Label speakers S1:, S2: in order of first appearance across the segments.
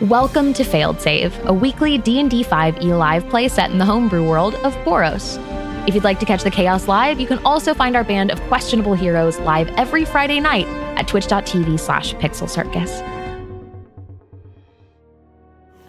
S1: Welcome to Failed Save, a weekly D&D 5e E live play set in the homebrew world of Boros. If you'd like to catch the chaos live, you can also find our band of questionable heroes live every Friday night at twitch.tv slash pixel circus.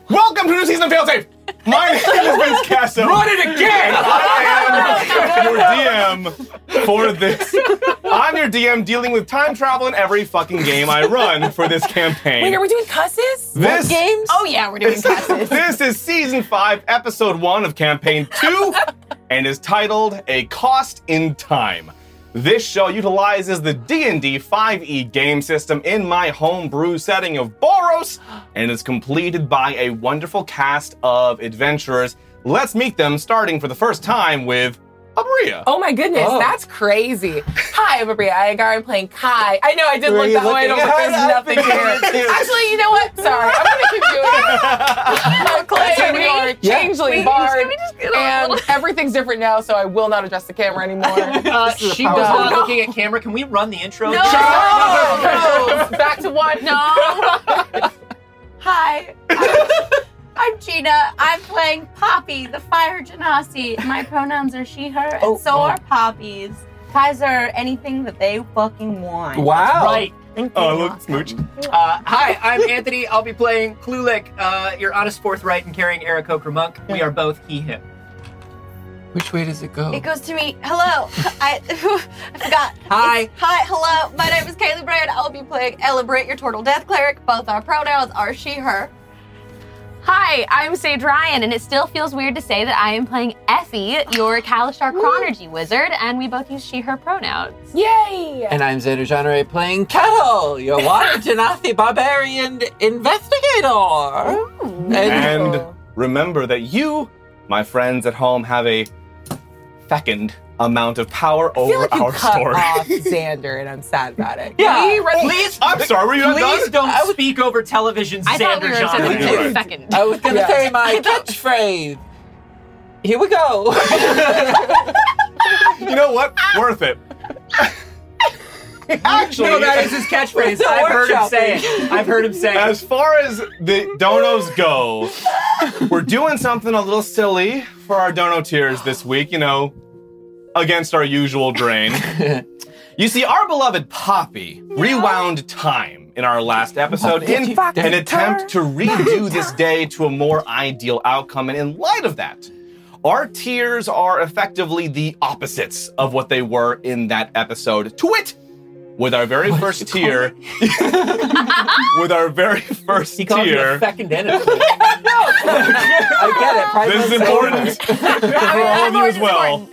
S2: Welcome to a new season of Failsafe! My name is Vince Casso.
S3: Run it again!
S2: I am your DM for this. I'm your DM dealing with time travel in every fucking game I run for this campaign.
S4: Wait, are we doing cusses?
S2: This-
S4: games? Oh yeah, we're doing cusses.
S2: this is season five, episode one of campaign two, and is titled "A Cost in Time." This show utilizes the D&D 5e E game system in my homebrew setting of Boros, and is completed by a wonderful cast of adventurers. Let's meet them, starting for the first time with Abria.
S4: Oh my goodness, that's crazy. Hi, I'm Abria Iyengar. I'm playing Kai. I know I did look that way. I don't look, there's nothing here. Actually, you know what? Sorry, I'm gonna keep doing it. I'm Clay, we are Changeling Bard, and everything's different now, so I will not address the camera anymore.
S5: Uh, she was not looking at camera. Can we run the intro?
S4: No, no, no. Back to one. No.
S6: Hi. I'm- I'm Gina. I'm playing Poppy, the fire genasi. My pronouns are she, her, and
S2: Oh,
S6: so are Poppy's. Pies are anything that they fucking want.
S3: Wow.
S5: Right.
S2: Oh, look, smooch.
S5: Uh, hi, I'm Anthony. I'll be playing Klulik, uh, your honest forthright and carrying Eric Oker Monk. We are both he, him.
S3: Which way does it go?
S6: It goes to me. Hello. I, I forgot.
S5: Hi.
S6: It's- hi. Hello. My name is Kaylee Brand. I'll be playing Elaborate Your Turtle Death Cleric. Both our pronouns are she, her.
S1: Hi, I'm Sage Ryan, and it still feels weird to say that I am playing Effie, your Kalishtar Chronergy wizard, and we both use she, her pronouns.
S4: Yay!
S3: And I'm Xander Genre playing Cattle, your water Genathi barbarian investigator. And
S2: And remember that you, my friends at home, have a fecund amount of power
S4: I feel
S2: over
S4: like you
S2: our
S4: cut
S2: story.
S4: off Xander, and I'm sad about it.
S5: Yeah.
S4: Can we run-
S5: please,
S2: I'm sorry, were you not
S5: please
S2: done?
S5: don't speak over television
S1: I thought we
S5: Xander
S1: were
S2: Genre.
S1: sending
S2: You're
S1: a
S2: right.
S1: second.
S3: I was going to
S4: Yeah.
S3: say my catchphrase. Here we go.
S2: You know what? Worth it. Actually,
S5: No, that is his catchphrase.
S3: We're
S5: I've heard him
S3: workshopping.
S5: say it. I've heard him say it.
S2: as far as the donos go, we're doing something a little silly for our dono tiers this week, you know, against our usual drain. you see, our beloved Poppy rewound time in our last episode in an attempt to redo this day to a more ideal outcome. And in light of that, our tiers are effectively the opposites of what they were in that episode. To wit, with our very first tier, with our very first
S5: He called me a
S2: tier,
S5: fecund enemy.
S3: I get it. Probably
S2: this is important for all of you as well.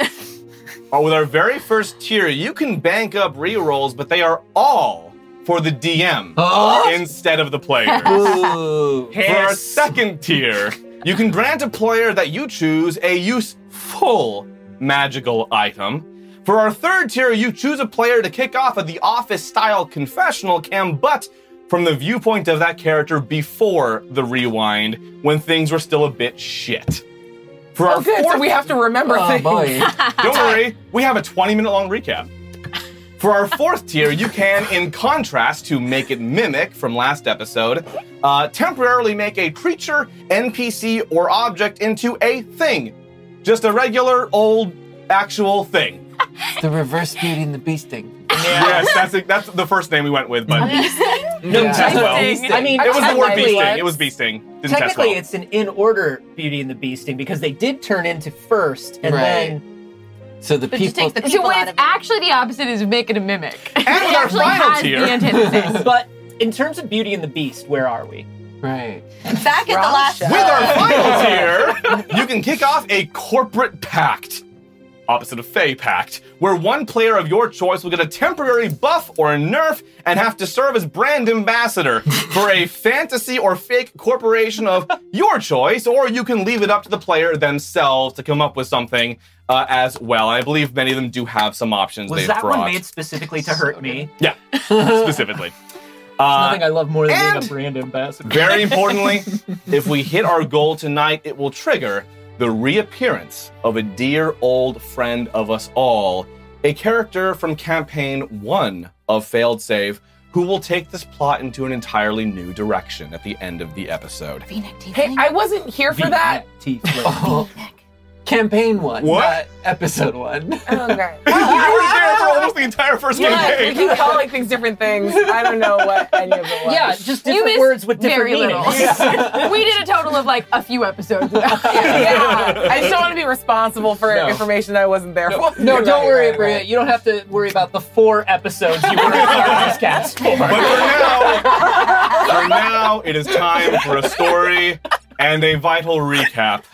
S2: Uh, With our very first tier, you can bank up rerolls, but they are all for the DM
S3: Oh.
S2: instead of the player.
S3: Ooh.
S2: For our second tier, you can grant a player that you choose a useful magical item. For our third tier, you choose a player to kick off at the office style confessional cam, but from the viewpoint of that character before the rewind, when things were still a bit shit. For our
S4: Oh, good.
S2: fourth
S4: So we have to remember
S3: Oh
S4: things.
S3: boy.
S2: don't worry, we have a 20 minute long recap. For our fourth tier, you can, in contrast to Make It Mimic from last episode, uh, temporarily make a creature, NPC, or object into a thing. Just a regular, old, actual thing.
S3: The reverse beauty and the beasting.
S2: Yes, that's, it that's the first name we went with, but it
S3: No,
S2: Yeah.
S3: just-
S2: well.
S5: Beasting. I mean,
S4: I
S2: was the word
S4: Technically,
S2: beasting.
S4: it's-
S2: It was beasting. Didn't test
S5: technically
S2: well.
S5: it's an in order Beauty and the Beasting because they did turn into first and
S3: Right.
S5: then
S3: So the
S6: But just
S3: people.
S6: takes the
S1: So
S6: people
S1: when
S6: out
S1: it's
S6: of it.
S1: actually the opposite is making a mimic. it
S2: And with our
S1: actually
S2: final
S1: has
S2: tier.
S1: the antithesis.
S5: but in terms of Beauty and the Beast, where are we?
S3: right.
S6: Back at the
S4: Wrong
S6: last
S4: show.
S2: With our final tier, you can kick off a corporate pact, opposite of Fey Pact, where one player of your choice will get a temporary buff or a nerf and have to serve as brand ambassador for a fantasy or fake corporation of your choice, or you can leave it up to the player themselves to come up with something uh, as well. I believe many of them do have some options
S5: Was
S2: they've
S5: that
S2: brought.
S5: one made specifically to hurt me?
S2: yeah, specifically. Uh,
S5: Nothing I love more than being
S2: and-
S5: a brand ambassador.
S2: very importantly, if we hit our goal tonight, it will trigger the reappearance of a dear old friend of us all, a character from campaign one of Failed Save, who will take this plot into an entirely new direction at the end of the episode.
S7: V-neck teeth.
S8: Hey, I wasn't here for that.
S5: Tiefling.
S3: Oh. Campaign one,
S2: What?
S3: not episode one.
S8: Okay.
S2: you were there for almost the entire first
S8: Yeah, we
S2: campaign.
S8: keep calling things different things. I don't know what any of it was.
S5: Yeah, just
S7: You
S5: different
S7: missed
S5: words with different
S7: very little.
S5: meanings.
S7: we did a total of like a few episodes. Of that.
S8: yeah. I just don't want to be responsible for
S2: No.
S8: information I wasn't there for.
S5: No,
S8: Right,
S5: don't worry,
S8: right,
S5: Bria.
S8: right.
S5: You don't have to worry about the four episodes you were in this cast for.
S2: But for now, for now, it is time for a story and a vital recap.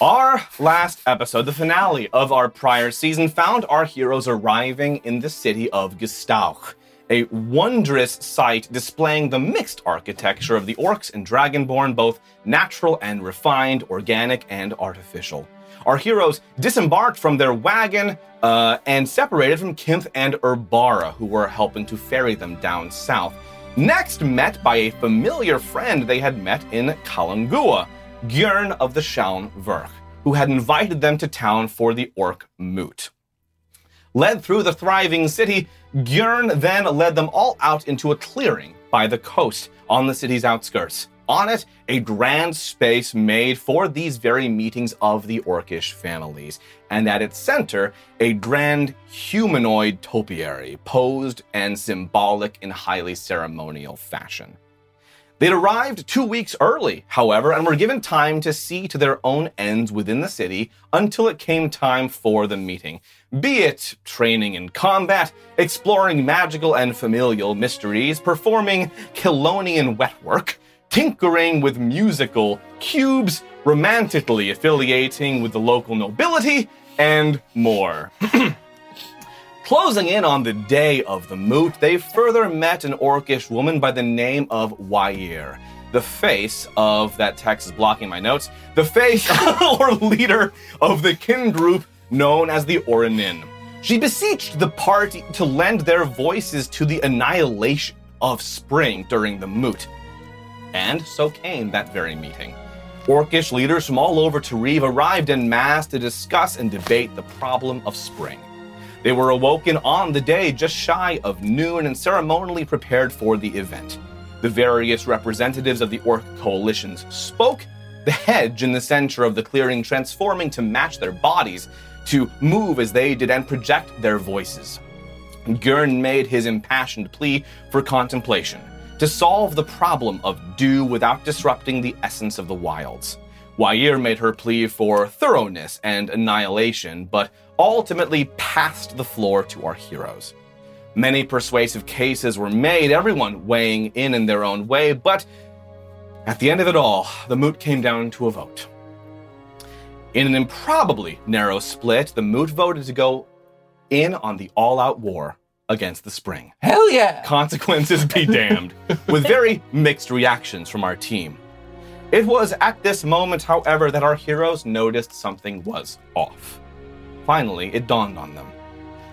S2: Our last episode, the finale of our prior season, found our heroes arriving in the city of Gestauch, a wondrous site displaying the mixed architecture of the orcs and dragonborn, both natural and refined, organic and artificial. Our heroes disembarked from their wagon uh, and separated from Kinth and Urbara, who were helping to ferry them down south. Next, met by a familiar friend they had met in Kalangua, Gjörn of the Schaunverk, who had invited them to town for the orc moot. Led through the thriving city, Gjörn then led them all out into a clearing by the coast on the city's outskirts. On it, a grand space made for these very meetings of the orcish families, and at its center, a grand humanoid topiary, posed and symbolic in highly ceremonial fashion. They'd arrived two weeks early, however, and were given time to see to their own ends within the city until it came time for the meeting. Be it training in combat, exploring magical and familial mysteries, performing Kilonian wet work, tinkering with musical cubes, romantically affiliating with the local nobility, and more. Closing in on the day of the moot, they further met an orcish woman by the name of Wair. The face of that text is blocking my notes. The face or leader of the kin group known as the Oranin. She beseeched the party to lend their voices to the annihilation of spring during the moot. And so came that very meeting. Orcish leaders from all over Tareve arrived en masse to discuss and debate the problem of spring. They were awoken on the day just shy of noon and ceremonially prepared for the event. The various representatives of the Orc coalitions spoke, the hedge in the center of the clearing transforming to match their bodies, to move as they did and project their voices. Gurn made his impassioned plea for contemplation, to solve the problem of dew without disrupting the essence of the wilds. Wair made her plea for thoroughness and annihilation, but ultimately passed the floor to our heroes. Many persuasive cases were made, everyone weighing in in their own way, but at the end of it all, the moot came down to a vote. In an improbably narrow split, the moot voted to go in on the all out war against the spring
S3: Hell yeah!
S2: consequences be damned, with very mixed reactions from our team. It was at this moment, however, that our heroes noticed something was off. Finally, it dawned on them.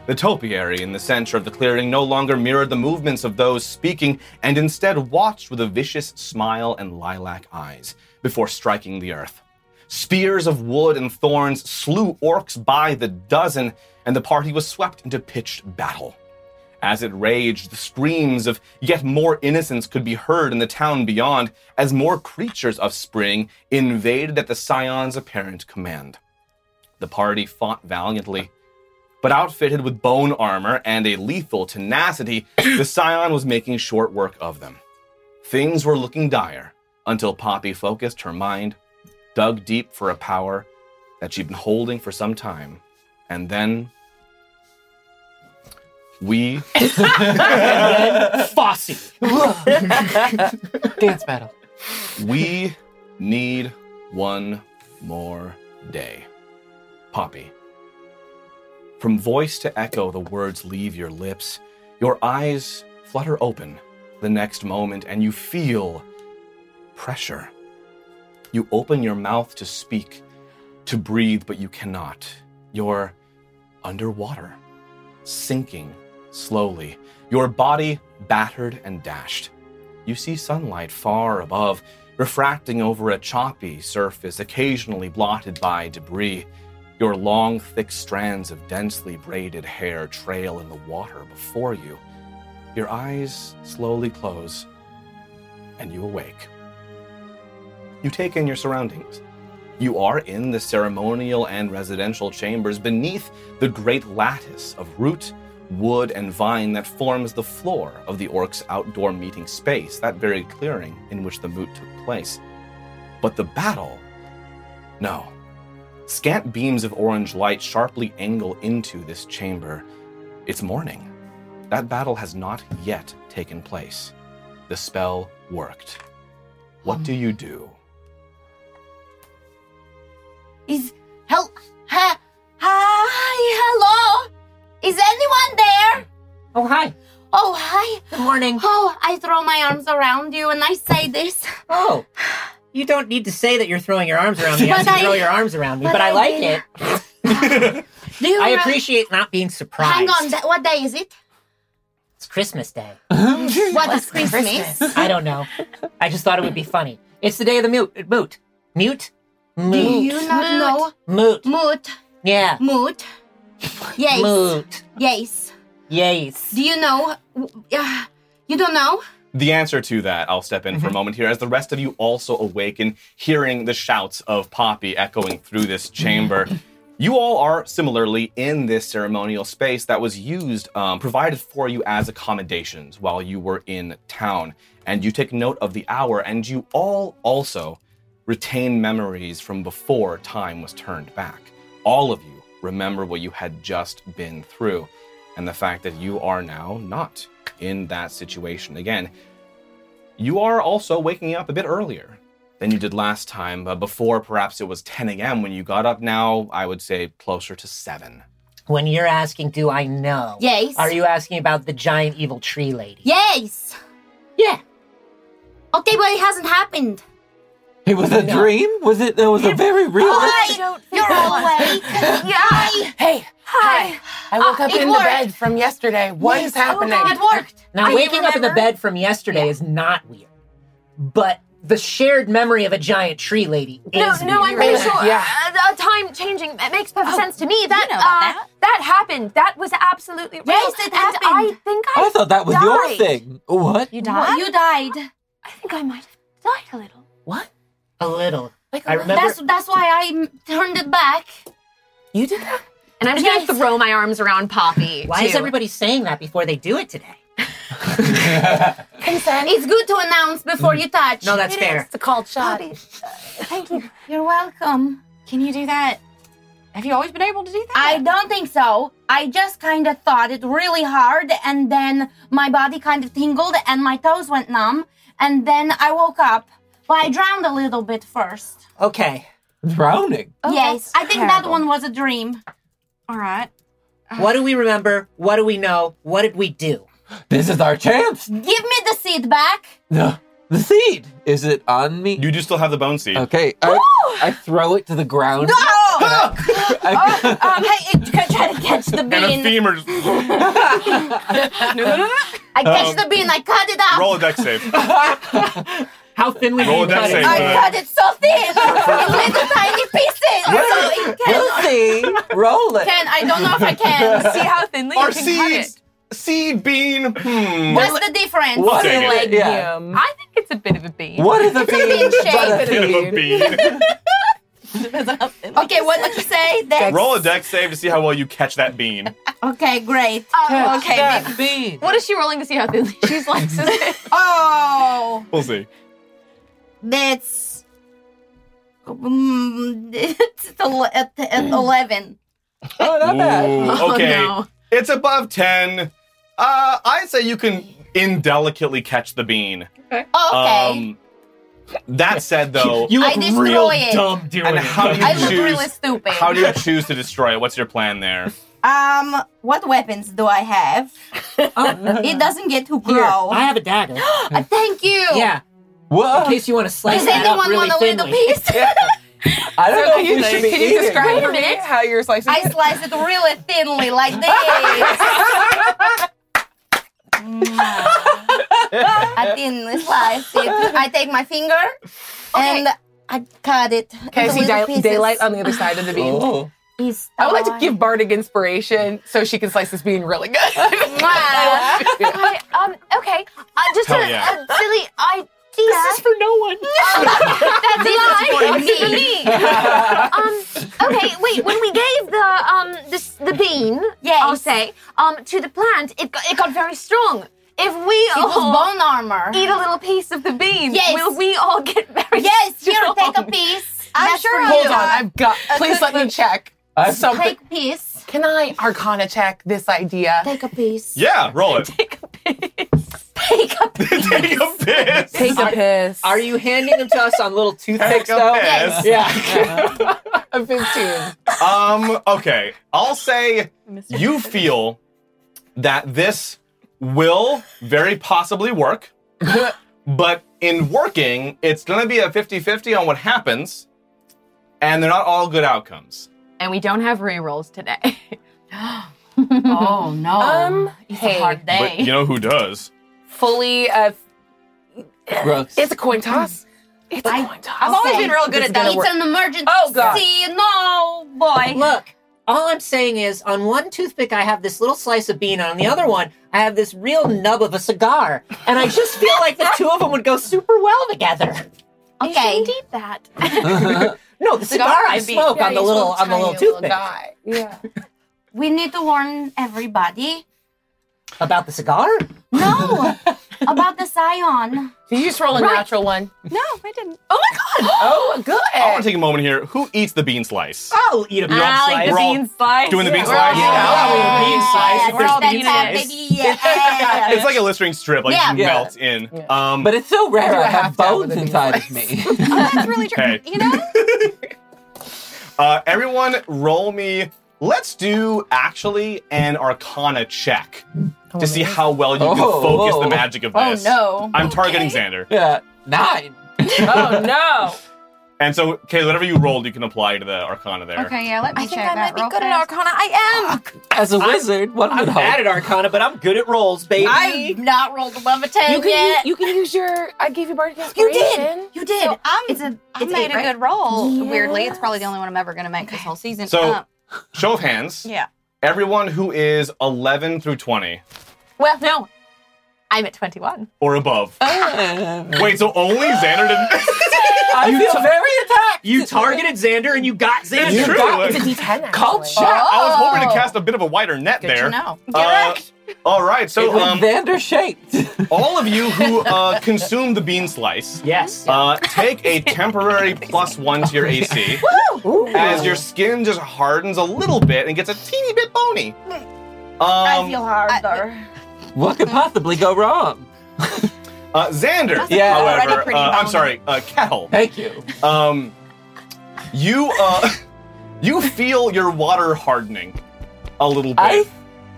S2: The topiary in the center of the clearing no longer mirrored the movements of those speaking and instead watched with a vicious smile and lilac eyes before striking the earth. Spears of wood and thorns slew orcs by the dozen, and the party was swept into pitched battle. As it raged, the screams of yet more innocents could be heard in the town beyond as more creatures of spring invaded at the scion's apparent command. The party fought valiantly, but outfitted with bone armor and a lethal tenacity, the scion was making short work of them. Things were looking dire until Poppy focused her mind, dug deep for a power that she'd been holding for some time, and then we
S5: Fossy.
S3: Dance battle.
S2: We need one more day. Poppy. From voice to echo, the words leave your lips. Your eyes flutter open the next moment, and you feel pressure. You open your mouth to speak, to breathe, but you cannot. You're underwater, sinking slowly, your body battered and dashed you see sunlight far above, refracting over a choppy surface occasionally blotted by debris. Your long, thick strands of densely braided hair trail in the water before you. Your eyes slowly close, and you awake. You take in your surroundings. You are in the ceremonial and residential chambers beneath the great lattice of root, wood, and vine that forms the floor of the orc's outdoor meeting space, that very clearing in which the moot took place. But the battle? No. Scant beams of orange light sharply angle into this chamber. It's morning. That battle has not yet taken place. The spell worked. What do you do?
S6: Is hel- ha- hi hello? Is anyone there?
S3: Oh, hi.
S6: Oh hi.
S3: Good morning.
S6: Oh, I throw my arms around you and I say this.
S5: Oh, you don't need to say that you're throwing your arms around me. I
S6: But
S5: should
S6: I-
S5: throw your arms around me,
S6: but
S5: but, I
S6: I
S5: like
S6: did.
S5: it.
S6: Do you
S5: I
S6: re-
S5: appreciate not being surprised.
S6: Hang on, that, what day is it?
S5: It's Christmas Day.
S6: What is Christmas?
S5: I don't know. I just thought it would be funny. It's the day of the mute. Moot. Mute? Moot.
S6: Do you not
S5: Moot.
S6: know? Moot.
S5: Yeah.
S6: Moot. Yes.
S5: Moot.
S6: Yes.
S5: Yes.
S6: Do you know? Uh, you don't know?
S2: The answer to that, I'll step in for a moment here, as the rest of you also awaken, hearing the shouts of Poppy echoing through this chamber. You all are similarly in this ceremonial space that was used, um, provided for you as accommodations while you were in town. And you take note of the hour, and you all also retain memories from before time was turned back. All of you remember what you had just been through, and the fact that you are now not in that situation again. You are also waking up a bit earlier than you did last time, but before perhaps it was 10 a.m. when you got up. Now I would say closer to 7.
S5: When you're asking, do I know?
S6: Yes.
S5: Are you asking about the giant evil tree lady?
S6: Yes.
S5: Yeah.
S6: Okay, but it hasn't happened.
S3: It was a dream? Was it? It was a very real.
S6: Hi. You're awake. Hi.
S4: Hey,
S6: Hi.
S4: I woke
S6: Ah,
S4: up
S6: it
S4: in
S6: worked.
S4: the bed from yesterday. What is happening?
S6: It worked.
S5: Now,
S6: I
S5: waking up in the
S6: remember.
S5: bed from yesterday is not weird, but the shared memory of a giant tree lady
S9: No,
S5: is
S9: no, I'm
S5: weird.
S9: pretty sure
S4: Yeah.
S9: uh, uh, time changing it makes perfect sense to me. That,
S6: know about
S9: uh, that happened. That was absolutely real.
S6: Yes, it
S9: And
S6: happened.
S9: I think I,
S3: I thought that was your
S9: died.
S3: thing. What?
S9: You
S6: Well,
S9: died.
S6: You died.
S9: I think I might have died a little.
S5: What? A little.
S4: Like,
S5: I remember.
S6: That's that's why I mm, turned it back.
S4: You did that?
S9: And I'm just
S6: Yes.
S9: gonna throw my arms around Poppy.
S5: Why is
S9: too.
S5: everybody saying that before they do it today?
S4: Consent.
S6: It's good to announce before you touch.
S5: Mm. No, that's fair.
S4: It's a cold shot.
S9: Poppy, thank you.
S6: You're welcome.
S9: Can you do that? Have you always been able to do
S6: I
S9: that?
S6: don't think so. I just kind of thought it really hard, and then my body kind of tingled, and my toes went numb, and then I woke up. Well, I drowned a little bit first.
S5: Okay.
S3: Drowning.
S6: yes,
S9: Oh, that's
S6: I think that
S9: terrible.
S6: one was a dream.
S9: All right.
S5: What do we remember? What do we know? What did we do?
S3: This is our chance.
S6: Give me the seed back.
S3: The, the seed. Is it on me?
S2: You do still have the bone seed.
S3: Okay. I, I throw it to the ground.
S9: Oh!
S6: No!
S3: I-
S6: Oh! um, hey, it, c- try to catch the
S2: And a
S6: bean.
S2: femur just
S6: I catch
S2: Um,
S6: the bean. I cut it out.
S2: roll a deck save.
S5: How thinly
S2: Roll
S5: did you
S2: that
S5: cut it?
S2: same
S6: I
S2: Uh,
S6: cut it so thin, in little tiny pieces. So it can,
S3: we'll see. Roll it.
S6: can. I don't know if I can. See how thinly
S2: Are seeds? Seed bean? Hmm.
S6: What's the difference?
S2: What?
S3: Take
S2: Take it.
S3: it. Yeah.
S8: Um,
S9: I think it's a bit of a bean.
S3: What is a bean?
S6: shape.
S3: but a
S2: Bit of a
S3: seed?
S2: bean.
S6: Okay, what did you say? Dex?
S2: Roll a deck save to see how well you catch that bean.
S6: Okay, great.
S9: Uh,
S6: okay.
S3: That bean.
S9: What is she rolling to see how thinly she's like?
S6: Oh,
S2: We'll see.
S6: that's mm, it's ele- at, at eleven.
S3: Oh, not bad.
S2: Ooh, okay. It's above 10. Uh, I say you can indelicately catch the bean.
S6: Oh, okay.
S2: Um, that said, though,
S5: You
S6: I
S5: look real
S6: destroy it.
S5: dumb doing
S2: And
S5: it.
S2: how do you
S6: I look
S2: choose-
S6: really stupid.
S2: how do you choose to destroy it? What's your plan there?
S6: um, what weapons do I have? it doesn't get to
S5: Oh, Here,
S6: grow.
S5: I have a dagger.
S6: Uh, thank you.
S5: yeah.
S3: Whoa.
S5: In case you want to slice
S6: Does
S5: that up
S6: anyone
S5: really
S6: want a
S5: thinly.
S6: little piece?
S3: I don't know
S4: Can
S3: if
S4: you,
S3: we should be
S4: can
S3: eating
S4: you describe
S3: it.
S4: for me how you're slicing
S6: I
S4: it?
S6: slice it really thinly, like Mm. this. I thinly slice it. I take my finger and I cut it.
S4: Okay, I
S6: into
S4: see
S6: little
S4: day-
S6: pieces.
S4: daylight on the other side of the bean.
S3: Oh.
S7: He's
S8: I would like to give Bardic inspiration so she can slice this bean really good.
S7: Wow.
S9: I, um, okay.
S7: Uh, just
S2: Hell
S7: a,
S2: yeah.
S7: a silly idea.
S5: for no one.
S7: That's a lie
S5: disappointing.
S7: for me.
S9: Um, okay, wait. When we gave the um this the bean,
S7: Yes.
S9: I'll say um to the plant, it got, it got very strong. If we
S7: It was
S9: all
S7: bone armor.
S9: eat a little piece of the bean,
S7: Yes.
S9: will we all get very
S7: Yes, here,
S9: strong?
S7: take a piece.
S9: I'm
S7: That's
S9: sure
S7: for
S9: I
S8: Hold
S7: you.
S8: on, I've got. Please let me check
S3: I've-
S8: something.
S7: Take piece.
S8: Can I Arcana check this idea?
S7: Take a piece.
S2: Yeah, roll it.
S7: Take a piece.
S2: Take a piss.
S8: Take a piss.
S5: Are you handing them to us on little
S2: Take
S5: toothpicks
S2: a
S5: though?
S2: piss.
S5: Yeah.
S8: a fifteen?
S2: Um, okay. I'll say you feel that this will very possibly work, but in working, it's going to be a 50 50 on what happens, and they're not all good outcomes.
S10: And we don't have re-rolls today.
S9: Oh no.
S8: Um,
S9: it's
S8: hey,
S9: a hard day.
S2: But you know who does?
S8: Fully. Uh,
S3: Gross.
S8: it's a coin toss. It's a coin toss.
S9: I've always
S7: Okay.
S9: been real good at that.
S7: It's an emergency.
S8: Oh, God.
S7: no, boy.
S5: Look, all I'm saying is on one toothpick I have this little slice of bean, on the other one I have this real nub of a cigar, and I just feel like the two of them would go super well together.
S7: Okay.
S9: Indeed, that.
S5: No, the cigar,
S9: Cigar
S5: I
S9: would be
S5: smoke on the
S8: very
S5: little on the
S8: tiny
S5: little toothpick
S8: guy. Yeah.
S7: We need to warn everybody.
S5: about the cigar.
S7: No, about the scion.
S8: Did you just roll a natural one?
S10: no, I didn't.
S8: Oh, good.
S2: I want to take a moment here. Who eats the bean slice?
S5: I'll eat a bean slice.
S2: the Roll. bean
S10: slice.
S2: Doing the bean
S10: Yeah.
S2: slice?
S5: Yeah,
S8: Oh,
S5: I'll eat a bean slice.
S7: Yeah,
S5: If there's
S7: roll that
S5: bean
S7: tab,
S5: slice.
S7: baby. Yeah.
S2: It's like a blistering strip, like
S7: Yeah.
S2: you melt in. Um,
S3: But it's so rare
S8: Do a
S3: I have
S8: half dab with
S3: bones
S8: a bean
S3: inside of me.
S10: Oh, that's really true.
S2: Hey.
S10: You know,
S2: Uh, everyone, roll me. Let's do actually an Arcana check to see how well you can
S3: Oh,
S2: focus
S3: whoa.
S2: the magic of
S8: Oh
S2: this.
S8: no.
S2: I'm targeting Xander,
S3: yeah. Nine.
S8: Oh no.
S2: and so Kay, whatever you rolled, you can apply to the Arcana there.
S9: Okay, yeah, let me
S7: I
S9: check
S7: think I might
S9: that
S7: be
S9: real
S7: good at
S9: fast.
S7: Arcana. I am.
S3: As a wizard, one
S5: I'm
S3: would
S5: bad
S3: hope.
S5: at Arcana, but I'm good at rolls, baby.
S7: I've not rolled above a ten
S8: You can use,
S7: yet.
S8: you can use your. I gave you bardic
S7: You
S8: inspiration.
S7: did. You did.
S9: So I'm,
S7: It's a-
S9: I
S7: it's
S9: made
S7: eight,
S9: a
S7: right?
S9: good roll. Weirdly, it's probably the only one I'm ever going to make this whole season.
S2: So-
S9: Uh,
S2: Show of hands.
S9: yeah.
S2: Everyone who is 11 through 20
S9: Well, no, I'm at Oh. 21.
S2: or above. Wait, so only Xander didn't.
S3: I feel very attacked.
S5: You targeted Xander and you got Xander.
S2: It's true.
S8: It's a D10. Actually.
S3: Culture.
S2: I was hoping to
S7: Oh.
S2: cast a bit of a wider net
S8: Good
S2: there.
S8: to know.
S2: Uh, all right,
S3: It
S2: so
S3: was
S2: um,
S3: Oh, Vander shaped.
S2: all of you who uh, consume the bean slice,
S5: Yes.
S2: Uh, take a temporary plus one to your AC as your skin just hardens a little bit and gets a teeny bit bony.
S7: I feel
S2: Um,
S7: hard though.
S3: What could possibly go wrong?
S2: uh, Xander,
S3: Yeah.
S2: however,
S9: Already pretty
S2: uh, I'm
S9: bony.
S2: sorry, uh, Kettle,
S3: Thank you.
S2: um, you uh, you feel your water hardening a little bit.
S3: Ice?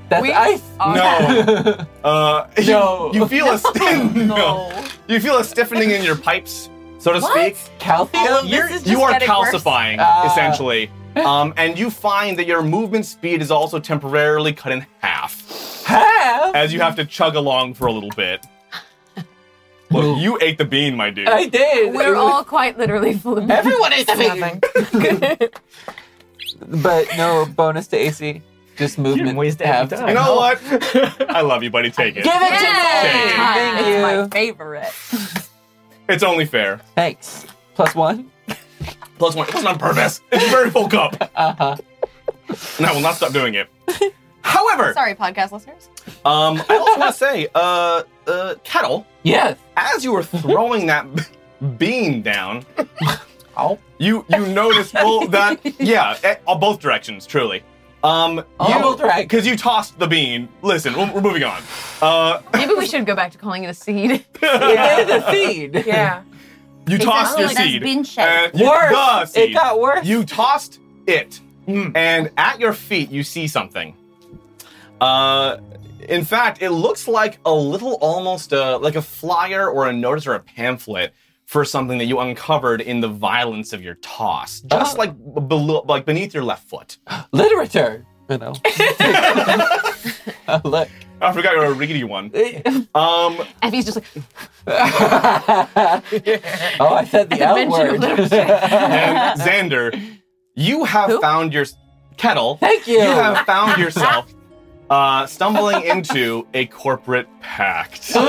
S3: That's
S8: We
S3: ice.
S2: no, uh, you-
S3: No.
S2: You, feel a sti- no. you feel a stiffening in your pipes, so to speak.
S3: Calcium?
S2: You're- you are calcifying
S3: Ah.
S2: essentially um, and you find that your movement speed is also temporarily cut in half
S3: Half?
S2: as you have to chug along for a little bit look you ate the bean my dude
S3: I did. It
S10: We're
S3: was-
S10: all quite literally full of
S3: Everyone is
S8: Nothing.
S3: But no bonus to AC. Just movement.
S5: wasted
S3: half
S5: every
S2: you
S5: time.
S2: know what i love you buddy take it
S3: Give it
S2: Yay.
S3: to me.
S9: It's my
S3: Thank you.
S9: favorite.
S2: it's only fair
S3: Thanks. Plus one.
S2: plus one it wasn't on purpose it's a very full cup
S3: Uh huh.
S2: and i will not stop doing it however
S9: Sorry, podcast listeners.
S2: um, i also want to say uh, uh, kettle
S3: Yes.
S2: as you were throwing that bean down,
S3: Ow.
S2: you you noticed well that yeah, eh, uh, both directions truly. Um,
S3: Double drag.
S2: because you tossed the bean. Listen, we're, we're moving on. Uh,
S10: Maybe we should go back to calling it a seed.
S3: It is a seed.
S8: Yeah.
S2: you tossed your
S7: That's
S2: seed.
S7: been
S2: Uh,
S7: shaped.
S2: you-
S3: Worse.
S2: the seed.
S3: It got worse. Hmm.
S2: You tossed it, and at your feet you see something. Uh, in fact, it looks like a little, almost uh, like a flyer or a notice or a pamphlet for something that you uncovered in the violence of your toss,
S3: Uh.
S2: just like b- below, like beneath your left foot.
S3: Literature. You know. Oh, look.
S2: I forgot you were a riggedy one. Um,
S10: Effie's just like,
S3: oh, I said the L
S10: Dimensional
S3: word.
S2: and Xander, you have found your Kettle,
S3: Thank you.
S2: you have found yourself uh, stumbling into a corporate pact.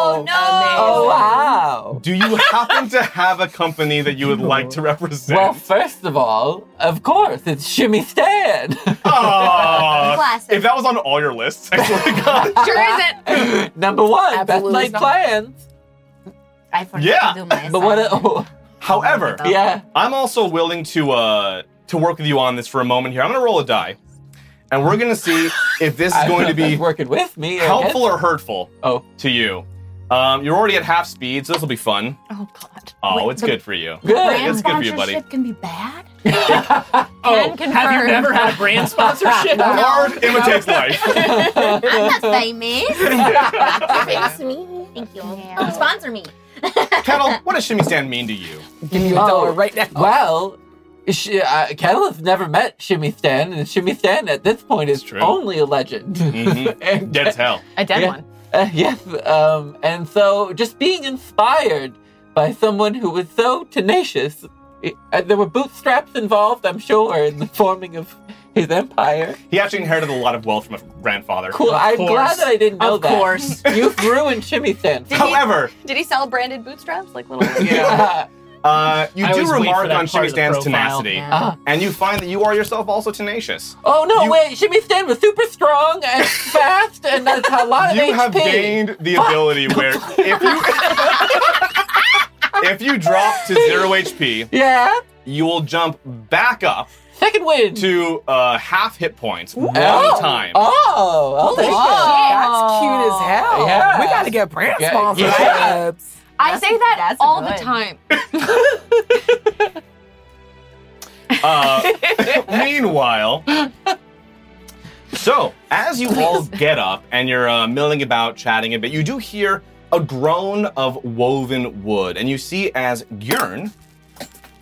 S3: Oh,
S7: no.
S3: Oh wow.
S2: Do you happen to have a company that you would like to represent?
S3: Well, first of all, of course, it's Shimmy Stan.
S2: Aw. Ah.
S9: Classic.
S2: if that was on all your lists, I swear to God.
S10: Sure isn't.
S3: Number one,
S8: Absolutely
S3: that's my
S8: not.
S3: plans.
S9: I forgot
S2: Yeah.
S9: to do my
S3: But what?
S9: assignment.
S3: Oh,
S2: However,
S3: yeah.
S2: I'm also willing to uh, to work with you on this for a moment here. I'm gonna roll a die, and we're gonna see if this is
S3: I
S2: going to
S3: don't know if
S2: be
S3: that's working with me. or
S2: helpful or hurtful
S3: Oh.
S2: to you. Um, you're already at half speed, so this will be fun.
S10: Oh God.
S2: Oh,
S7: Wait,
S2: it's
S7: the-
S2: good for you.
S3: Good.
S2: It's
S7: Brand
S2: good for you, buddy.
S7: sponsorship can be bad.
S11: Oh,
S10: Can
S11: have you
S10: confirm.
S11: never had a brand sponsorship?
S2: Art imitates life.
S9: I'm not famous. Fix me. Thank you. Don't sponsor me.
S2: Kettle, what does shimmy stand mean to you?
S8: Give me a
S3: Oh.
S8: dollar right now.
S3: Well, sh- uh, Kettle has never met Shimmy Stan, and Shimmy Stan at this point is
S2: true.
S3: only a legend.
S2: Mhm.
S3: And-
S2: Dead as hell.
S10: A dead
S3: Yeah.
S10: one.
S3: Uh, yes, um, and so just being inspired by someone who was so tenacious. it- uh, there were bootstraps involved, I'm sure, in the forming of his empire.
S2: He actually inherited a lot of wealth from a grandfather.
S3: Cool.
S11: Of
S3: I'm
S11: course.
S3: glad that I didn't know
S11: Of
S3: that.
S11: course.
S3: you ruined Shimmy Stan.
S7: Did he-
S2: However,
S7: Did he sell branded bootstraps? Like little.
S11: Yeah.
S2: uh, you
S11: I always
S2: do
S11: wait for
S2: remark
S11: that
S2: on
S11: part
S2: Shimmy
S11: of the
S2: Stan's
S11: profile.
S2: tenacity,
S3: Ah.
S2: and you find that you are yourself also tenacious.
S3: oh no!
S2: You-
S3: wait, Shimmy Stan was super strong and fast, and that's a lot of
S2: you
S3: HP.
S2: have gained the ability where if you if you drop to zero HP,
S3: yeah.
S2: you will jump back up
S3: Second win.
S2: to uh, half hit points one
S3: oh.
S2: time.
S3: Oh, I'll take
S8: That's
S3: it.
S8: cute as hell.
S3: Yeah.
S8: We gotta get brand
S3: Yeah,
S8: sponsorships.
S3: yeah.
S7: I
S10: I
S7: That's-
S10: say that
S7: that's a
S10: all
S7: all
S10: the
S7: the good.
S10: time.
S2: Uh, meanwhile, so as you all get up and you're uh, milling about, chatting a bit, you do hear a groan of woven wood, and you see as Gjern.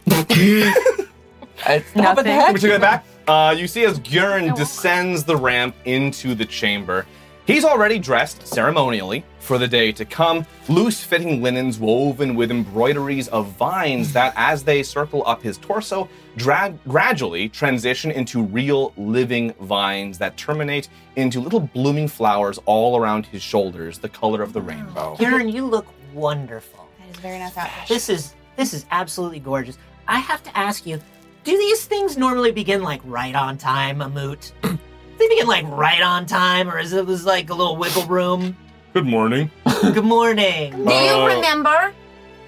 S3: It's nothing.
S2: Let me take that back. Uh, you see as Gurin descends the ramp into the chamber. He's already dressed ceremonially for the day to come, loose fitting linens woven with embroideries of vines that, as they circle up his torso, drag- gradually transition into real living vines that terminate into little blooming flowers all around his shoulders, the color of the rainbow.
S5: Kieran, you look wonderful.
S7: That is a very nice outfit.
S5: This is this is absolutely gorgeous. I have to ask you, do these things normally begin like right on time, Amut? they begin like right on time, or is it was like a little wiggle room?
S2: Good morning.
S5: Good morning.
S9: Do you
S2: Uh,
S9: remember?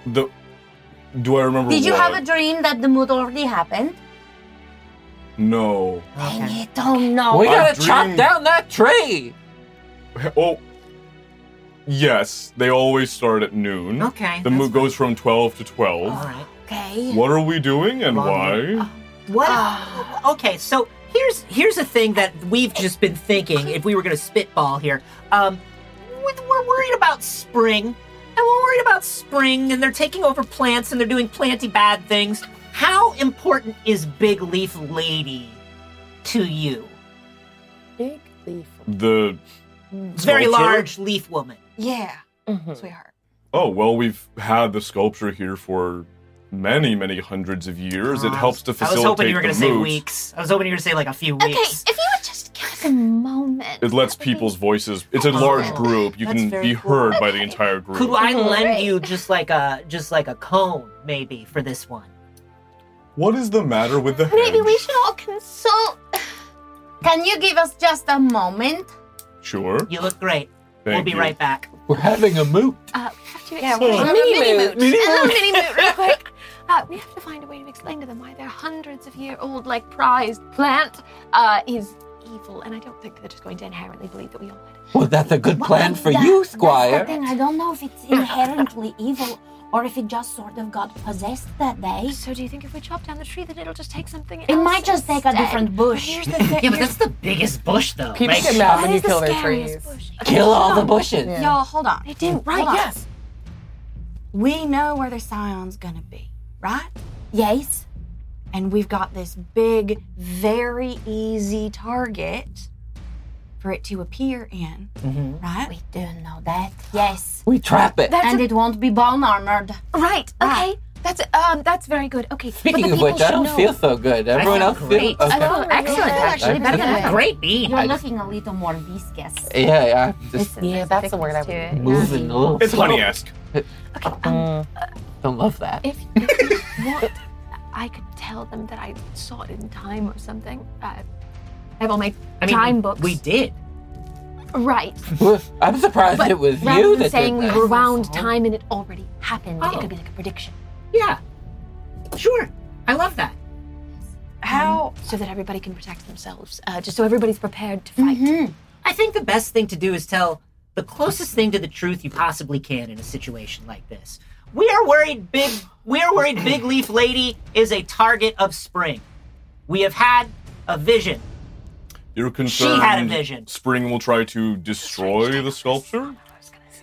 S2: The, do I remember?
S9: Did you have a dream that the mood already happened?
S2: No.
S9: Dang it! Oh no!
S3: We
S2: I
S3: gotta
S2: dreamed-
S3: chop down that tree.
S2: Oh. Yes, they always start at noon.
S5: Okay.
S2: The
S5: that's Oh,
S2: move goes from 12 to 12.
S5: fine. All right.
S9: Okay.
S2: What are we doing and
S5: Wrong
S2: why?
S5: What? okay, so here's here's a thing that we've just been thinking. If we were going to spitball here, um, with- we're worried about spring, and we're worried about spring, and they're taking over plants, and they're doing planty bad things. How important is Big Leaf Lady to you?
S8: Big leaf.
S2: The.
S5: Very
S2: Sculpture?
S5: large leaf woman.
S7: Yeah,
S8: Mm-hmm.
S7: sweetheart.
S2: Oh, well, we've had the sculpture here for many, many hundreds of years. It
S5: Uh,
S2: helps to
S5: I was
S2: facilitate
S5: hoping you were
S2: the
S5: gonna say
S2: mood.
S5: weeks. I was hoping you were going to say like a few
S9: Okay,
S5: weeks.
S9: if you would just give us a moment.
S2: It lets people's voices. It's a large group. You
S5: Oh, That's
S2: can
S5: very
S2: be
S5: cool.
S2: heard by the entire group.
S5: Could I lend
S9: Great.
S5: you just like a just like a cone maybe for this one?
S2: What is the matter with the
S9: Maybe
S2: hedge?
S9: we should all consult.
S7: Can you give us just a moment?
S2: Sure.
S5: You look great. we'll
S2: Thank
S5: be
S2: you.
S5: right back.
S3: We're having a moot.
S7: Uh, we have to explain.
S9: Yeah, we're-
S7: a
S8: Mini
S7: mini
S8: mood.
S7: mood.
S8: Mini
S7: A little
S8: mood.
S7: mini mood, real quick. Uh, we have to find a way to explain to them why their hundreds of year old, like prized plant, uh, is evil. And I don't think they're just going to inherently believe that we all had it.
S3: Well, that's a good plan for
S9: That-
S3: you,
S9: that's the
S3: Squire.
S9: thing, I don't know if it's inherently evil or if it just sort of got possessed that day.
S7: So, do you think if we chop down the tree, that it'll just take something?
S9: It
S7: else
S9: might just take a
S7: instead?
S9: different bush.
S7: Here's the thing.
S5: Yeah,
S7: here's-
S5: but that's the biggest bush, though.
S8: People
S5: right?
S8: get mad
S7: That
S8: when you
S7: is the
S8: kill their trees.
S7: scariest bush.
S3: Kill all the bushes.
S8: Yeah.
S7: Y'all, hold on. They
S9: did, right, yes.
S7: We know where the scion's gonna be, right?
S9: Yes.
S7: And we've got this big, very easy target for it to appear in,
S3: Mm-hmm.
S7: right?
S9: We do know that. Yes.
S3: We trap it.
S7: That's
S9: and
S7: a-
S9: it won't be bone armored.
S7: right.
S9: Okay.
S12: That's um, that's very good. Okay,
S3: Speaking of which, I don't feel so good. Everyone else feels
S5: great.
S12: I
S3: okay.
S12: feel excellent actually.
S2: Better than
S12: Yeah.
S5: Great bean.
S2: You're
S3: I-
S2: looking a little more viscous.
S3: Yeah, yeah, I'm just
S2: Listen,
S4: Yeah,
S2: there's
S4: that's the word I
S2: thickness
S4: would-
S2: to it.
S3: moving a little.
S13: It's
S3: slow.
S13: honey esque.
S12: Okay, um,
S3: Don't love that.
S12: if if you want, I could tell them that I saw it in time or something. Uh, I have all my
S5: I mean,
S12: time books.
S5: We did.
S12: right.
S3: Woof. I'm surprised
S12: But
S3: it was
S12: rather
S3: you
S12: than
S3: that
S12: saying
S3: did
S12: we
S3: that.
S12: rewound time and it already happened,
S5: Oh.
S12: it could be like a prediction.
S5: Yeah. Sure. I love that.
S12: How? So that everybody can protect themselves. Uh, just so everybody's prepared to
S7: Mm-hmm.
S12: fight.
S5: I think the best thing to do is tell the closest thing to the truth you possibly can in a situation like this. We are worried big we are worried Big Leaf Lady is a target of spring. We have had a vision.
S13: You're
S5: She
S13: concerned.
S5: had a vision.
S13: Spring will try to destroy the sculpture.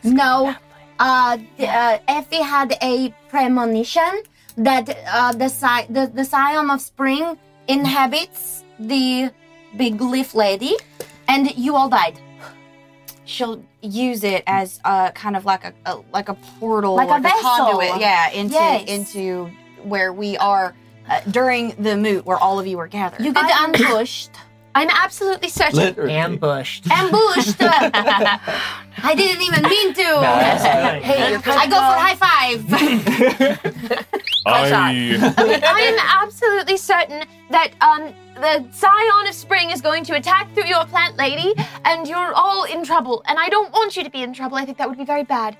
S2: No, uh, the, uh, Effie had a premonition that uh, the, sci- the the scion of spring inhabits the big leaf lady, and you all died.
S6: She'll use it as a kind of like a, a like a portal,
S2: Like a vessel.
S6: conduit, yeah, into
S2: Yes.
S6: into where we are uh, during the moot where all of you were gathered.
S2: You get ambushed.
S9: I'm absolutely certain. Oh,
S3: Literally.
S5: Ambushed.
S2: ambushed. I didn't even mean to.
S3: that's
S5: good.
S2: Hey,
S5: That's
S2: I go for high five.
S13: I.
S9: I'm absolutely certain that um, the Scion of Spring is going to attack through your plant lady, and you're all in trouble. And I don't want you to be in trouble. I think that would be very bad.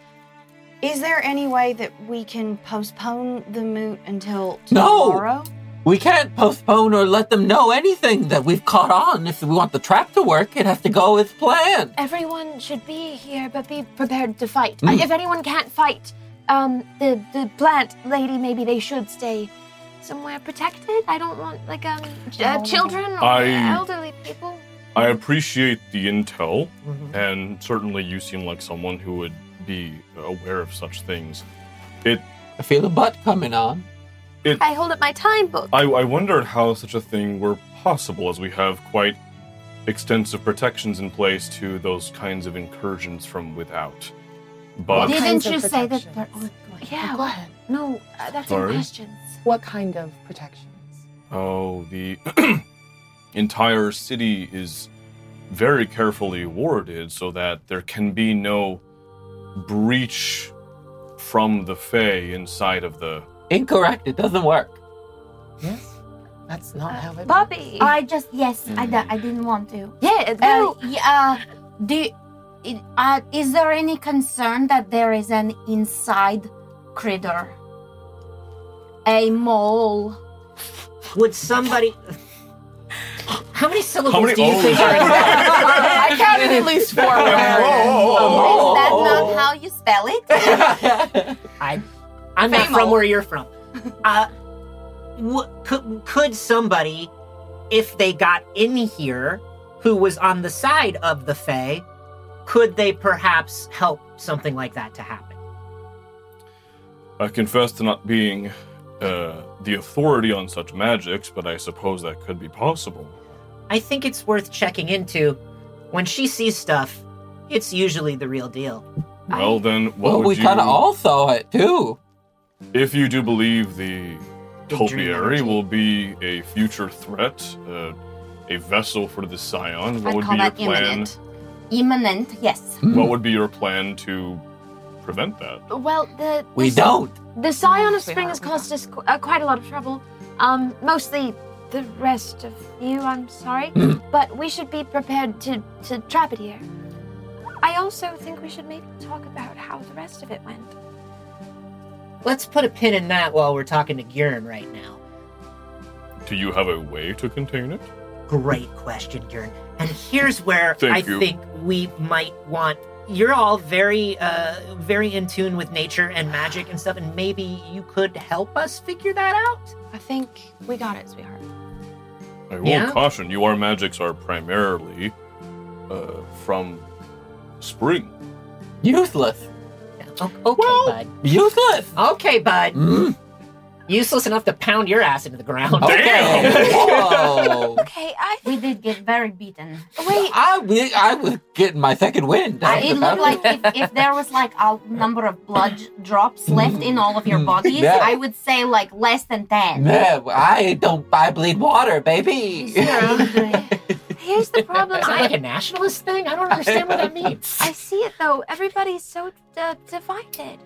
S6: Is there any way that we can postpone the moot until
S3: No.
S6: tomorrow?
S3: We can't postpone or let them know anything that we've caught on. If we want the trap to work, it has to go as planned.
S9: Everyone should be here, but be prepared to fight.
S4: Mm.
S9: Uh, If anyone can't fight, um, the the plant lady, maybe they should stay somewhere protected. I don't want like um ch- uh, children or
S13: I-
S9: elderly people.
S13: I appreciate the intel, and certainly you seem like someone who would be aware of such things. It.
S3: I feel a butt coming on.
S9: I hold up my time book.
S13: I, I wondered how such a thing were possible, as we have quite extensive protections in place to those kinds of incursions from without. But
S2: Didn't
S4: kinds of
S2: you say that?
S4: protections?
S9: Yeah.
S2: Go
S9: well,
S2: ahead.
S9: No, uh, that's in
S13: Sorry?
S9: questions.
S4: What kind of protections?
S13: Oh, the entire city is very carefully warded so that there can be no breach from the Fae inside of the.
S3: Incorrect. It doesn't work.
S4: Yes, that's not how it.
S9: Bobby.
S2: I
S6: I just yes, I, di- I didn't want to.
S9: Mm. yeah.
S2: Uh,
S9: no.
S2: y- uh, do, i- uh, is there any concern that there is an inside critter? A mole?
S5: Would somebody How many syllables
S13: How many
S5: do you
S13: O's
S5: think
S13: are
S5: are
S13: in
S4: I
S5: involved?
S4: counted at least four.
S2: Is that
S3: Oh.
S2: not how you spell it?
S5: I, I'm not from where you're from. Uh, w- could, could somebody, if they got in here, who was on the side of the Fae, could they perhaps help something like that to happen?
S13: I confess to not being uh, the authority on such magics, but I suppose that could be possible.
S5: I think it's worth checking into. When she sees stuff, it's usually the real deal.
S13: Well, then, what
S3: well,
S13: would
S3: we
S13: you.
S3: kind of all saw it too.
S13: If you do believe the
S5: The
S13: topiary
S5: Dreamology.
S13: will be a future threat, uh, a vessel for the Scion, what
S6: I'd
S13: would
S6: call
S13: be your
S6: that
S13: plan?
S6: imminent.
S2: Imminent, yes.
S3: Hmm.
S13: What would be your plan to prevent that?
S9: Well, the
S3: We
S9: the,
S3: don't.
S9: The Scion of
S6: Sweetheart,
S9: Spring has
S6: we
S9: caused us qu- uh, quite a lot of trouble. Um, mostly the rest of you. I'm sorry,
S3: Hmm.
S9: but we should be prepared to to trap it here. I also think we should maybe talk about how the rest of it went.
S5: Let's put a pin in that while we're talking to Gurn right now.
S13: Do you have a way to contain it?
S5: Great question, Gurn. And here's where
S13: Thank
S5: I
S13: you.
S5: think we might want. You're all very, uh, very in tune with nature and magic and stuff, and maybe you could help us figure that out.
S6: I think we got it, sweetheart.
S13: I will
S5: Yeah.
S13: caution you, our magics are primarily uh, from spring.
S3: Useless.
S5: O- Okay, bud.
S3: Useless.
S5: Okay, bud.
S3: Mm.
S5: useless enough to pound your ass into the ground.
S3: Okay. Whoa.
S6: Okay, I
S9: We did get very beaten.
S6: wait.
S3: I, wi- I was getting my second wind. I was
S9: it
S3: about
S9: looked
S3: to-
S9: like if, if there was like a number of blood drops left in all of your
S4: Hmm.
S9: bodies,
S3: Yeah.
S9: I would say like less than 10.
S3: Man, I don't. I bleed water, baby.
S6: Here's the problem.
S5: Is that like
S6: I,
S5: a nationalist thing? I don't understand what that means.
S6: I see it though. Everybody's so uh, divided.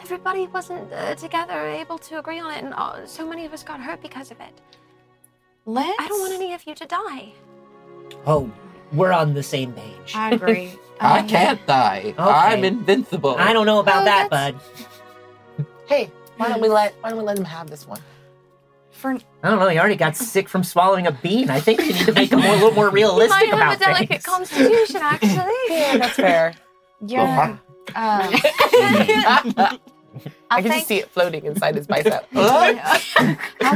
S6: Everybody wasn't uh, together, able to agree on it, and all, so many of us got hurt because of it.
S14: Let's.
S6: I don't want any of you to die.
S5: Oh, we're on the same page.
S6: I agree.
S3: I can't die. I'm invincible.
S5: I don't know about
S6: Oh,
S5: that,
S6: that's-
S5: bud.
S4: Hey, why don't we let why don't we let him have this one?
S6: For
S5: I don't know. He already got sick from swallowing a bean. I think we need to make him more- a little more
S6: I
S5: realistic
S6: have a
S5: about
S6: delicate
S5: things.
S6: constitution, actually.
S4: That's fair.
S6: You're.
S3: Uh-huh.
S6: Um,
S4: I
S6: I
S4: can just
S6: think
S4: see it floating inside his bicep.
S9: How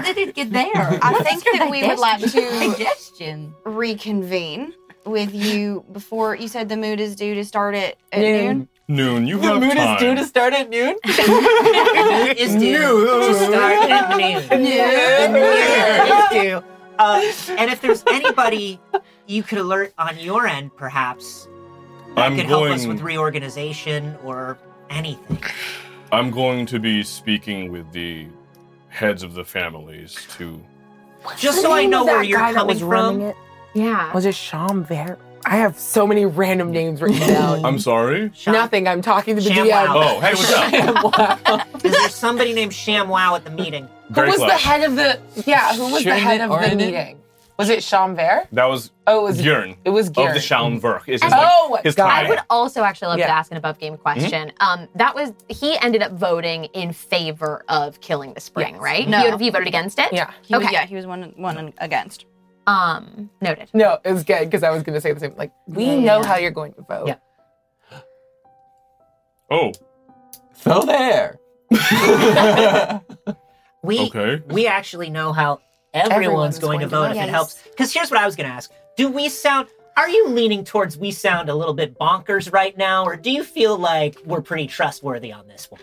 S9: did it get there?
S6: I think that we would like to
S9: Digestion.
S6: reconvene with you before you said the mood is due to start at, at
S4: Noon.
S6: noon.
S13: Noon, you
S3: the
S13: have
S3: mood
S13: time.
S3: is due to start at noon.
S5: Is due to start at noon.
S4: Yeah.
S5: Is due. Uh, and if there's anybody you could alert on your end, perhaps that
S13: I'm
S5: could help us
S13: going-
S5: with reorganization or anything.
S13: I'm going to be speaking with the heads of the families to.
S5: Just so I know where you're coming from.
S15: Yeah.
S4: Was it Shamver? I have so many random names written down.
S13: I'm sorry.
S5: Sham-
S4: Nothing. I'm talking to the
S5: Sham-
S4: DM.
S5: wow.
S13: Oh, hey, what's up?
S5: Is there somebody named Shamwow at the meeting?
S4: Who
S13: Very
S4: was the
S13: close.
S4: head of the? Yeah, who was the
S3: Shannon
S4: head of the
S3: Arden?
S4: meeting? Was it Shamver?
S13: That was
S4: Oh, it was
S13: Bjorn
S4: It was
S13: of
S4: Garen.
S13: the Schaumwerk. Is his,
S4: Oh,
S13: his
S4: got
S15: I
S13: title.
S15: would also actually love
S4: Yeah. Hmm.
S15: to ask an above game question. Um, that was he ended up voting in favor of killing the spring,
S4: Yes.
S15: right?
S6: No.
S15: He, would- he voted against it.
S4: yeah.
S6: He was-
S15: Okay.
S6: yeah, he was one one against.
S15: Um, noted.
S4: No, it was good because I was going to say the same. Like, we
S15: Yeah, yeah,
S4: know
S15: yeah.
S4: how you're going to vote.
S5: Yeah.
S13: Oh,
S3: So there.
S5: We
S13: okay.
S5: we actually know how everyone's,
S4: Everyone's
S5: going, to
S4: going
S5: vote
S4: to
S5: if
S6: vote.
S5: it
S6: Yes.
S5: helps. Because here's what I was going to ask: Do we sound? Are you leaning towards we sound a little bit bonkers right now, or do you feel like we're pretty trustworthy on this one?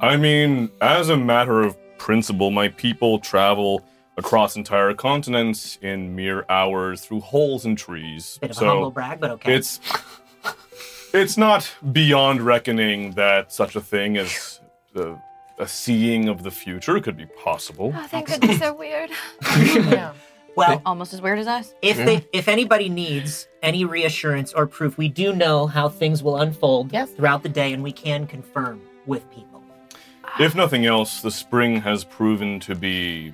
S13: I mean, as a matter of principle, my people travel across entire continents in mere hours through holes in trees.
S5: Bit of a humble
S13: So
S5: brag, but okay.
S13: it's it's not beyond reckoning that such a thing as uh, a seeing of the future could be possible.
S6: Oh, thank goodness they're weird.
S4: Yeah.
S5: well,
S6: Almost as weird as us.
S5: if
S3: Mm-hmm.
S5: they if anybody needs any reassurance or proof, we do know how things will unfold
S4: Yes.
S5: throughout the day, and we can confirm with people.
S13: If nothing else, the spring has proven to be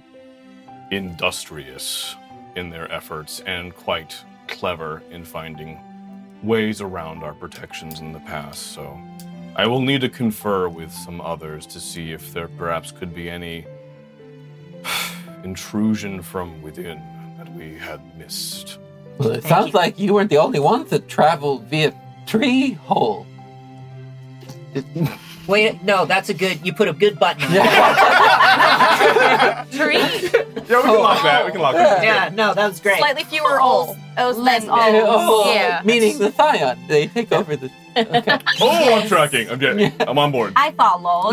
S13: industrious in their efforts and quite clever in finding ways around our protections in the past. So I will need to confer with some others to see if there perhaps could be any intrusion from within that we had missed.
S3: Well, it sounds
S5: you.
S3: like you weren't the only ones that traveled via tree hole.
S5: Wait, no, that's a good. You put a good button. On it.
S3: Yeah.
S15: Three
S13: Yeah, we can lock that. We can lock that.
S5: yeah, no, that was great.
S6: Slightly fewer holes. O's
S9: Less
S6: than
S9: O's.
S3: Oh,
S15: Yeah.
S3: Meaning the scion. They take over the. Okay.
S13: Oh, I'm tracking. I'm getting. I'm on board.
S9: I follow.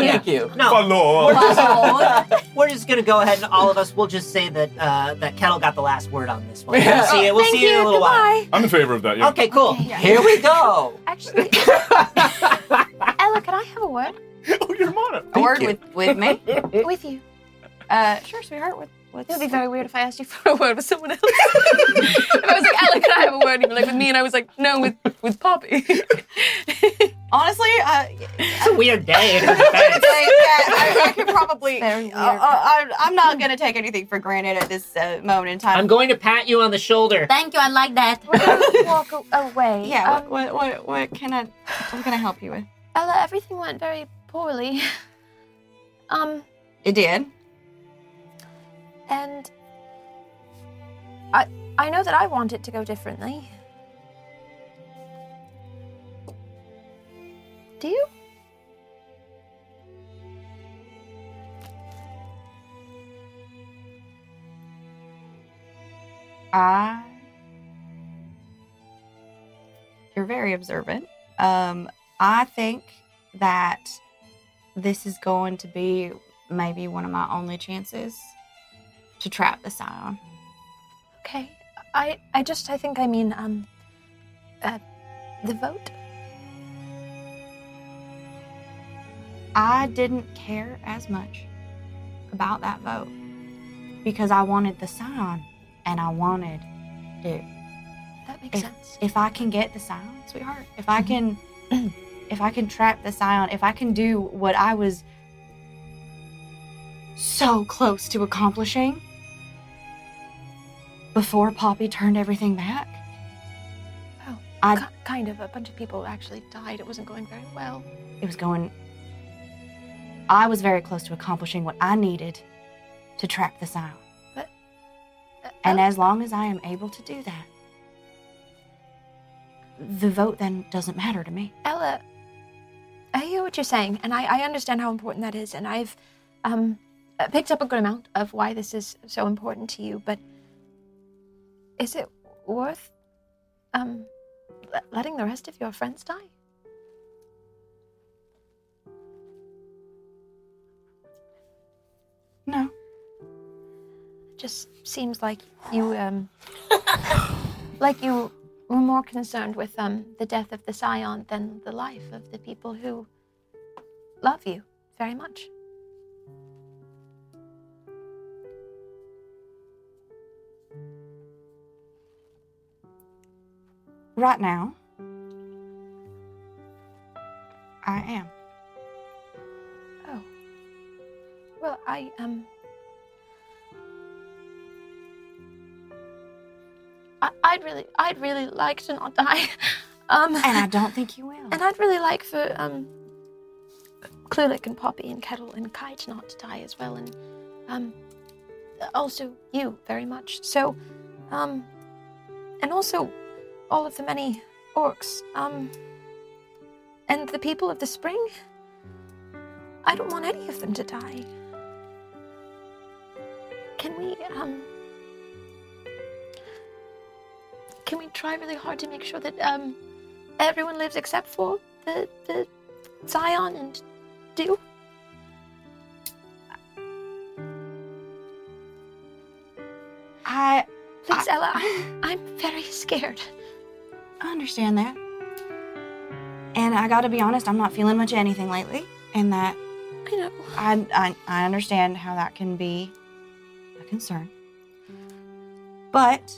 S5: Yeah.
S3: Thank you.
S5: No,
S13: Follow.
S5: We're just gonna go ahead and all of us. We'll just say that uh, that kettle got the last word on this one.
S3: Yeah.
S5: We'll see you. We'll
S6: Thank
S5: see you in a
S6: you.
S5: little
S6: Goodbye.
S13: I'm in favor of that. Yeah.
S5: while. Okay, cool.
S6: Okay. Yeah.
S3: Here we go.
S6: Actually, Ella, can I have a word?
S13: Oh, you're mono.
S6: A word with, with me?
S9: With you.
S6: Uh, sure, sweetheart. With, with
S9: It would be
S6: very
S9: weird
S6: if I asked you
S15: for a word with someone else. if I was like, Ella, could I have a word? You'd be like, with me, and I was like, no, with with Poppy.
S14: Honestly, uh,
S5: It's a weird day. in her defense.
S6: Like,
S14: I, I could probably. Uh,
S6: Very
S14: uh, I, I'm not gonna take anything for granted at this uh, moment in time.
S5: I'm going to pat you on the shoulder.
S9: Thank you. I like that.
S6: walk a- away.
S14: yeah.
S6: Um,
S14: what, what, what, what can I? What can I help you with?
S6: Ella, everything went very poorly. Um,
S14: It did.
S6: and I I know that I want it to go differently. Do you?
S14: I. You're very observant. Um, I think that this is going to be
S6: may be one of my only chances to trap the scion.
S13: Okay. I I just I think I mean um uh the vote.
S6: I didn't care as much about that vote because I wanted the scion and I wanted it
S13: That makes
S6: if,
S13: sense. Mm-hmm.
S6: if I can get the scion, sweetheart, if I can, if I can trap the scion, if I can do what I was so close to accomplishing before Poppy turned everything back,
S13: Oh,
S6: I-
S13: ki- kind of a bunch of people actually died. It wasn't going very well.
S6: it was going. I was very close to accomplishing what I needed to trap the scion,
S13: Uh,
S6: and
S13: oh,
S6: as long as I am able to do that, the vote then doesn't matter to me.
S13: Ella, I hear what you're saying, and I, I understand how important that is, and I've um, uh, picked up a good amount of why this is so important to you, but is it worth um, le- letting the rest of your friends die?
S6: No.
S13: just seems like you um like you were more concerned with um the death of the scion than the life of the people who love you very much
S6: right now, I am.
S13: oh well i um I, i'd really i'd really like to not die um
S6: And I don't think you will.
S13: And I'd really like for um, Klulik and Poppy and Kettle and Kite not to die as well, and um, also you very much. So, um, and also all of the many orcs, um, and the people of the spring. I don't want any of them to die. Can we, um, can we try really hard to make sure that, um, everyone lives except for the the Zion and Dew.
S6: I
S13: Please, Ella, I'm, I'm very scared.
S6: I understand that. And I gotta be honest, I'm not feeling much of anything lately. And that
S13: I know.
S6: I, I, I understand how that can be a concern. But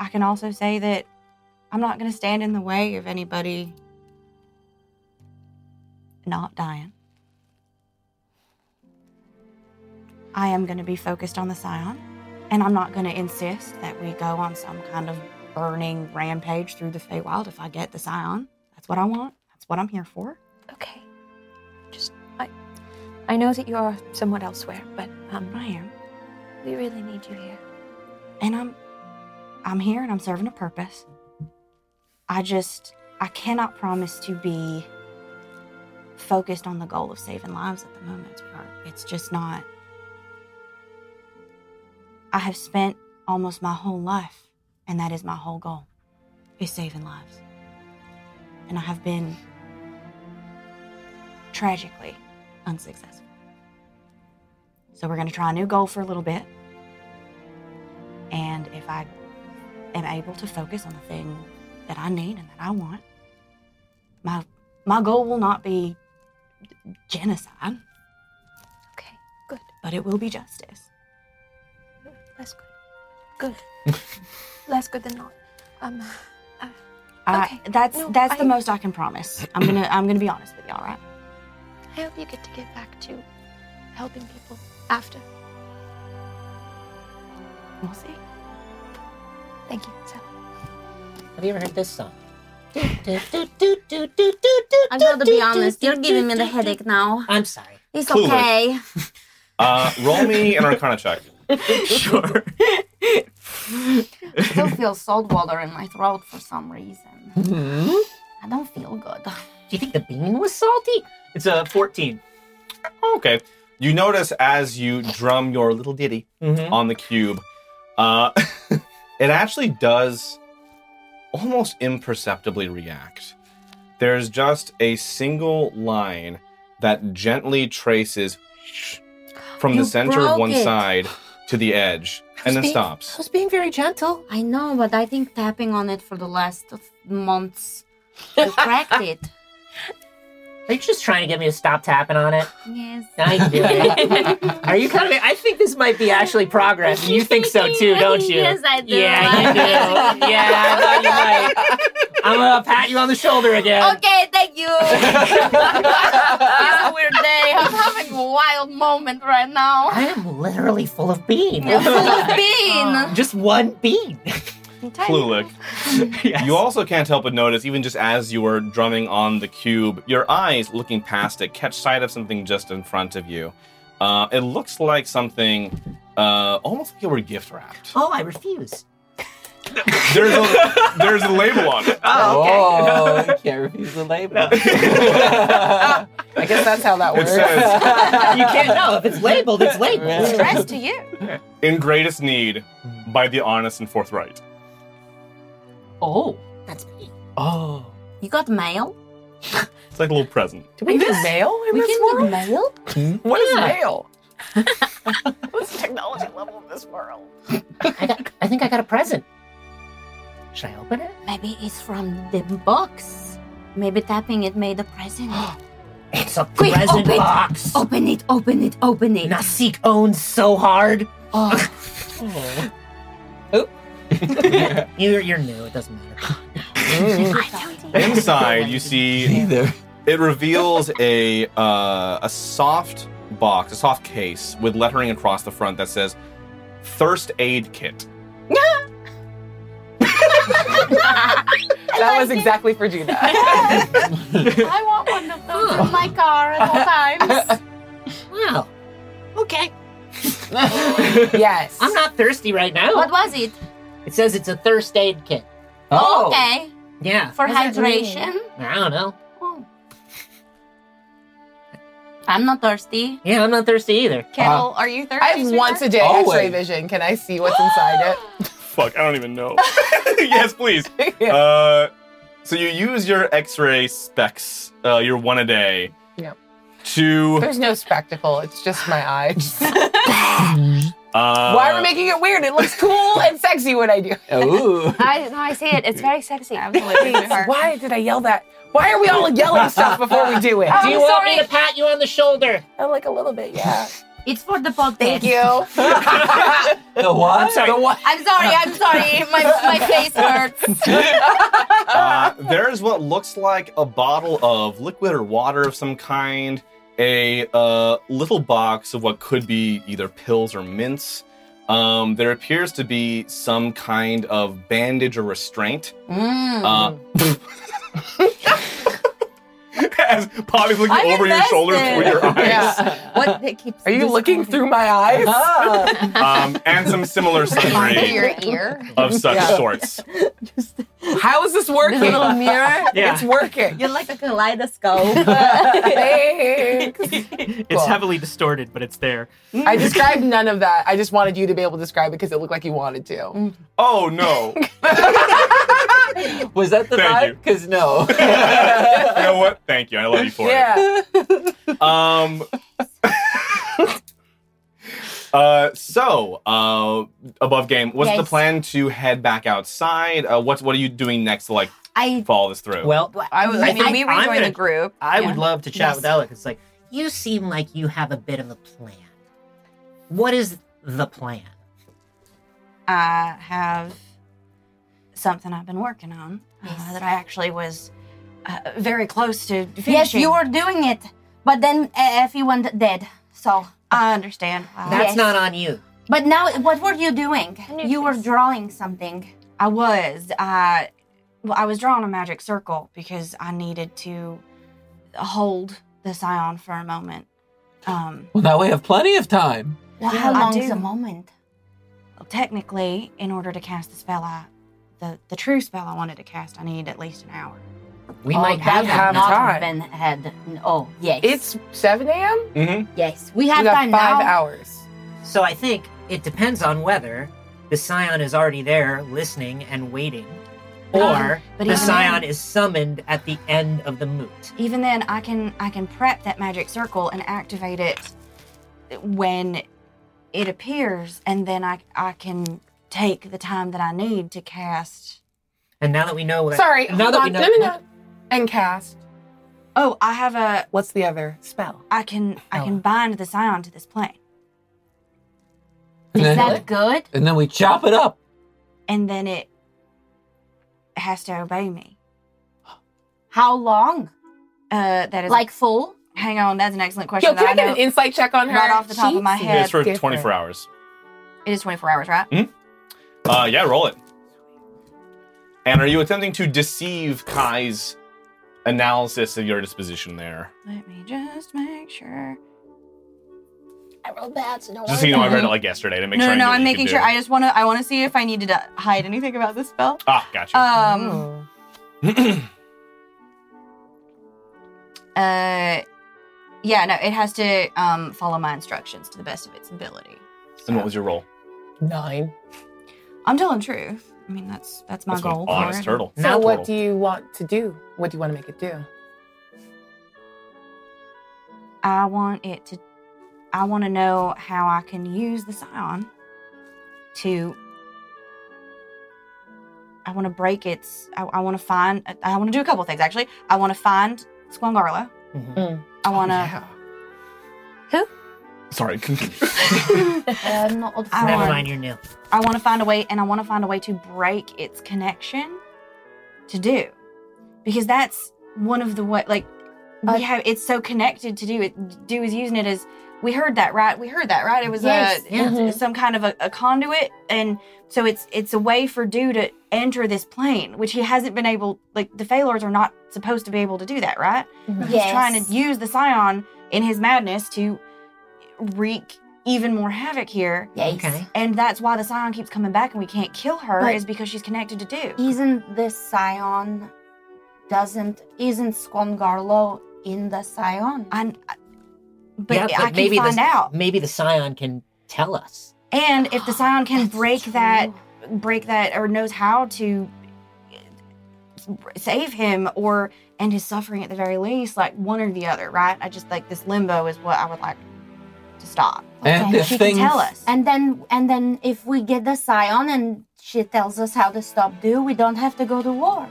S6: I can also say that I'm not gonna stand in the way of anybody not dying. I am gonna be focused on the scion, and I'm not gonna insist that we go on some kind of burning rampage through the Feywild if I get the scion. That's what I want. That's what I'm here for.
S13: Okay. Just I I know that you're somewhat elsewhere, but um
S6: I am.
S13: we really need you here.
S6: and I'm I'm here and I'm serving a purpose. I just I cannot promise to be focused on the goal of saving lives at the moment. sweetheart. It's just not I have spent almost my whole life and that is my whole goal is saving lives. And I have been tragically unsuccessful. So we're going to try a new goal for a little bit. And if I am able to focus on the thing that I need and that I want, my my goal will not be genocide,
S13: Okay. Good.
S6: but it will be justice.
S13: Less good. Good. Less good than not. Um
S6: I,
S13: Okay.
S6: that's
S13: No,
S6: that's the
S13: I-
S6: most I can promise. I'm gonna I'm gonna be honest with you, all right?
S13: I hope you get to get back to helping people after.
S6: We'll see.
S13: Thank you, Sally.
S5: Have you ever heard this song?
S9: I gotta be honest, you're giving me the headache now.
S5: I'm sorry.
S9: It's
S2: Clueless.
S9: okay.
S2: Uh, roll me an Arcana check.
S5: Sure.
S9: I still feel salt water in my throat for some reason.
S5: Mm-hmm.
S9: I don't feel good.
S5: Do you think the bean was salty? It's a 14.
S2: Oh, Okay. You notice as you drum your little ditty
S9: Mm-hmm.
S2: on the cube, uh, it actually does almost imperceptibly react. There's just a single line that gently traces from
S9: You
S2: the center of
S9: broke
S2: one
S9: it.
S2: side to the edge and then stops.
S9: was being very gentle. I know, but I think tapping on it for the last months you cracked it.
S5: Are you just trying to get me to stop tapping on it?
S9: Yes.
S5: I knew it. Are you kind of? I think this might be actually progress, and you think so too, don't you?
S9: Yes, I do.
S5: Yeah, you do. yeah, I thought you might. I'm gonna pat you on the shoulder again.
S9: Okay, thank you. it's a weird day. I'm having a wild moment right now.
S5: I am literally full of bean.
S9: You're full of bean.
S5: Just one bean.
S2: Klulik. You also can't help but notice, even just as you were drumming on the cube, your eyes looking past it catch sight of something just in front of you. Uh, it looks like something uh, almost like it were gift wrapped.
S5: Oh, I refuse.
S2: There's a, there's a label on it.
S3: Oh, I can't refuse the label.
S4: I guess that's how that
S2: It
S4: works.
S2: says,
S5: You can't know if it's labeled. It's labeled. It's
S3: Yeah.
S5: dressed.
S16: to you.
S2: in greatest need by the honest and forthright.
S5: Oh,
S9: That's me.
S3: Oh.
S9: You got mail?
S2: It's like a little present.
S4: Do we do mail in
S9: We
S4: this
S9: can
S4: world?
S9: do mail?
S4: What is mail?
S17: What's the technology level of this world?
S5: I got. I think I got a present. Should I open it?
S9: Maybe it's from the box. Maybe tapping it made a present.
S5: It's a
S9: Quick,
S5: present
S9: open.
S5: box.
S9: open it, open it, open it.
S5: Nasik owns so hard.
S9: Oh,
S5: You're you're new. It doesn't matter.
S2: Inside, you see
S3: Either.
S2: It reveals a uh, a soft box, a soft case with lettering across the front that says "Thirst Aid Kit."
S4: That was exactly for Gina.
S9: I want one of those in my car at all times.
S5: Wow. Okay.
S4: yes.
S5: I'm not thirsty right now.
S9: What was it?
S5: It says it's a thirst aid kit.
S3: Oh.
S9: Okay,
S5: Yeah.
S9: for
S4: What does that mean?
S9: hydration.
S5: I don't know.
S9: Oh. I'm not thirsty. Uh,
S5: Yeah, I'm not thirsty either.
S3: Kendall,
S16: are you thirsty?
S4: I have once a day
S3: Always.
S4: X-ray vision. Can I see what's inside
S2: Fuck, I don't even know. yes, please.
S4: it?
S2: Uh, so you use your X-ray specs, uh, your one a day,
S4: Yep.
S2: to.
S4: There's no spectacle. It's just my eye.
S2: Uh,
S4: Why are we making it weird? It looks cool and sexy when I do. it.
S3: Ooh.
S16: I no, I see it. It's very sexy.
S4: Why did I yell that? Why are we all yelling stuff before we do it?
S5: Do you want me to pat you on the shoulder?
S4: I'm like a little bit, yeah.
S9: It's for the podcast. Thank
S4: you.
S3: The what?
S9: I'm sorry, I'm sorry. My, my face hurts.
S2: Uh, there's what looks like a bottle of liquid or water of some kind, a uh, little box of what could be either pills or mints. Um, there appears to be some kind of bandage or restraint. Uh,
S9: Mm.
S2: as Poppy's looking
S9: I'm
S2: over your shoulder
S9: invested.
S2: through your eyes,
S4: Yeah.
S9: What that keeps
S4: Are you looking through my eyes? Ah.
S2: um, and some similar sundry
S9: your ear?
S2: of such
S4: Yeah.
S2: sorts.
S4: How is this working?
S9: Little
S4: mirror. It's working.
S9: You're like a kaleidoscope.
S4: Thanks.
S18: It's
S4: Cool.
S18: heavily distorted, but it's there.
S4: I described none of that. I just wanted you to be able to describe it because it looked like you wanted to.
S2: Oh no!
S3: Was that the
S2: Thank
S3: vibe? Because no.
S2: you know what? Thank you. I love you for it.
S4: Yeah.
S2: Um. uh. So, uh, above game, what's the
S9: Yes.
S2: plan to head back outside? Uh, what's what are you doing next to like
S9: I.
S2: follow this through?
S5: Well,
S6: I, was, I mean,
S5: think
S6: we
S5: I'm
S6: rejoined
S5: gonna-
S6: the group.
S5: I
S9: Yeah.
S5: would love to chat
S9: Yes.
S5: with Alec. It's like, you seem like you have a bit of a plan. What is the plan?
S6: I have something I've been working on uh, that I actually was uh, very close to finishing.
S9: Yes, you were doing it, but then uh, Effie went dead. So,
S6: I understand. Wow.
S5: That's
S9: Yes.
S5: not on you.
S9: but now what were you doing?
S16: knew
S9: You were
S16: this.
S9: drawing something.
S6: I was. Uh, well, I was drawing a magic circle because I needed to hold the scion for a moment. Um,
S3: Well, now we have plenty of time.
S9: Well,
S6: Yeah,
S9: how
S6: I
S9: long's
S6: do.
S9: a moment?
S6: well, technically, in order to cast the spell, I, the the true spell I wanted to cast, I needed at least an hour.
S5: We
S9: Oh,
S5: might have,
S9: that would
S4: have
S9: not
S4: time.
S9: Been had. Oh, yes.
S4: It's 7 a.m.
S2: hmm
S9: yes. We
S4: We
S9: have
S4: got
S9: time
S4: five
S9: now.
S4: hours.
S5: So I think it depends on whether the scion is already there listening and waiting, or
S6: but
S5: the
S6: even
S5: scion
S6: then-
S5: is summoned at the end of the moot.
S6: Even then, I can I can prep that magic circle and activate it when it appears, and then I I can take the time that I need to cast.
S5: And now that we know that,
S4: Sorry,
S5: now
S4: hold
S5: that we
S4: on.
S5: know,
S4: No, no, no. And cast.
S6: Oh, I have a.
S4: What's the other spell?
S6: I can I
S5: Oh.
S6: can bind the scion to this plane,
S3: And then,
S9: Is that good?
S3: and then we chop it up.
S6: and then it has to obey me.
S9: How long?
S6: Uh, that is
S9: Like full?
S6: Hang on, that's an excellent question.
S4: Yo, can I
S6: that
S4: get an
S6: know
S4: insight check on her?
S6: right off the top of my
S4: She's
S6: head?
S2: it's for
S4: different.
S2: 24 hours.
S6: It is 24 hours, right?
S2: Uh, yeah, roll it. And are you attempting to deceive Kai's analysis of your disposition there?
S6: Let me just make sure.
S19: I rolled bad, so no
S2: Just so you know, I read it like yesterday to make
S6: no,
S2: sure. I
S6: no,
S2: knew
S6: no.
S2: what
S6: I'm
S2: you
S6: making
S2: could
S6: sure.
S2: do.
S6: I just want to. I want to see if I needed to hide anything about this spell.
S2: Ah, gotcha.
S6: Um. uh. Yeah. No. It has to um follow my instructions to the best of its ability.
S2: and what was your roll?
S4: Nine.
S6: I'm telling truth. I mean, that's that's my
S2: That's an
S6: goal. for
S2: honest
S6: it.
S2: turtle.
S4: So
S2: Not
S4: what
S2: total.
S4: do you want to do? What do you want to make it do?
S6: I want it to. I want to know how I can use the scion to. I want to break its. I, I want to find. I want to do a couple things actually. I want to find Squangarla.
S5: Mhm.
S4: Mm.
S6: I want to.
S2: Sorry.
S9: Uh,
S4: Um,
S9: not
S6: I
S5: never
S6: want-
S5: mind, you're new.
S6: I want to find a way, and I want to find a way to break its connection to do, because that's one of the way. Like we
S9: Uh,
S6: have, it's so connected to do. It do is using it as we heard that right. We heard that right. It was
S9: Yes,
S6: a some kind of a, a conduit, and so it's it's a way for do to enter this plane, which he hasn't been able. Like the Phalors are not supposed to be able to do that, right? He's
S9: Yes.
S6: trying to use the Scion in his madness to wreak even more havoc here.
S9: Yes.
S5: Okay.
S6: And that's why the scion keeps coming back and we can't kill her
S9: But-
S6: is because she's connected to do.
S9: Isn't the Scion? Doesn't isn't Squangarlo in the Scion?
S6: I, I- but,
S5: yeah,
S6: I
S5: but
S6: can
S5: maybe
S6: find
S5: the,
S6: out.
S5: Maybe the scion can tell us.
S6: And if the scion can
S9: That's
S6: break
S9: true.
S6: that, break that, or knows how to save him or end his suffering at the very least, like one or the other, right? I just like this limbo is what I would like to stop.
S3: And
S9: Okay.
S3: this
S6: She
S3: thing.
S6: can tell us.
S9: And then and then if we get the Scion and she tells us how to stop do, we don't have to go to war.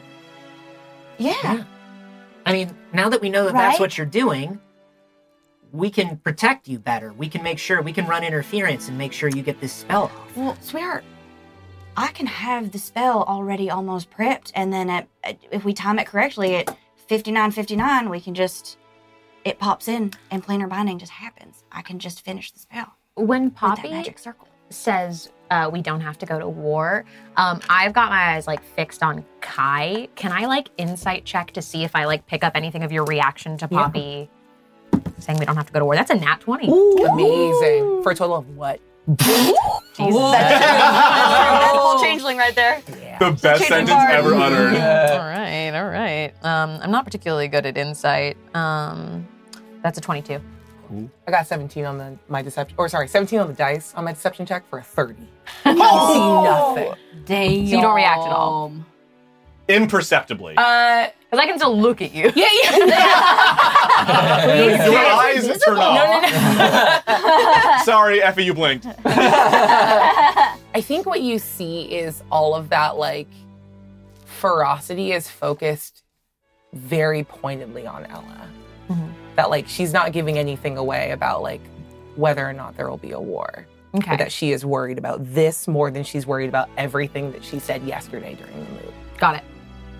S6: yeah.
S5: I mean, now that we know that
S9: Right?
S5: that's what you're doing, we can protect you better. We can make sure we can run interference and make sure you get this spell off.
S6: Well, sweetheart, I can have the spell already almost prepped, and then at, at- if we time it correctly at fifty nine fifty nine, we can just it pops in and planar binding just happens. I can just finish the spell
S1: When
S6: with that
S1: Poppy
S6: magic circle.
S1: says uh, we don't have to go to war, um, I've got my eyes like fixed on Kai. Can I like insight check to see if I like pick up anything of your reaction to Poppy saying we don't have to go to war? That's a nat twenty.
S4: Amazing. For a total of what?
S2: the
S4: That's
S20: a whole changeling right there.
S2: best sentence ever uttered.
S20: Yeah.
S1: All right, all right. Um, I'm not particularly good at insight. Um, that's a twenty-two.
S4: I got 17 on the my deception, or sorry, 17 on the dice on my deception check for a 30. see nothing.
S1: So you don't react at all
S2: Imperceptibly.
S4: Uh,
S1: because I can still look at you.
S4: yeah, yeah.
S2: your eyes turn off. Sorry, Effie, you blinked.
S6: Uh-huh.
S4: I think what you see is all of that like ferocity is focused very pointedly on Ella.
S1: Mhm.
S4: That like she's not giving anything away about like whether or not there will be a war. But
S1: Okay,
S4: that she is worried about this more than she's worried about everything that she said yesterday during the move.
S1: got it.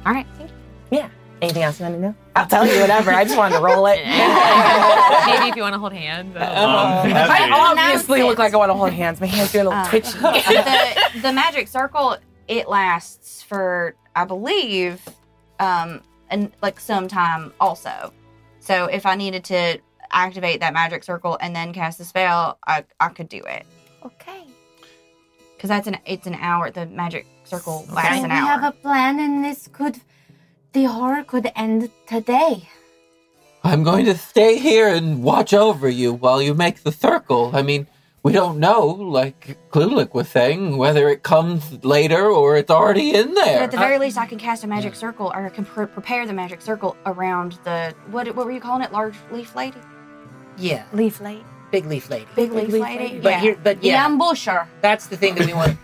S1: All right, thank you.
S4: Anything else you want to know? I'll tell you whatever. I just wanted to roll it.
S1: Maybe if you want to hold hands.
S2: Um,
S4: I
S2: Effie,
S4: obviously look like I want to hold hands. My hands doing a little
S6: Uh,
S4: twitchy.
S6: the, the magic circle it lasts for I believe um and like some time also. So if I needed to activate that magic circle and then cast the spell, I I could do it.
S19: Okay.
S6: Because that's an it's an hour. The magic circle
S9: So
S6: lasts
S9: we
S6: an hour.
S9: have a plan and this could the horror could end today.
S3: I'm going to stay here and watch over you while you make the circle. I mean, we don't know, like Klulik was saying, whether it comes later or it's already in
S6: but
S3: there.
S9: Uh,
S6: at the very least, I can cast a magic circle, or I can pre- prepare the magic circle around the what? What were you calling it? Large leaf lady.
S5: Yeah.
S19: Leaf late.
S5: Big leaf lady.
S6: Big leaf lady.
S5: But here, but
S9: The
S5: yeah,
S9: ambusher.
S5: that's the thing that we want.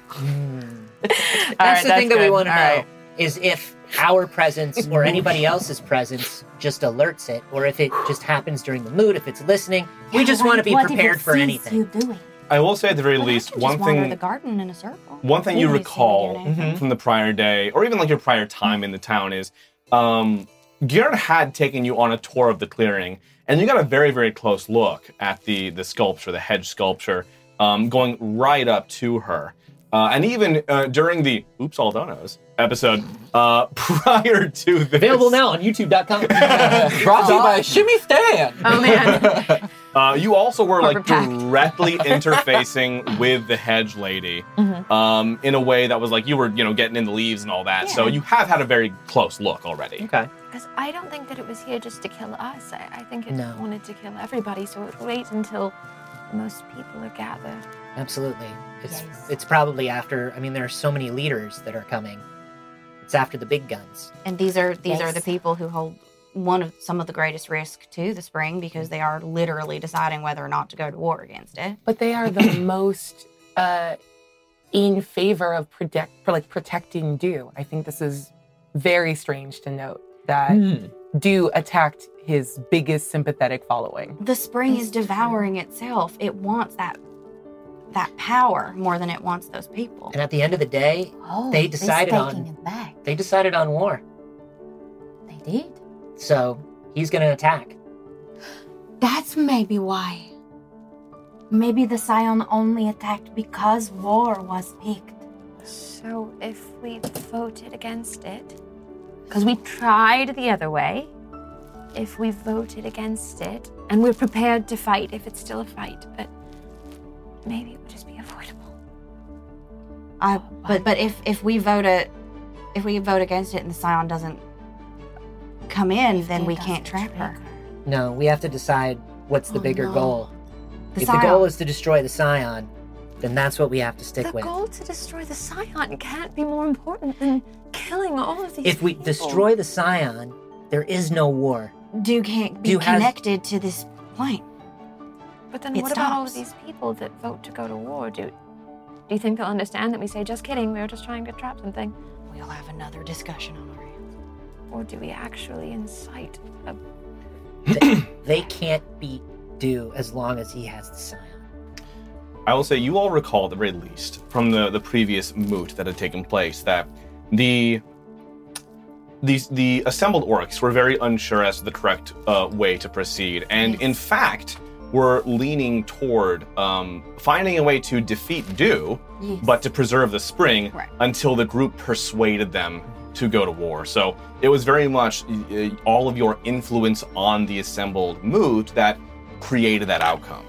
S5: that's
S4: that's
S5: the thing that we
S4: good.
S5: want to
S4: All
S5: know
S4: Mm. right.
S5: is if our presence or anybody else's presence just alerts it, or if it just happens during the mood, if it's listening. We just want to be
S6: What if it
S5: prepared for
S6: sees
S5: anything.
S6: You doing?
S2: I will say at the very
S6: But I
S2: least,
S6: can
S2: one
S6: just wander
S2: thing
S6: the garden in a circle.
S2: One thing you
S6: Nobody's gonna
S2: recall Mm-hmm.
S6: do anything.
S2: from the prior day, or even like your prior time in the town, is um, Gerd had taken you on a tour of the clearing, and you got a very, very close look at the the sculpture, the hedge sculpture, um, going right up to her. Uh, and even uh, during the Oops All Donos episode uh, prior to this,
S5: Available now on YouTube.com.
S3: Brought to you by Shimmy Stan.
S4: Oh man.
S2: Uh, you also were like
S4: Corporate pack.
S2: directly interfacing with the hedge lady um, in a way that was like you were, you know, getting in the leaves and all that. So you have had a very close look already.
S5: okay.
S13: Because I don't think that it was here just to kill us. I, I think it
S5: No.
S13: wanted to kill everybody, so it wait until most people are gathered.
S5: Absolutely. It's it's probably after. I mean, there are so many leaders that are coming. It's after the big guns.
S6: And these are these are
S9: Yes.
S6: the people who hold one of some of the greatest risk to the spring because they are literally deciding whether or not to go to war against it.
S4: but they are the most uh, in favor of protect for like protecting Dew. I think this is very strange to note that
S3: Hmm.
S4: Dew attacked his biggest sympathetic following.
S6: The spring is devouring itself. It wants that that power more than it wants those people.
S5: And at the end of the day,
S9: Oh,
S5: They
S9: he's
S5: decided
S9: taking
S5: on-
S9: it back.
S5: they decided on war.
S9: They did.
S5: So he's going to attack.
S9: That's maybe why. Maybe the Scion only attacked because war was picked.
S13: So if we voted against it, because we tried the other way, if we voted against it, and we're prepared to fight if it's still a fight, but maybe it would just be avoidable.
S6: I but but if if we vote a, if we vote against it and the scion doesn't come in, then
S9: It
S6: we
S9: doesn't
S6: can't trap her.
S9: trigger.
S5: No, we have to decide what's the
S6: Oh,
S5: bigger
S6: no.
S5: goal.
S6: The
S5: if
S6: scion.
S5: the goal is to destroy the Scion, then that's what we have to stick
S13: the
S5: with.
S13: goal to destroy the Scion can't be more important than killing all of these.
S5: If we
S13: people.
S5: destroy the Scion, there is no war.
S6: do can't be
S5: Do has-
S6: connected to this plane.
S13: But then
S6: It
S13: what about all of
S6: stops.
S13: these people that vote to go to war? Do do you think they'll understand that we say just kidding, we were just trying to trap something?
S6: We'll have another discussion on our hands.
S13: Or do we actually incite a
S5: They can't beat Do as long as he has the Scion.
S2: I will say you all recall at the very least from the, the previous moot that had taken place that the these the assembled orcs were very unsure as to the correct uh, way to proceed, and in fact were leaning toward um, finding a way to defeat Do, but to preserve the spring
S6: Right.
S2: until the group persuaded them to go to war. So it was very much uh, all of your influence on the assembled moot that created that outcome.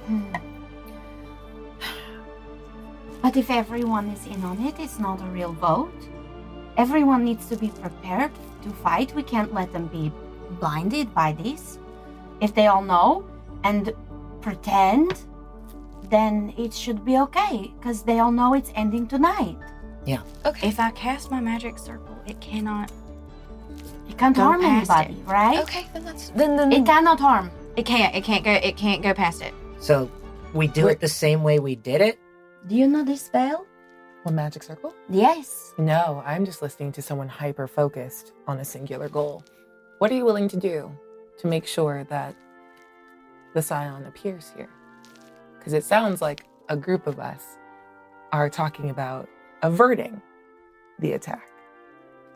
S9: But if everyone is in on it, it's not a real vote. Everyone needs to be prepared to fight. We can't let them be blinded by this. If they all know and pretend, then it should be okay because they all know it's ending tonight.
S6: If I cast my magic circle, it cannot.
S9: It can't
S6: Go
S9: harm
S6: past
S9: anybody, right?
S13: Okay, then that's then then
S9: It cannot harm.
S6: It can't. It can't go. It can't go past it.
S5: So we do it the same way we did it.
S9: Do you know this spell?
S4: The magic circle?
S9: Yes.
S4: No, I'm just listening to someone hyper focused on a singular goal. What are you willing to do to make sure that the scion appears here? Because it sounds like a group of us are talking about averting the attack.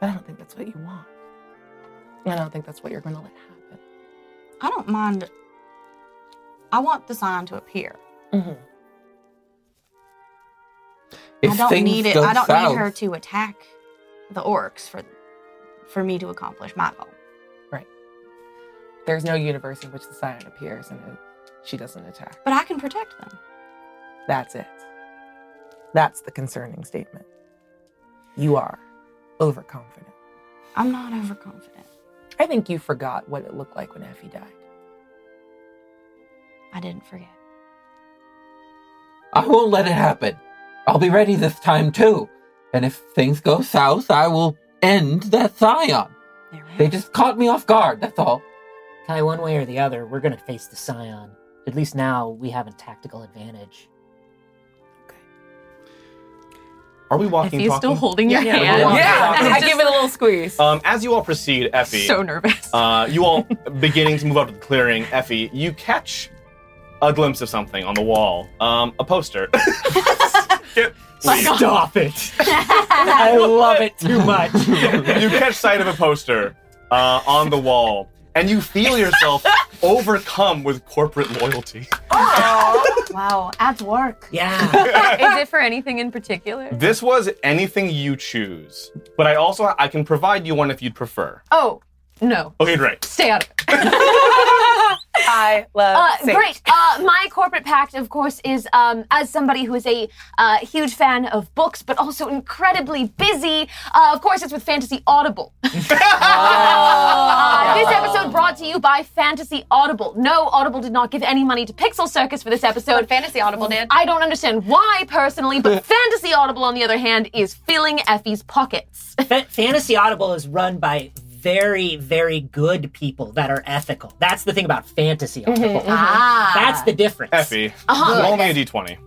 S4: But I don't think that's what you want. I don't think that's what you're going to let happen.
S6: I don't mind. I want the sign to appear.
S3: If
S6: I don't
S3: things
S6: need it.
S3: go
S6: I don't
S3: south,
S6: need her to attack the orcs for for me to accomplish my goal.
S4: There's no universe in which the scion appears and it- she doesn't attack.
S6: But I can protect them.
S4: That's it. That's the concerning statement. You are overconfident.
S6: I'm not overconfident.
S4: I think you forgot what it looked like when Effie died.
S6: I didn't forget.
S3: I won't let it happen. I'll be ready this time too. And if things go south, I will end that scion.
S6: There we
S3: They
S6: are.
S3: just caught me off guard, that's all.
S5: Kai, one way or the other, we're going to face the Scion.
S21: At least now we have a tactical advantage.
S2: Are we walking?
S4: Effie's
S2: talking?
S4: still holding your
S2: Are we
S4: hand.
S2: walking,
S4: Yeah,
S2: talking?
S4: and I just- give it a little squeeze.
S2: Um, as you all proceed, Effie.
S4: So nervous.
S2: Uh, you all beginning to move up to the clearing, Effie. You catch a glimpse of something on the wall. Um, a poster.
S21: Stop it! I love it too much.
S2: you catch sight of a poster uh, on the wall, and you feel yourself overcome with corporate loyalty.
S6: wow, at work.
S21: Yeah.
S4: Is it for anything in particular?
S2: This was anything you choose, but I also I can provide you one if you'd prefer.
S4: Oh, no.
S2: Okay, great.
S4: Stay out of it.
S22: I love
S9: Uh,
S22: Sage.
S9: great. Uh, my corporate pact, of course, is um, as somebody who is a uh, huge fan of books, but also incredibly busy. Uh, of course, it's with Fantasy Audible. Uh, this episode brought to you by Fantasy Audible. No, Audible did not give any money to Pixel Circus for this episode.
S4: Fantasy Audible did.
S9: I don't understand why personally, but Fantasy Audible, on the other hand, is filling Effie's pockets.
S5: Fa- Fantasy Audible is run by very, very good people that are ethical. That's the thing about Fantasy
S4: Mm-hmm,
S5: Audible.
S9: Ah.
S5: That's the difference.
S2: Effie,
S9: Uh-huh.
S2: roll me a d20.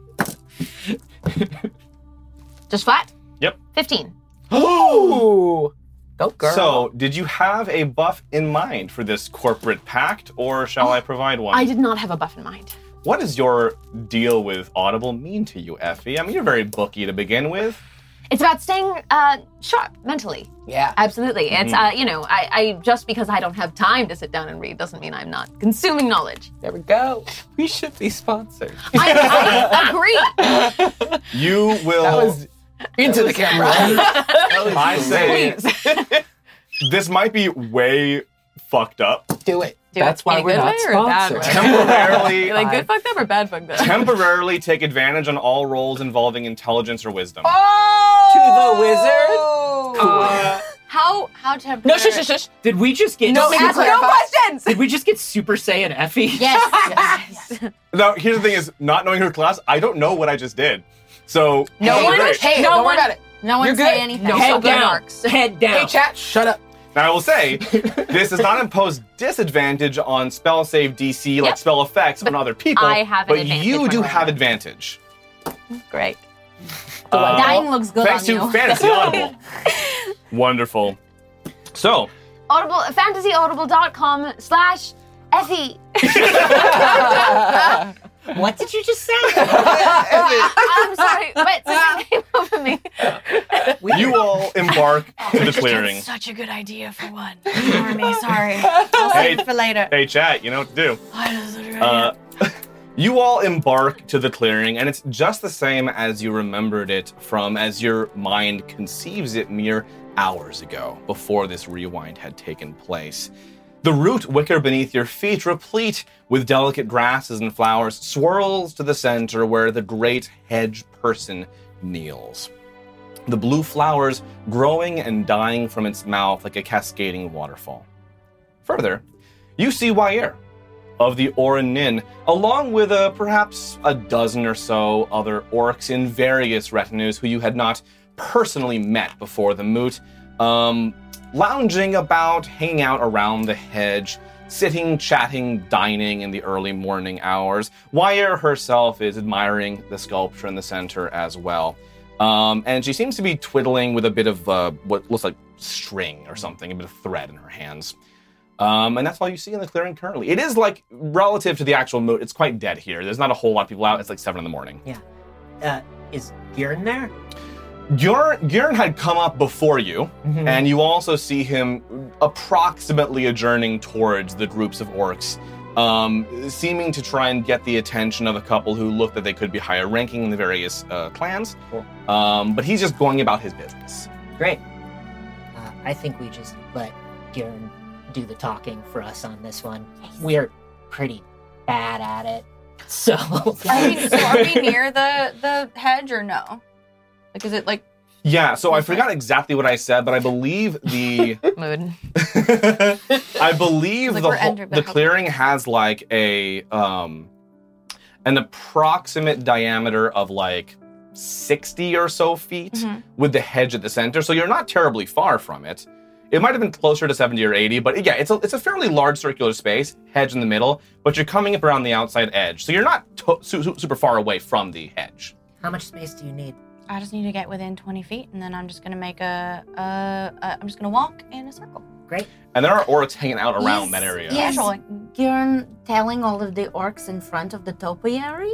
S9: Just flat?
S2: Yep.
S9: 15.
S5: Ooh.
S3: Go girl.
S2: So, did you have a buff in mind for this corporate pact, or shall I provide one?
S9: Oh, I did not have a buff in mind.
S2: What does your deal with Audible mean to you, Effie? I mean, you're very booky to begin with.
S9: It's about staying uh, sharp mentally.
S22: Yeah.
S9: Absolutely. It's,
S2: Mhm.
S9: uh, you know, I, I just because I don't have time to sit down and read doesn't mean I'm not consuming knowledge.
S3: There we go. We should be sponsored.
S9: I agree.
S2: You will.
S3: Into the camera.
S2: I say this might be way fucked up.
S3: Do it.
S4: Do That's it. why In a we're good not way or a bad sponsored. way?
S2: Temporarily,
S4: You're like, good fucked up or bad fucked up?
S2: temporarily take advantage on all rolls involving intelligence or wisdom.
S4: Oh.
S3: To the wizard.
S4: How how temporary?
S5: No, shush, shush, shush. Did we just get?
S4: No,
S5: super-
S4: ask no questions.
S5: Did we just get Super Saiyan Effie?
S2: Now, here's the thing: is not knowing her class, I don't know what I just did. So
S22: No
S2: Okay,
S22: one-
S2: great.
S22: hey,
S9: no
S22: don't
S9: one-
S22: worry about it.
S6: No one
S22: You're
S6: say
S22: good.
S6: anything.
S22: No
S5: Head
S22: fucking
S5: down.
S22: marks.
S5: Head down.
S22: Hey, chat.
S3: Shut up.
S2: Now, I will say, this does not impose disadvantage on spell save DC like
S9: Yep.
S2: spell effects on other people.
S9: I have an
S2: but
S9: advantage
S2: you
S9: when
S2: do
S9: we're
S2: have advantage.
S4: Great.
S2: Uh,
S6: Dying looks good
S2: Thanks
S6: on
S2: to
S6: you.
S2: Fantasy Audible. Wonderful. So,
S9: Audible, fantasyaudible.com slash Effie.
S5: What did you just say?
S9: I'm sorry. Wait, something came over me.
S2: you all embark to the clearing.
S4: Such a good idea for one.
S6: Ignore me, sorry. I'll save
S2: Hey.
S6: it for later.
S2: Hey, chat, you know what to do. Uh, you all embark to the clearing, and it's just the same as you remembered it from as your mind conceives it mere hours ago, before this rewind had taken place. The root wicker beneath your feet, replete with delicate grasses and flowers, swirls to the center where the great hedge person kneels. The blue flowers growing and dying from its mouth like a cascading waterfall. Further, you see Wyer of the Orin Nin, along with uh, perhaps a dozen or so other orcs in various retinues who you had not personally met before the moot, um, lounging about, hanging out around the hedge, sitting, chatting, dining in the early morning hours. Wyer herself is admiring the sculpture in the center as well. Um, and she seems to be twiddling with a bit of uh, what looks like string or something, a bit of thread in her hands. Um, and that's all you see in the clearing currently. It is like relative to the actual moat, it's quite dead here. There's not a whole lot of people out. It's like seven in the morning.
S5: uh, is Garen there?
S2: Gurn Gurn had come up before you,
S4: Mm-hmm.
S5: Mhm.
S2: and you also see him approximately adjourning towards the groups of orcs, um, seeming to try and get the attention of a couple who look that they could be higher ranking in the various uh, clans.
S5: Cool.
S2: Um, but he's just going about his business.
S5: Great. Uh, I think we just let Garen do the talking for us on this one. We're pretty bad at it. So,
S4: I mean, so are we near
S23: the the hedge or no?
S4: Like, is it like
S2: Yeah, so I forgot exactly what I said, but I believe the
S4: mood?
S2: I believe
S4: Like
S2: the
S4: we're
S2: whole-
S4: under-
S2: the clearing has like a um an approximate diameter of like
S6: Mm-hmm.
S13: Mm-hmm.
S2: 60 or so feet with the hedge at the center. So you're not terribly far from it. It might have been closer to 70 or 80, but yeah, it's a, it's a fairly large circular space, hedge in the middle, but you're coming up around the outside edge. So you're not to- su- su- super far away from the hedge.
S5: How much space do you need?
S6: I just need to get within 20 feet, and then I'm just gonna make a. Uh, uh, I'm just gonna walk in a circle.
S5: Great.
S2: And there are orcs hanging out around that area.
S9: Yes, Gurn telling all of the orcs in front of the topiary.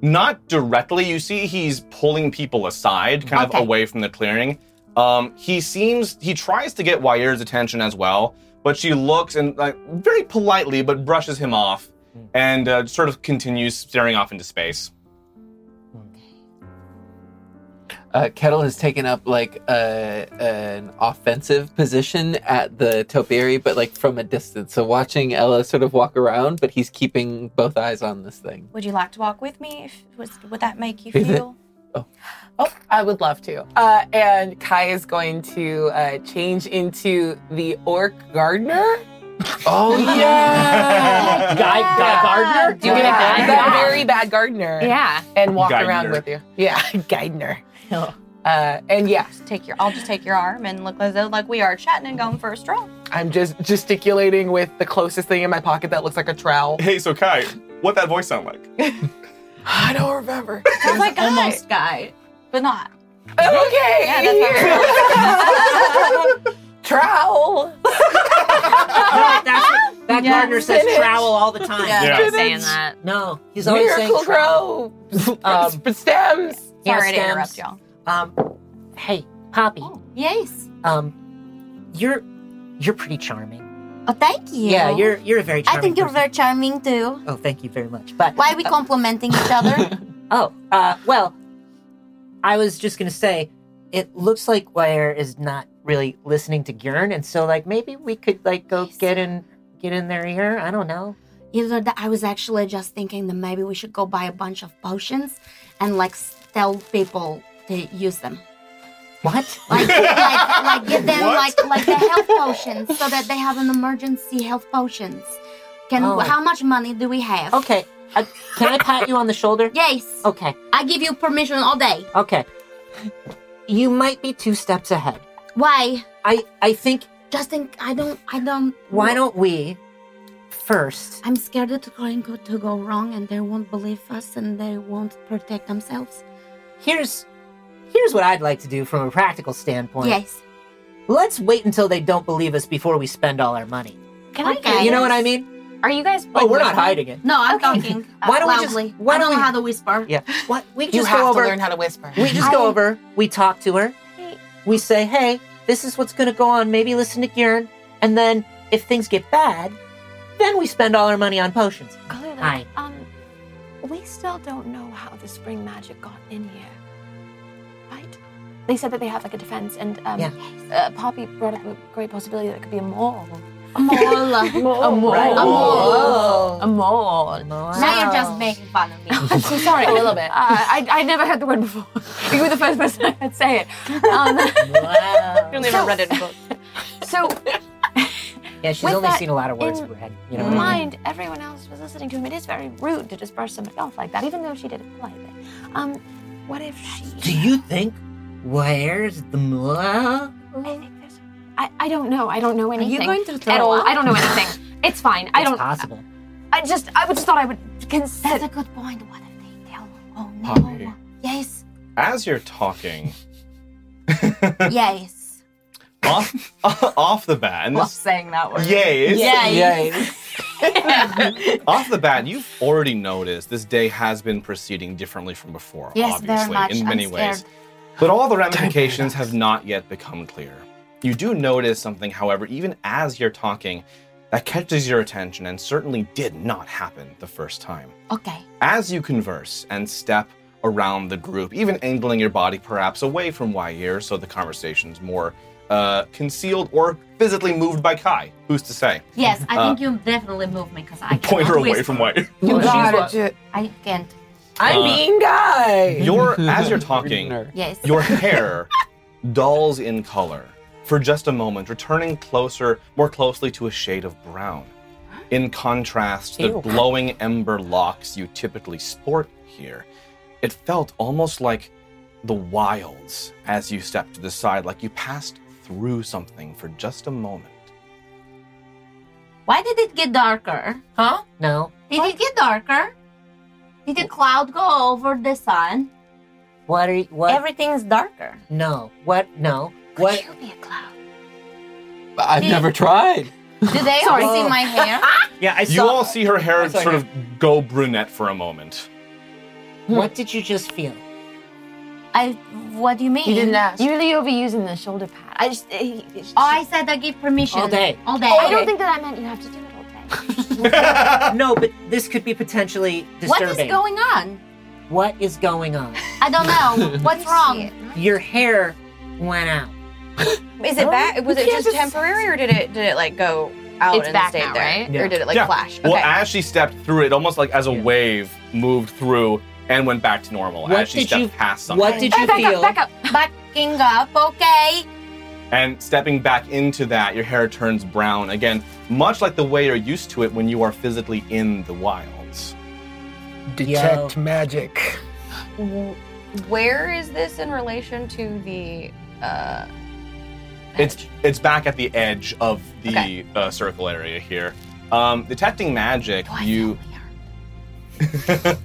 S2: Not directly. You see, he's pulling people aside, kind
S9: Okay.
S2: of away from the clearing. Um, he seems he tries to get Wyir's attention as well, but she looks and like very politely, but brushes him off, and uh, sort of continues staring off into space.
S3: Uh, Kettle has taken up like a, an offensive position at the topiary, but like from a distance. So watching Ella sort of walk around, but he's keeping both eyes on this thing.
S13: Would you like to walk with me? If was, would that make you
S3: Is it-
S13: feel?
S4: Oh, I would love to. Uh, and Kai is going to uh, change into the orc gardener.
S3: Oh
S4: yeah,
S1: Guy- guy gardener?
S4: Do you
S1: Yeah.
S4: yeah.
S1: Yeah.
S4: that very bad gardener?
S1: Yeah.
S4: and walk
S1: Guidner.
S4: around with you. Yeah, gardener. Uh, and yeah,
S13: Take your. I'll just take your arm and look as though like we are chatting and going for a stroll.
S4: I'm just gesticulating with the closest thing in my pocket that looks like a trowel.
S2: Hey, so Kai, what that voice sound like?
S4: I don't remember.
S13: Sounds like
S4: almost
S13: guy, but not.
S4: Okay.
S13: Yeah, that's
S4: trowel.
S5: that that
S4: Yeah,
S5: gardener says
S4: spinach.
S5: trowel all the time.
S4: Yeah, Yeah. keep saying
S5: that. No, he's always
S4: Miracle
S5: saying trowel.
S4: grow. Um, stems.
S5: Sorry to interrupt
S13: y'all.
S5: Um, hey, Poppy.
S9: Yes.
S5: Um, you're you're pretty charming.
S9: Oh, thank you.
S5: Yeah, you're you're a very
S9: I
S5: charming.
S9: think you're
S5: person. Uh,
S9: very charming too.
S5: Oh, thank you very much. But
S9: Why are we complimenting each other?
S5: Oh, uh, well, I was just gonna say, it looks like Wire is not really listening to Gurn, and so like maybe we could like go get in get in their ear. I don't know.
S9: Either that, I was actually just thinking that maybe we should go buy a bunch of potions and like s- tell people to use them.
S5: What?
S9: Like, like, like give them
S5: What?
S9: like like the health potions so that they have an emergency health potions. Can
S5: Oh.
S9: how much money do we have?
S5: Okay, I, can I pat you on the shoulder?
S9: Yes.
S5: Okay,
S9: I give you permission all day.
S5: okay. You might be two steps ahead.
S9: Why?
S5: I I think.
S9: Justin, I don't, I don't.
S5: Why don't we first?
S9: I'm scared that it's going go- to go wrong and they won't believe us and they won't protect themselves.
S5: Here's here's what I'd like to do from a practical standpoint.
S9: Yes.
S5: Let's wait until they don't believe us before we spend all our money.
S24: Can
S9: I Okay.
S5: You know what I mean?
S24: Are you guys?
S5: Oh, we're not hiding it.
S9: No, I'm talking.
S5: Why don't we just-
S9: loudly.
S5: why
S9: I
S5: don't
S9: don't
S5: we-
S9: know how to whisper.
S5: Yeah. What we
S4: You
S5: just
S4: have
S5: go
S4: to
S5: over.
S4: learn how to whisper.
S5: we just go over. We talk to her. We say, "Hey, this is what's going to go on. Maybe listen to Kieran." And then, if things get bad, then we spend all our money on potions.
S13: Clearly,
S5: Hi.
S13: um, we still don't know how the spring magic got in here, right? They said that they have like a defense, and um,
S5: Yeah.
S13: uh, Poppy brought up a great possibility that it could be a mole.
S9: A mole. a mole.
S13: A mole.
S9: A mole.
S13: Oh.
S4: A mole.
S9: Now you're just making fun of me.
S13: I'm so sorry.
S4: A little bit.
S13: Uh, I I never heard the word before. You were the first person I had say it. Um,
S5: Wow.
S25: You only ever read it in a book.
S13: so
S5: Yeah, she's
S13: With
S5: only
S13: that
S5: seen a lot of words
S13: in
S5: in her head. You know
S13: in
S5: what I mean?
S13: mind, everyone else was listening to him. It is very rude to just brush somebody off like that, even though she did it politely. Um, what if she?
S5: Do you think where's the mole?
S13: I think there's. I, I don't know. I don't know
S9: you
S13: anything.
S9: going to
S13: at
S9: throw
S13: all?
S9: up?
S13: I don't know anything. It's fine. I
S5: It's
S13: don't.
S5: possible.
S13: I just. I would- just thought I would
S9: That's
S13: consider.
S9: a good point. What if they tell? Oh no.
S2: Poppy.
S9: Yes.
S2: As you're talking,
S9: Yes.
S2: off off the bat, and
S4: Love
S2: this,
S4: saying that word.
S2: Yays.
S4: Yay.
S2: off the bat, you've already noticed this day has been proceeding differently from before.
S9: Yes,
S2: obviously,
S9: very much.
S2: in
S9: I'm
S2: many ways.
S9: scared.
S2: But all the ramifications have not yet become clear. You do notice something, however, even as you're talking, that catches your attention and certainly did not happen the first time.
S9: Okay.
S2: As you converse and step around the group, even angling your body perhaps away from Yair so the conversation's more uh, concealed or physically moved by Kai, who's to say?
S9: Yes, I
S2: Uh,
S9: think you definitely move me because I can't.
S2: Point her away from Yair.
S4: You got it.
S9: I can't.
S4: I'm
S2: Uh,
S4: being guy.
S2: Your as you're talking,
S9: Yes.
S2: your hair dulls in color for just a moment, returning closer, more closely to a shade of brown. In contrast, the
S5: Ew.
S2: glowing ember locks you typically sport here, it felt almost like the wilds as you stepped to the side, like you passed through something for just a moment.
S9: Why did it get darker? Huh?
S5: No.
S9: Did it get darker? Did the cloud go over the sun?
S5: What are you? What?
S9: Everything's darker.
S5: no. What? No. What?
S3: I've
S9: Did-
S3: never tried.
S9: Do they all see my hair?
S5: Yeah, I
S2: You all see her hair sort of go brunette for a moment.
S5: What did you just feel?
S9: I. What do you mean?
S6: You didn't ask.
S9: Usually you'll be using the shoulder pad. I just. oh, I said I give permission.
S5: All day.
S9: All day.
S26: I don't think that I meant you have to do it all day.
S5: no, but this could be potentially
S9: What
S5: disturbing.
S9: is going on?
S5: What is going on?
S9: I don't know. What's wrong?
S5: Your hair went out.
S6: Is it
S5: No,
S6: back? Was
S5: you
S6: it
S5: can't
S6: just, temporary, or did it did it like go out
S10: It's
S6: and
S10: back
S6: stayed
S10: now,
S6: there,
S10: right?
S6: or did it like
S2: Yeah.
S6: flash?
S2: Well, as she stepped through it, almost like as a wave moved through and went back to normal
S3: What
S2: as she
S3: did
S2: stepped
S3: you-
S2: past something.
S9: back Up, back up. Backing up. Okay.
S2: And stepping back into that, your hair turns brown again, much like the way you're used to it when you are physically in the wilds.
S27: Detect magic.
S6: Where is this in relation to the? Uh,
S2: It's it's back at the edge of the
S6: Okay.
S2: uh, circle area here. Um, detecting magic,
S3: Oh,
S2: you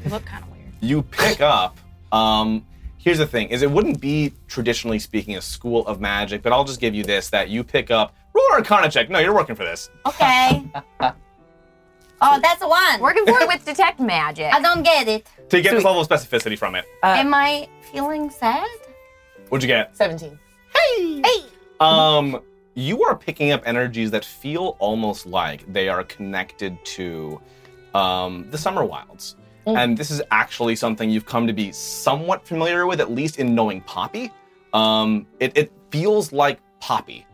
S6: look kind of weird.
S2: you pick up. Um, here's the thing: is it wouldn't be traditionally speaking a school of magic, but I'll just give you this: that you pick up. Roll an Arcana check. No, you're working for this.
S9: Okay. oh, that's the one. Working for it with detect magic. I don't get it.
S2: To get this level of specificity from it,
S8: Uh.
S9: Am I feeling sad?
S2: what'd you get?
S8: Seventeen.
S9: Hey. Hey.
S2: Um, you are picking up energies that feel almost like they are connected to um, the summer wilds.
S1: Mm.
S2: And this is actually something you've come to be somewhat familiar with, at least in knowing Poppy. Um, it, it feels like Poppy.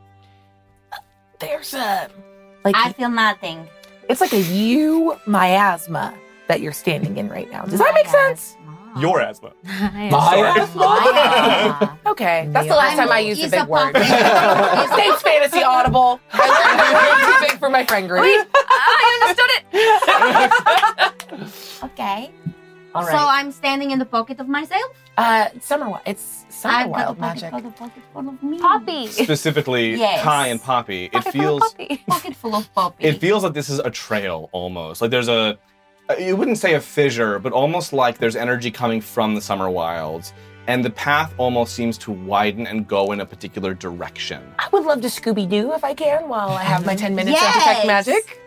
S11: There's a.
S9: Like I feel nothing.
S11: It's like a you miasma that you're standing in right now. Does that make sense?
S2: Your asthma.
S11: Okay, that's the last time I used a big word.
S8: States fantasy audible. I learned way too big for my friend group.
S9: Ah, I understood it. okay.
S8: All
S9: So
S8: right.
S9: I'm standing in the pocket of myself.
S8: Uh, summer. wi- It's summer
S9: I've got
S8: wild
S9: a pocket
S8: magic.
S9: full of pocket full of me. Poppy.
S2: Specifically,
S9: Yes.
S2: Kai and Poppy. It feels
S9: pocket full of poppy.
S2: it feels like this is a trail almost. Like there's a, you wouldn't say a fissure, but almost like there's energy coming from the summer wilds, and the path almost seems to widen and go in a particular direction.
S11: I would love to Scooby Doo if I can while I have my 10 minutes
S9: Yes.
S11: of detect magic.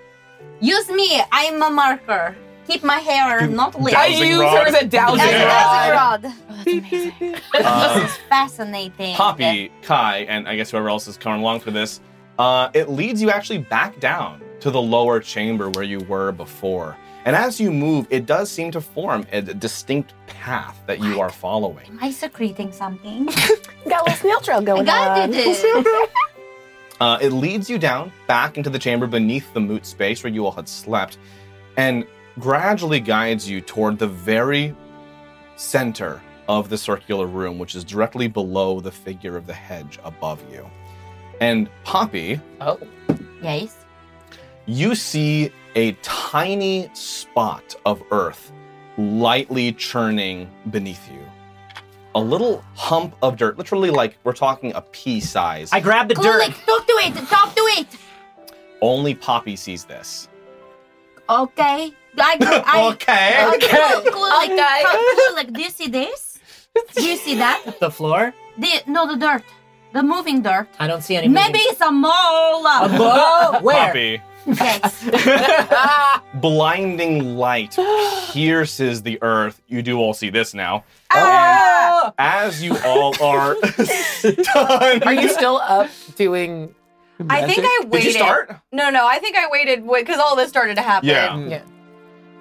S9: Use me. I'm a marker. Keep my hair not lit.
S11: dowsing I use rod. her as a dowsing
S9: rod.
S11: rod.
S9: Dowsing rod. this is fascinating.
S2: Uh, Poppy, Kai, and I guess whoever else is coming along for this, uh, it leads you actually back down to the lower chamber where you were before. And as you move, it does seem to form a distinct path that you are following.
S9: Am I secreting something?
S11: Got a little snail trail going
S9: I
S11: on.
S9: did it.
S2: Uh, it leads you down back into the chamber beneath the moot space where you all had slept, and gradually guides you toward the very center of the circular room, which is directly below the figure of the hedge above you. And Poppy,
S5: oh,
S9: yes,
S2: you see a tiny spot of earth lightly churning beneath you. A little hump of dirt, literally like we're talking a pea size.
S5: I grabbed the dirt.
S9: Talk to it. Talk to it.
S2: Only Poppy sees this.
S9: Okay. I, I,
S2: Okay.
S9: I,
S2: Okay.
S9: Clue, clue, like,
S11: Okay.
S9: clue, clue, like, do you see this? Do you see that?
S5: the floor.
S9: The, no, the dirt. The moving dirt.
S5: I don't see any.
S9: Maybe it's a mole.
S5: A
S11: Oh,
S5: mole?
S2: Poppy.
S9: Yes.
S2: Blinding light pierces the earth. You do all see this now.
S6: Ah,
S2: As you all are done.
S8: Are you still up doing?
S6: I think I waited.
S2: Did you start?
S6: No, no. I think I waited because all this started to happen.
S2: Yeah.
S6: yeah.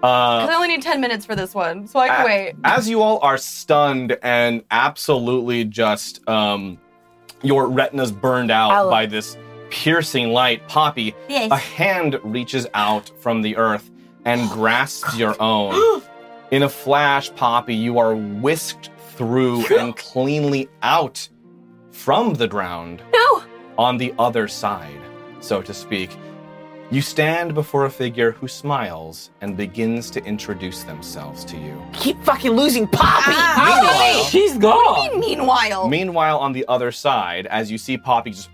S2: Uh,
S6: Because I only need ten minutes for this one, so I can
S2: a-
S6: wait.
S2: As you all are stunned and absolutely just um, your retinas burned out
S6: Ow.
S2: by this piercing light, Poppy,
S9: Yes.
S2: a hand reaches out from the earth and grasps your own. In a flash, Poppy, you are whisked through and cleanly out from the ground
S9: No.
S2: on the other side, so to speak. You stand before a figure who smiles and begins to introduce themselves to you.
S5: Keep fucking losing Poppy.
S6: Ah,
S2: Meanwhile-
S3: She's gone.
S28: What do you mean,
S6: Oh.
S28: meanwhile?
S2: Meanwhile, on the other side, as you see Poppy just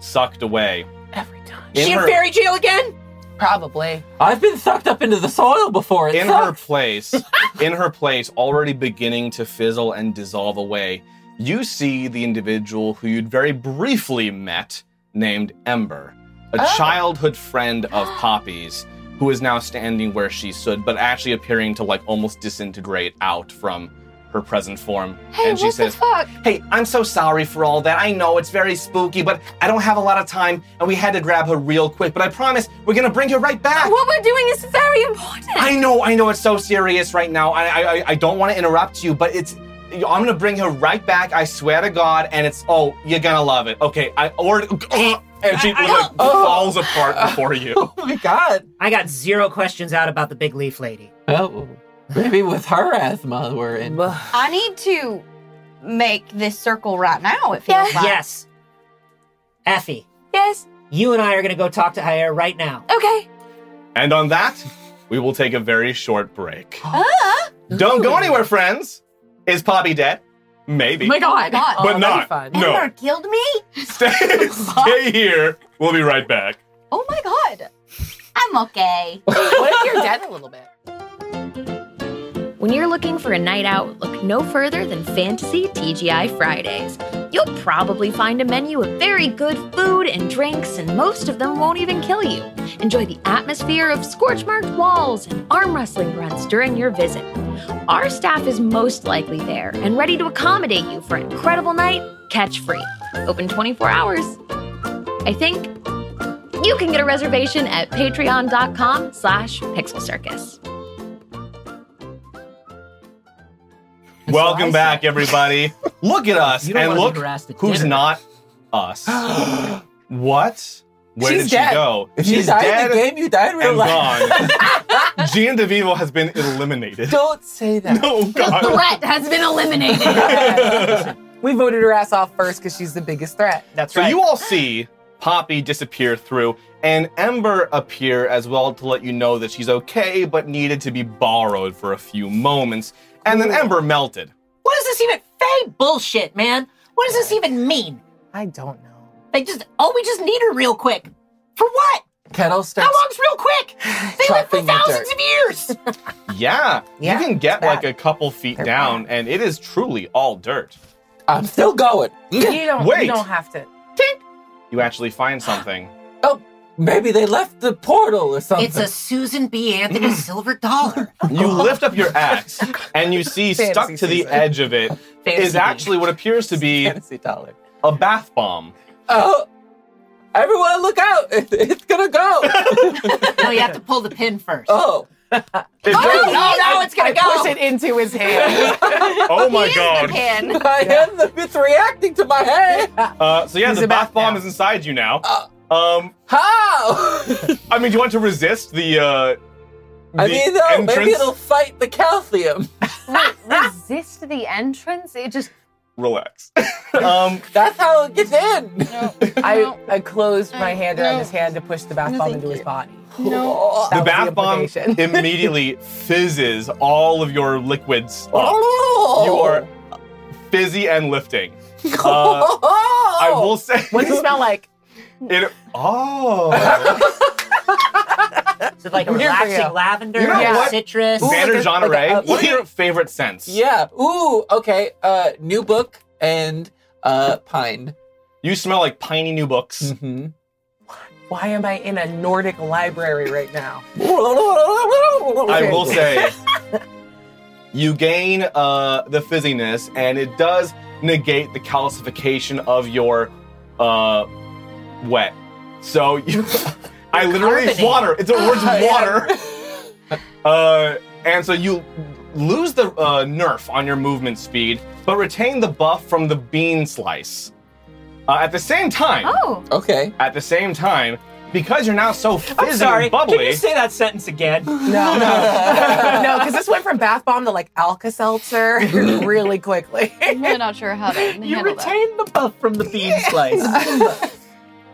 S2: sucked away. Every time.
S4: she in
S2: her,
S4: fairy jail again? Probably.
S3: I've been sucked up into the soil before. It
S2: in her
S3: sucks.
S2: place, in her place, already beginning to fizzle and dissolve away, you see the individual who you'd very briefly met named Ember, a
S29: Oh.
S2: childhood friend of Poppy's, who is now standing where she stood, but actually appearing to like almost disintegrate out from her present form.
S29: Hey,
S2: and she
S29: what the
S2: says,
S29: fuck?
S2: Hey, I'm so sorry for all that. I know it's very spooky, but I don't have a lot of time, and we had to grab her real quick, but I promise we're gonna bring her right back.
S29: What we're doing is very important.
S2: "Ah." I know, I know, it's so serious right now. I, I, I- I don't want to interrupt you, but it's. I'm gonna bring her right back. I swear to God, and it's. Oh, you're gonna love it. Okay, I or uh, and she literally falls apart before you.
S5: Oh my god. I got zero questions out about the big leaf lady.
S3: Oh, maybe with her asthma we're in.
S6: I need to make this circle right now. It feels like
S5: Yes. Effie,
S6: yes.
S5: you and I are going to go talk to Hire right now.
S6: Okay.
S2: And on that, we will take a very short break.
S6: Ah.
S2: Don't go anywhere, friends. Is Poppy dead? Maybe. but not.
S13: Amber
S2: No,
S13: killed me?
S2: stay here. We'll be right back.
S13: Oh my god. I'm okay.
S4: what if you're dead a little bit?
S1: When you're looking for a night out, look no further than Fantasy TGI Fridays. You'll probably find a menu of very good food and drinks, and most of them won't even kill you. Enjoy the atmosphere of scorch marked walls and arm wrestling runs during your visit. Our staff is most likely there and ready to accommodate you for an incredible night, catch free. Open 24 hours. I think you can get a reservation at patreon.com slash pixel circus.
S2: Welcome back, everybody. Look at us
S5: You don't
S2: and
S5: wanna be
S2: look
S5: harassed at
S2: who's
S5: dinner.
S2: not us. what? Where
S3: She's
S2: did
S3: dead.
S2: she go?
S3: If you died in the game,
S2: you died in
S3: real
S2: and
S3: life.
S2: Gone. Gian DeVivo has been eliminated.
S3: Don't say that.
S2: No, God.
S4: threat has been eliminated. we voted her ass off first because she's the biggest threat. That's
S2: so you all see Poppy disappear through and Ember appear as well to let you know that she's okay but needed to be borrowed for a few moments. And then Ember melted.
S5: What is this even Fey bullshit, man? What does this even mean? I don't know. They just oh, we just need her real quick. For what?
S3: Kettle starts.
S5: How long's real quick? They lived for
S3: Chopping the
S5: thousands
S3: dirt.
S5: of years.
S2: Yeah,
S3: Yeah,
S2: you can get
S3: bad.
S2: like a couple feet down, and it is truly all dirt.
S3: I'm still going.
S4: You don't,
S2: Wait,
S4: you don't have to.
S2: you actually find something.
S3: Maybe they left the portal or something.
S5: It's a Susan B. Anthony silver dollar.
S2: You lift up your axe, and you see
S5: Fantasy
S2: stuck to the
S5: season.
S2: edge of it is
S3: Fantasy.
S2: actually what appears to be a bath bomb.
S3: Oh, everyone, look out! It- it's gonna go.
S5: no, you have to pull the pin first.
S3: Oh.
S5: Oh, no, no, it's gonna
S4: I
S5: go.
S4: Push it into his hand.
S2: Oh my god!
S3: I am the, it's reacting to my head.
S2: Uh, so yeah,
S3: He's
S2: the
S3: a
S2: bath bomb is inside you now. um,
S3: How?
S2: I mean, do you want to resist the? Uh,
S3: I
S2: the
S3: mean, no, maybe
S2: entrance?
S3: it'll fight the calcium.
S6: Wait, resist the entrance? It just
S2: Relax. um,
S3: That's how it gets in.
S4: I, I closed my hand around his hand to push the bath bomb into his body.
S3: No.
S2: the bath bomb immediately fizzes all of your liquids. Up. You
S3: Oh.
S2: are fizzy and lifting. Uh, I
S3: Oh.
S2: will say.
S4: What does it smell like?
S2: It, oh.
S5: Is it like a
S4: Here for
S5: relaxing
S4: you.
S5: lavender,
S2: You know
S5: yeah.
S2: what?
S5: citrus?
S2: Vander John Array,
S3: uh,
S2: what are your favorite scents?
S3: Yeah. Ooh. Okay. Uh, new book and uh, pine.
S2: You smell like piney new books.
S3: Mm-hmm.
S4: Why am I in a Nordic library right now?
S2: I will say, you gain uh, the fizziness, and it does negate the calcification of your uh, wet. So you, I literally it's
S29: Carbonate.
S2: water. It's a word's
S29: Ah, yeah.
S2: water. uh, and so you lose the uh, nerf on your movement speed, but retain the buff from the bean slice. Uh, at the same time,
S6: Oh.
S3: Okay.
S2: At the same time, because you're now so fizzy
S30: I'm sorry.
S2: and bubbly.
S30: Can you say that sentence again? No.
S4: No, no, no, because this went from bath bomb to like Alka Seltzer really quickly.
S6: I'm really not sure how to handle
S30: You retain the buff from the bean slice.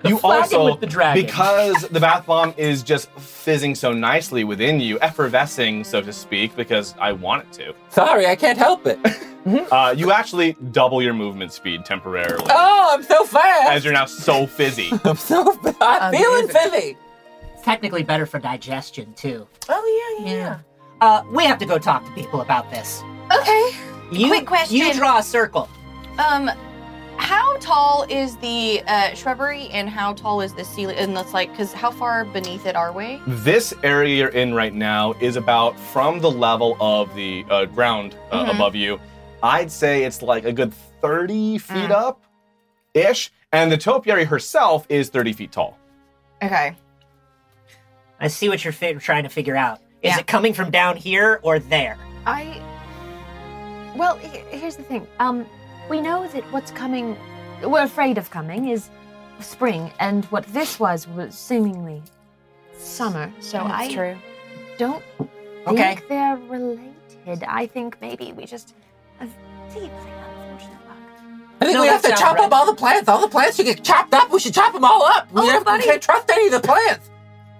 S2: you
S3: flagon
S2: also
S3: with the dragon.
S2: because the bath bomb is just fizzing so nicely within you, effervescing, so to speak, because I want it to.
S3: Sorry, I can't help it.
S2: Uh, you actually double your movement speed temporarily
S3: Oh, I'm so fast.
S2: as you're now so fizzy.
S3: I'm feeling fizzy.
S5: It's technically better for digestion too.
S11: Oh yeah, yeah.
S5: Uh, we have to go talk to people about this.
S6: Okay.
S5: You,
S6: Quick question.
S5: You draw a circle.
S6: Um, how tall is the uh, shrubbery and how tall is the ceiling? And that's like, because how far beneath it are we?
S2: This area you're in right now is about from the level of the uh, ground uh,
S30: Mm-hmm.
S6: Mhm.
S2: above you. I'd say it's like a good 30 feet
S30: Mm.
S2: up ish. And the topiary herself is 30 feet tall.
S6: Okay.
S5: I see what you're fi- trying to figure out. Is it coming from down here or there?
S26: I. Well, he- here's the thing. Um, we know that what's coming, we're afraid of coming, is spring, and what this was was seemingly summer. So
S6: That's
S26: I
S6: true.
S26: don't
S6: Okay.
S26: think they're related. I think maybe we just uh, have deeply unfortunate luck.
S3: I think
S26: No,
S3: we have to
S26: that's not
S3: chop up
S26: right.
S3: all the plants. All the plants should get chopped up. We should chop them all up. We,
S5: Oh,
S3: have- we
S5: buddy.
S3: can't trust any of the plants.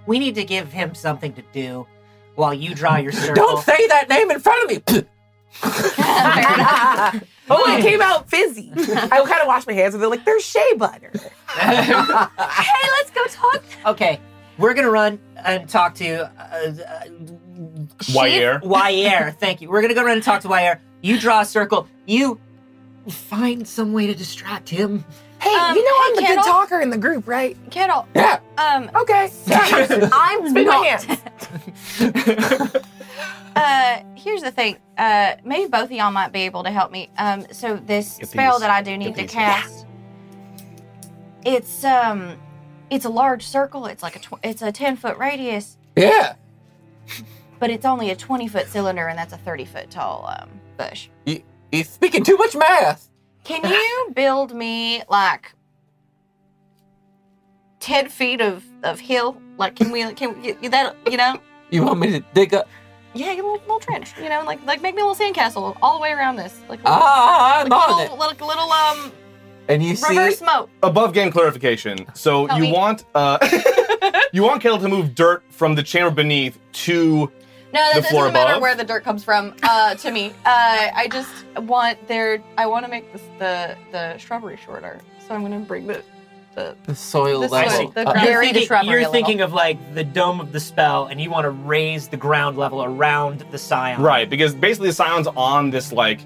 S5: We need to give him something to do while you draw your circle.
S3: Don't say that name in front of me.
S4: Oh, it came out fizzy. I kind of washed my hands and they're like, there's shea butter.
S5: hey, let's go talk. Okay, we're gonna run and talk to uh, uh,
S2: Wire.
S5: Wire. Thank you. We're gonna go run and talk to Wire. You draw a circle. You find some way to distract him.
S4: Hey,
S6: Um,
S4: you know
S6: hey,
S4: I'm the
S6: Kendall?
S4: good talker in the group, right?
S6: Kendall.
S3: Yeah.
S6: Um,
S4: Okay.
S6: I'm
S4: Spin my
S6: not.
S4: hands.
S6: Uh, here's the thing. Uh, maybe both of y'all might be able to help me. Um, so this
S4: Get
S6: spell
S4: these.
S6: that I do need
S4: Get
S6: to
S4: these.
S6: cast, it's um, it's a large circle. It's like a tw- it's a ten foot radius,
S3: Yeah.
S6: but it's only a twenty foot cylinder, and that's a thirty foot tall um bush.
S3: You, you're speaking too much math.
S6: Can you build me like ten feet of of hill? Like, can we can we, you- that you know?
S3: You want me to dig up?
S6: Yeah, a little, little trench, you know, like like make me a little sandcastle all the way around this, like a little-
S3: Ah, I'm
S6: like a little,
S3: on
S6: little, little um
S3: And you
S6: reverse moat.
S2: Above game clarification. So
S6: Help
S2: you
S6: me.
S2: want uh, you want Kendall to move dirt from the chamber beneath to
S6: No, that,
S2: the
S6: that
S2: floor
S6: doesn't matter
S2: above?
S6: where the dirt comes from. Uh, to me, uh, I just want their I want to make this the the shrubbery shorter, so I'm gonna bring the the
S3: The soil
S6: The level. soil, the
S3: Uh,
S6: ground-
S5: you're
S6: Bury the
S5: thinking,
S6: shrubbery
S5: you're
S6: a little.
S5: thinking of like the dome of the spell, and you want to raise the ground level around the scion.
S2: Right, because basically the scion's on this like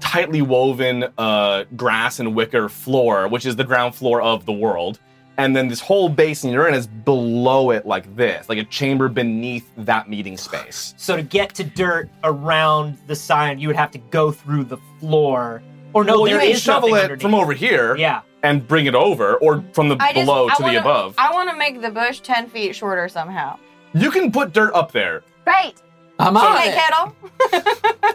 S2: tightly woven uh, grass and wicker floor, which is the ground floor of the world. And then this whole basin you're in is below it like this, like a chamber beneath that meeting space.
S5: So to get to dirt around the scion, you would have to go through the floor. Or no,
S2: Well,
S5: there
S2: you can
S5: is
S2: shovel
S5: nothing
S2: it
S5: underneath.
S2: from over here
S5: Yeah.
S2: and bring it over, or from the
S6: I just,
S2: below
S6: I
S2: to
S6: wanna,
S2: the above.
S6: I want to make the bush ten feet shorter somehow.
S2: you can put dirt up there.
S6: Right.
S3: I'm on
S6: okay,
S3: it.
S6: Kettle.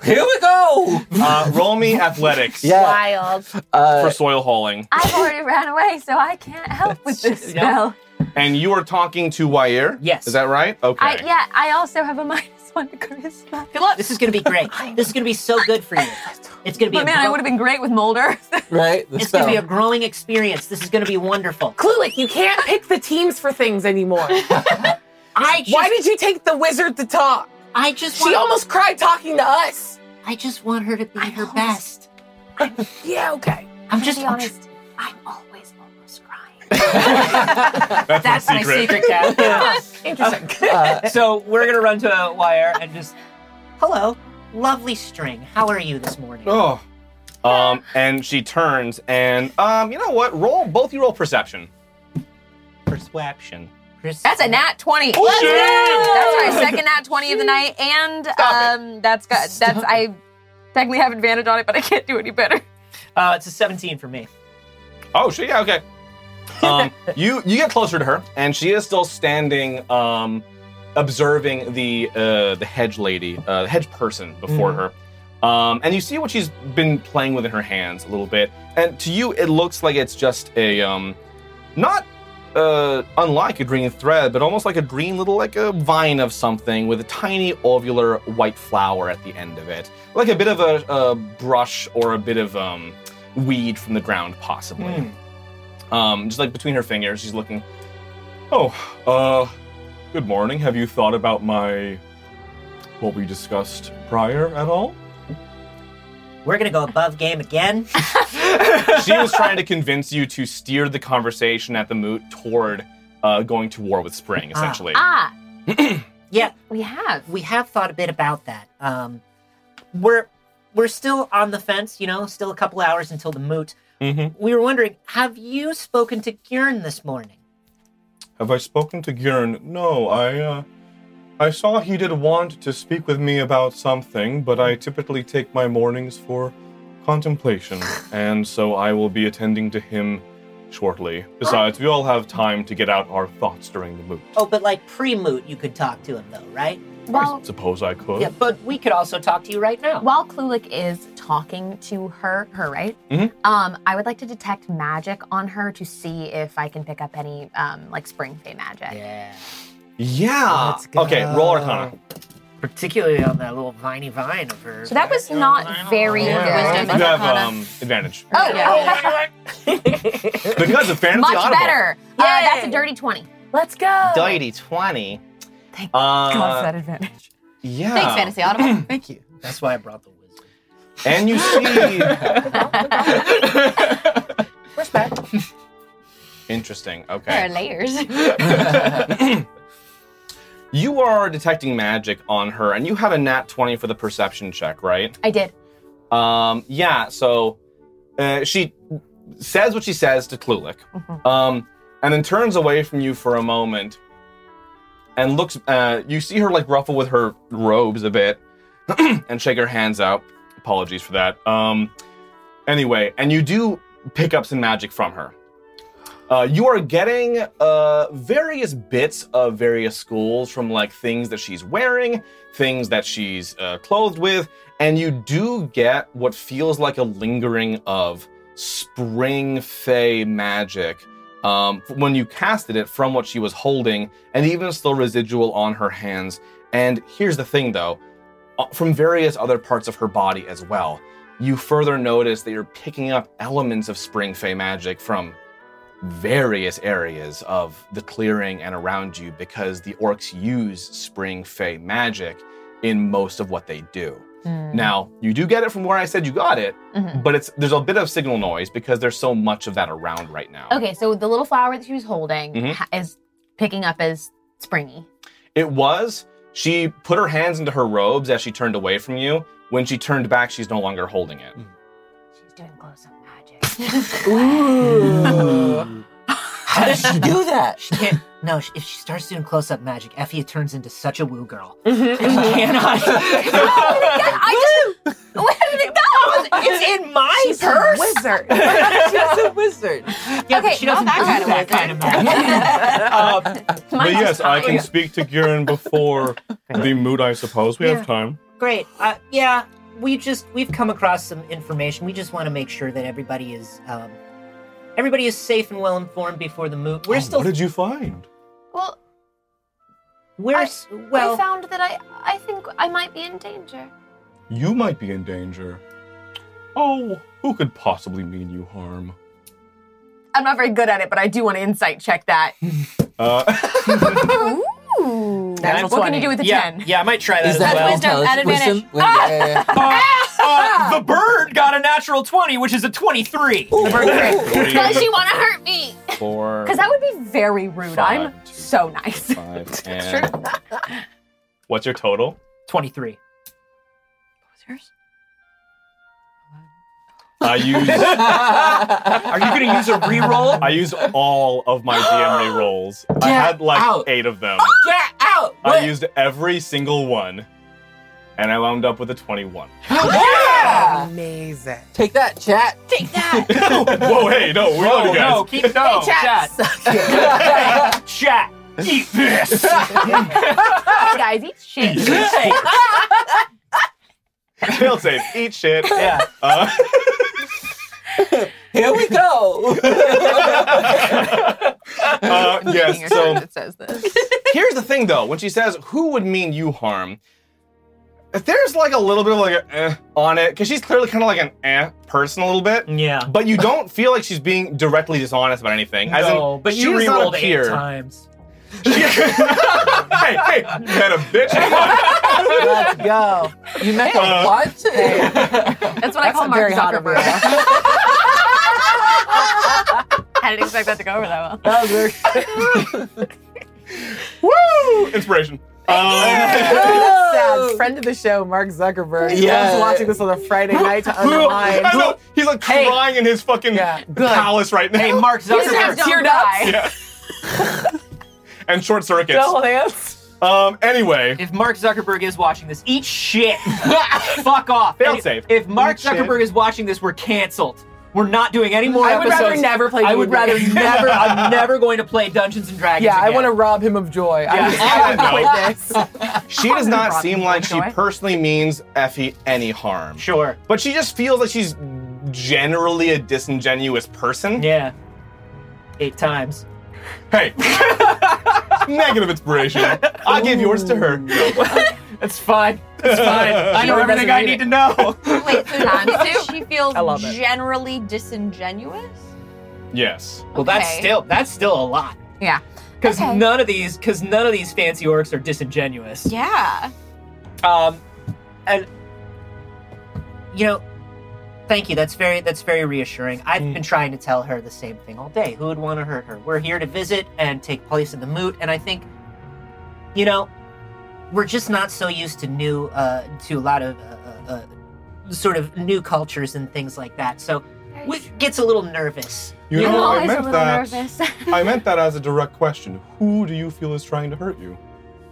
S3: Here we go.
S2: Uh, roll me athletics
S26: Wild.
S2: for soil hauling.
S26: I've already ran away, so I can't help with this spell.
S2: And you are talking to Yair? Yes. Is that right? Okay.
S26: I, yeah, I also have a minus one to charisma.
S6: Good luck.
S5: This is gonna be great. this is gonna be so good for you. It's gonna be.
S26: But
S5: a
S26: man, I
S5: gro-
S26: would have been great with Mulder.
S3: Right?
S5: It's gonna be a growing experience. This is gonna be wonderful.
S4: Clulic, you can't pick the teams for things anymore. I Why did you take the wizard to talk?
S5: I just
S4: She almost cried talking to us.
S5: I just want her to be her best.
S4: Yeah, okay.
S5: I'm just
S26: be honest. I'm always almost crying.
S2: That's,
S5: my secret, Kat.
S4: Interesting.
S5: Uh, so we're gonna run to a wire and just. Hello, lovely string. How are you this morning?
S2: Oh. Um, and she turns and um, you know what? Roll both you roll perception. Perception.
S6: That's a nat twenty.
S2: Oh, shit!
S6: That's my second nat twenty of the night, and um, that's got that's I technically have advantage on it, but I can't do any better.
S5: Uh, it's a 17 for me.
S2: Oh shit, yeah, okay. Um, you you get closer to her, and she is still standing, um, observing the uh, the hedge lady, uh, the hedge person before
S3: Mhm.
S2: her. Um, and you see what she's been playing with in her hands a little bit. And to you, it looks like it's just a um, not uh, unlike a green thread, but almost like a green little like a vine of something with a tiny ovular white flower at the end of it, like a bit of a, a brush or a bit of um, weed from the ground, possibly. Um, just like between her fingers, she's looking. Oh, uh, good morning. Have you thought about my what we discussed prior at all?
S5: We're gonna go above game again.
S2: she was trying to convince you to steer the conversation at the moot toward uh, going to war with Spring,
S5: Ah.
S2: essentially.
S5: Ah. yeah,
S1: we have.
S5: We have thought a bit about that. Um, we're we're still on the fence, you know, still a couple hours until the moot.
S2: Mhm.
S5: We were wondering, have you spoken to Gurn this morning?
S2: Have I spoken to Gurn? No, I uh, I saw he did want to speak with me about something, but I typically take my mornings for contemplation, and so I will be attending to him shortly. Besides, we all have time to get out our thoughts during the moot.
S5: Oh, but like pre-moot, you could talk to him though, right?
S2: I
S5: Well,
S2: suppose I could.
S5: yeah, but we could also talk to you right now.
S1: While Klulik is talking to her, her right?
S2: Mhm.
S1: Um, I would like to detect magic on her to see if I can pick up any um, like spring fey magic.
S5: Yeah.
S2: Yeah. Okay, roll Arcana.
S5: Particularly on that little viney vine of hers.
S1: So that was not very
S2: You
S1: good.
S2: have um, advantage.
S1: Oh, yeah.
S2: Because of fantasy
S1: much
S2: audible.
S1: better. Uh, that's a dirty twenty.
S4: Let's go.
S2: Dirty 20. Thank
S5: God for that
S1: advantage.
S2: Uh, Yeah.
S9: Thanks, Fantasy Audible.
S5: Thank you. That's why I brought the wizard.
S2: And you see.
S9: Respect.
S2: Interesting.
S9: There
S2: Okay.
S9: are layers.
S2: You are detecting magic on her, and you had a nat 20 for the perception check, right?
S1: I did.
S2: Um, yeah, so uh, she says what she says to Klulik, um, and then turns away from you for a moment and looks. Uh, you see her like ruffle with her robes a bit and shake her hands out. Apologies for that. Um, anyway, and you do pick up some magic from her. Uh, you are getting uh, various bits of various schools from like things that she's wearing, things that she's uh, clothed with, and you do get what feels like a lingering of spring fey magic um, f- when you casted it from what she was holding, and even still residual on her hands. And here's the thing though uh, from various other parts of her body as well. You further notice that you're picking up elements of spring fey magic from various areas of the clearing and around you because the orcs use spring fey magic in most of what they do.
S1: Mm-hmm.
S2: Now, you do get it from where I said you got it,
S1: Mhm.
S2: but it's there's a bit of signal noise because there's so much of that around right now.
S1: Okay, so the little flower that she was holding
S2: Mhm.
S1: ha- is picking up as springy.
S2: It was she put her hands into her robes as she turned away from you. When she turned back, she's no longer holding it.
S1: She's doing close up.
S5: Ooh. How did she do that? She can't. No, she, if she starts doing close-up magic, Effie turns into such a woo girl. She cannot.
S4: I just. Where did it go? It's in my
S5: She's a
S4: purse.
S5: wizard.
S4: She's
S3: a wizard.
S5: Yeah, but
S4: okay,
S5: she doesn't
S4: not
S5: do
S4: that kind of wizard.
S5: that kind of magic.
S2: But
S5: Mine
S2: yes,
S5: was
S2: I can
S5: fine.
S2: speak to Guren before the mood, I suppose. We
S5: Yeah.
S2: have time.
S5: Great. Uh, yeah, we just we've come across some information. We just want to make sure that everybody is um, everybody is safe and well informed before the move. We're
S2: Oh,
S5: still
S2: What did you find?
S31: Well,
S5: we're s- well.
S31: I found that I, I think I might be in danger.
S2: You might be in danger.
S6: Mm.
S2: Oh, who could possibly mean you harm?
S1: I'm not very good at it, but I do want to insight check that.
S2: Uh,
S1: Ooh.
S6: Natural
S1: what can you
S6: 20.
S1: do with a
S6: Yeah,
S1: 10?
S6: yeah, I might try that
S3: Is
S6: as
S3: that
S6: well.
S3: wisdom? At
S6: Intelligence-
S3: advantage. Wisdom? Ah! Yeah, yeah,
S6: Uh, uh, the bird got a natural 20, which is a 23.
S1: Does she want to hurt me?
S2: Four.
S1: Because that would be very rude. i I'm so nice.
S2: Five and what's your total?
S6: 23.
S2: I use.
S6: Are you going to use a reroll?
S2: I used all of my DM rolls. I
S6: Get
S2: had like
S6: out.
S2: eight of them.
S6: Get out!
S2: I used every single one, and I wound up with a 21.
S32: Amazing.
S3: Take that, chat. Take that.
S2: Whoa, hey, no, we're not you guys.
S6: no, keep
S2: Oh,
S6: no,
S3: Hey,
S6: chat.
S3: chat.
S6: chat. Eat this.
S1: Hey, guys, eat shit.
S2: Fail safe. Eat shit.
S6: Yeah.
S2: Uh,
S3: Here we go.
S2: uh, yes. So
S1: says this.
S2: here's the thing, though. When she says, "Who would mean you harm?" if there's like a little bit of like a eh on it, because she's clearly kind of like an eh person a little bit.
S33: Yeah.
S2: But you don't feel like she's being directly dishonest about anything. As in,
S33: No, but
S2: she
S33: you
S2: does not
S33: rerolled eight
S2: appear-
S33: times.
S2: hey, hey, that a
S3: Let's go. You met
S2: Uh,
S3: a what?
S6: That's what I call
S3: a
S6: Mark
S3: very hot
S6: Zuckerberg. I didn't expect that to go over that well.
S2: Woo! Inspiration. Um,
S4: that sounds friend of the show, Mark Zuckerberg.
S2: Yeah.
S4: Yeah, was watching this on a Friday night to unwind.
S2: Um, I know, he's like crying in his fucking palace right now. Hey,
S5: Mark
S4: He's half teared up.
S2: Yeah. and short circuits.
S4: Double dance.
S2: Um. Anyway,
S5: If Mark Zuckerberg is watching this, eat shit. Fuck off.
S2: Fail
S5: And if-
S2: safe.
S5: If Mark
S2: Eat shit.
S5: Zuckerberg is watching this, we're canceled. We're not doing any more
S4: I would rather
S5: episodes.
S4: never play
S5: I would
S4: D&D.
S5: rather never. I'm never going to play Dungeons and Dragons.
S4: Yeah, I
S5: again.
S4: want to rob him of joy.
S5: Yeah.
S4: I would, I would quit this.
S2: she does not
S4: Robbie,
S2: seem like she
S4: enjoy.
S2: personally means Effie any harm.
S5: Sure.
S2: But she just feels like she's generally a disingenuous person.
S5: Yeah. Eight times.
S2: Hey. Negative inspiration. I'll give yours to her.
S5: That's fine. That's fine. I know
S4: Sure
S5: everything
S4: doesn't
S5: I
S4: need
S5: need
S4: it.
S5: to know.
S6: Wait, so does she feels
S5: I love it.
S6: generally disingenuous?
S2: Yes.
S5: Well, that's
S6: Okay.
S5: still that's still a lot.
S6: Yeah.
S5: Because
S6: Okay.
S5: none of these because none of these fancy orcs are disingenuous.
S6: Yeah.
S5: Um, and you know, thank you. That's very that's very reassuring. I've
S2: Mm.
S5: been trying to tell her the same thing all day. Who would want to hurt her? We're here to visit and take place in the moot, and I think, you know, we're just not so used to new uh, to a lot of uh, uh, uh, sort of new cultures and things like that. So. It gets a little nervous.
S2: You
S5: I'm
S2: know, I
S5: always a
S2: meant
S5: little
S2: that.
S26: nervous.
S2: I meant that as a direct question. Who do you feel is trying to hurt you?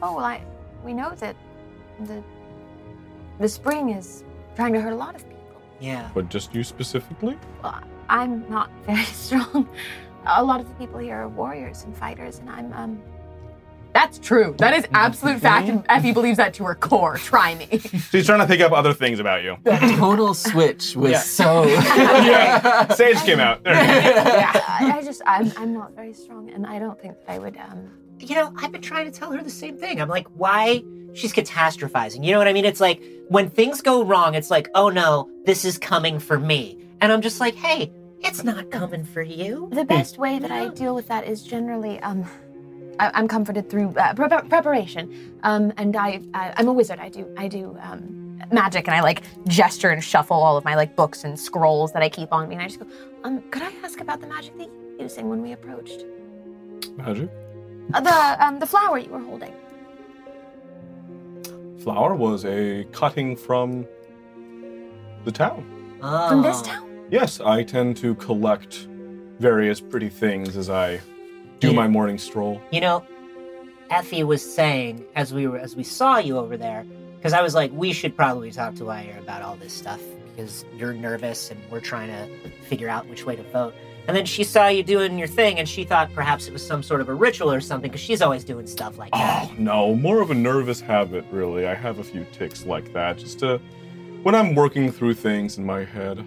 S26: Oh, well, I, we know that the, the spring is trying to hurt a lot of people.
S5: Yeah.
S2: But just you specifically?
S26: Well, I'm not very strong. A lot of the people here are warriors and fighters, and I'm, um,
S8: That's true. That is absolute fact, and Effie believes that to her core. Try me.
S2: She's trying to pick up other things about you.
S3: Total switch was
S2: Yeah.
S3: so.
S2: yeah. Sage came out. There you go.
S26: I, I just, I'm, I'm not very strong, and I don't think that I would, um,
S5: you know, I've been trying to tell her the same thing. I'm like, why? She's catastrophizing. You know what I mean? It's like when things go wrong, it's like, oh no, this is coming for me. And I'm just like, hey, it's not coming for you.
S26: the best way that I deal with that is generally, um, I, I'm comforted through uh, prep preparation, um, and I, I, I'm a wizard. I do, I do, um,
S10: magic and I like gesture and shuffle all of my like books and scrolls that I keep on me and I just go,
S26: um, could I ask about the magic that you were using when we approached?
S2: Magic?
S26: Uh, the, um, the flower you were holding.
S2: Flower was a cutting from the town.
S26: From
S5: Oh.
S26: this town?
S2: Yes, I tend to collect various pretty things as I do my morning stroll.
S5: You know, Effie was saying as we were as we saw you over there, because I was like, we should probably talk to Wire about all this stuff because you're nervous and we're trying to figure out which way to vote. And then she saw you doing your thing, and she thought perhaps it was some sort of a ritual or something, because she's always doing stuff like
S13: Oh,
S5: that.
S2: Oh, No, more of a nervous habit, really. I have a few ticks like that, just to when I'm working through things in my head.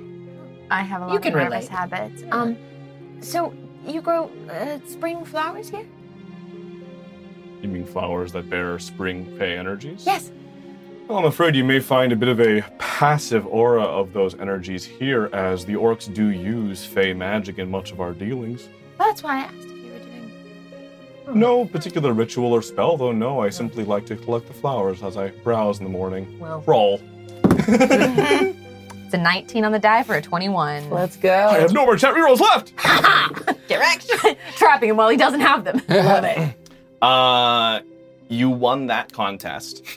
S26: I have a lot
S5: You
S26: of
S5: can
S26: nervous
S5: relate.
S26: habits. Um, so you grow uh, spring flowers here?
S2: You mean flowers that bear spring pay energies?
S26: Yes.
S2: Well, I'm afraid you may find a bit of a passive aura of those energies here, as the orcs do use fey magic in much of our dealings. Hmm.
S26: That's why I asked if you were doing.
S2: No particular ritual or spell, though, no. I simply like to collect the flowers as I browse in the morning.
S5: Well-
S2: Roll.
S10: it's a 19 on the die for a 21.
S4: Let's
S2: I
S4: go.
S2: have no more chat rerolls left!
S10: Direction. Trapping him while he doesn't have them.
S4: Love it.
S2: Uh, you won that contest.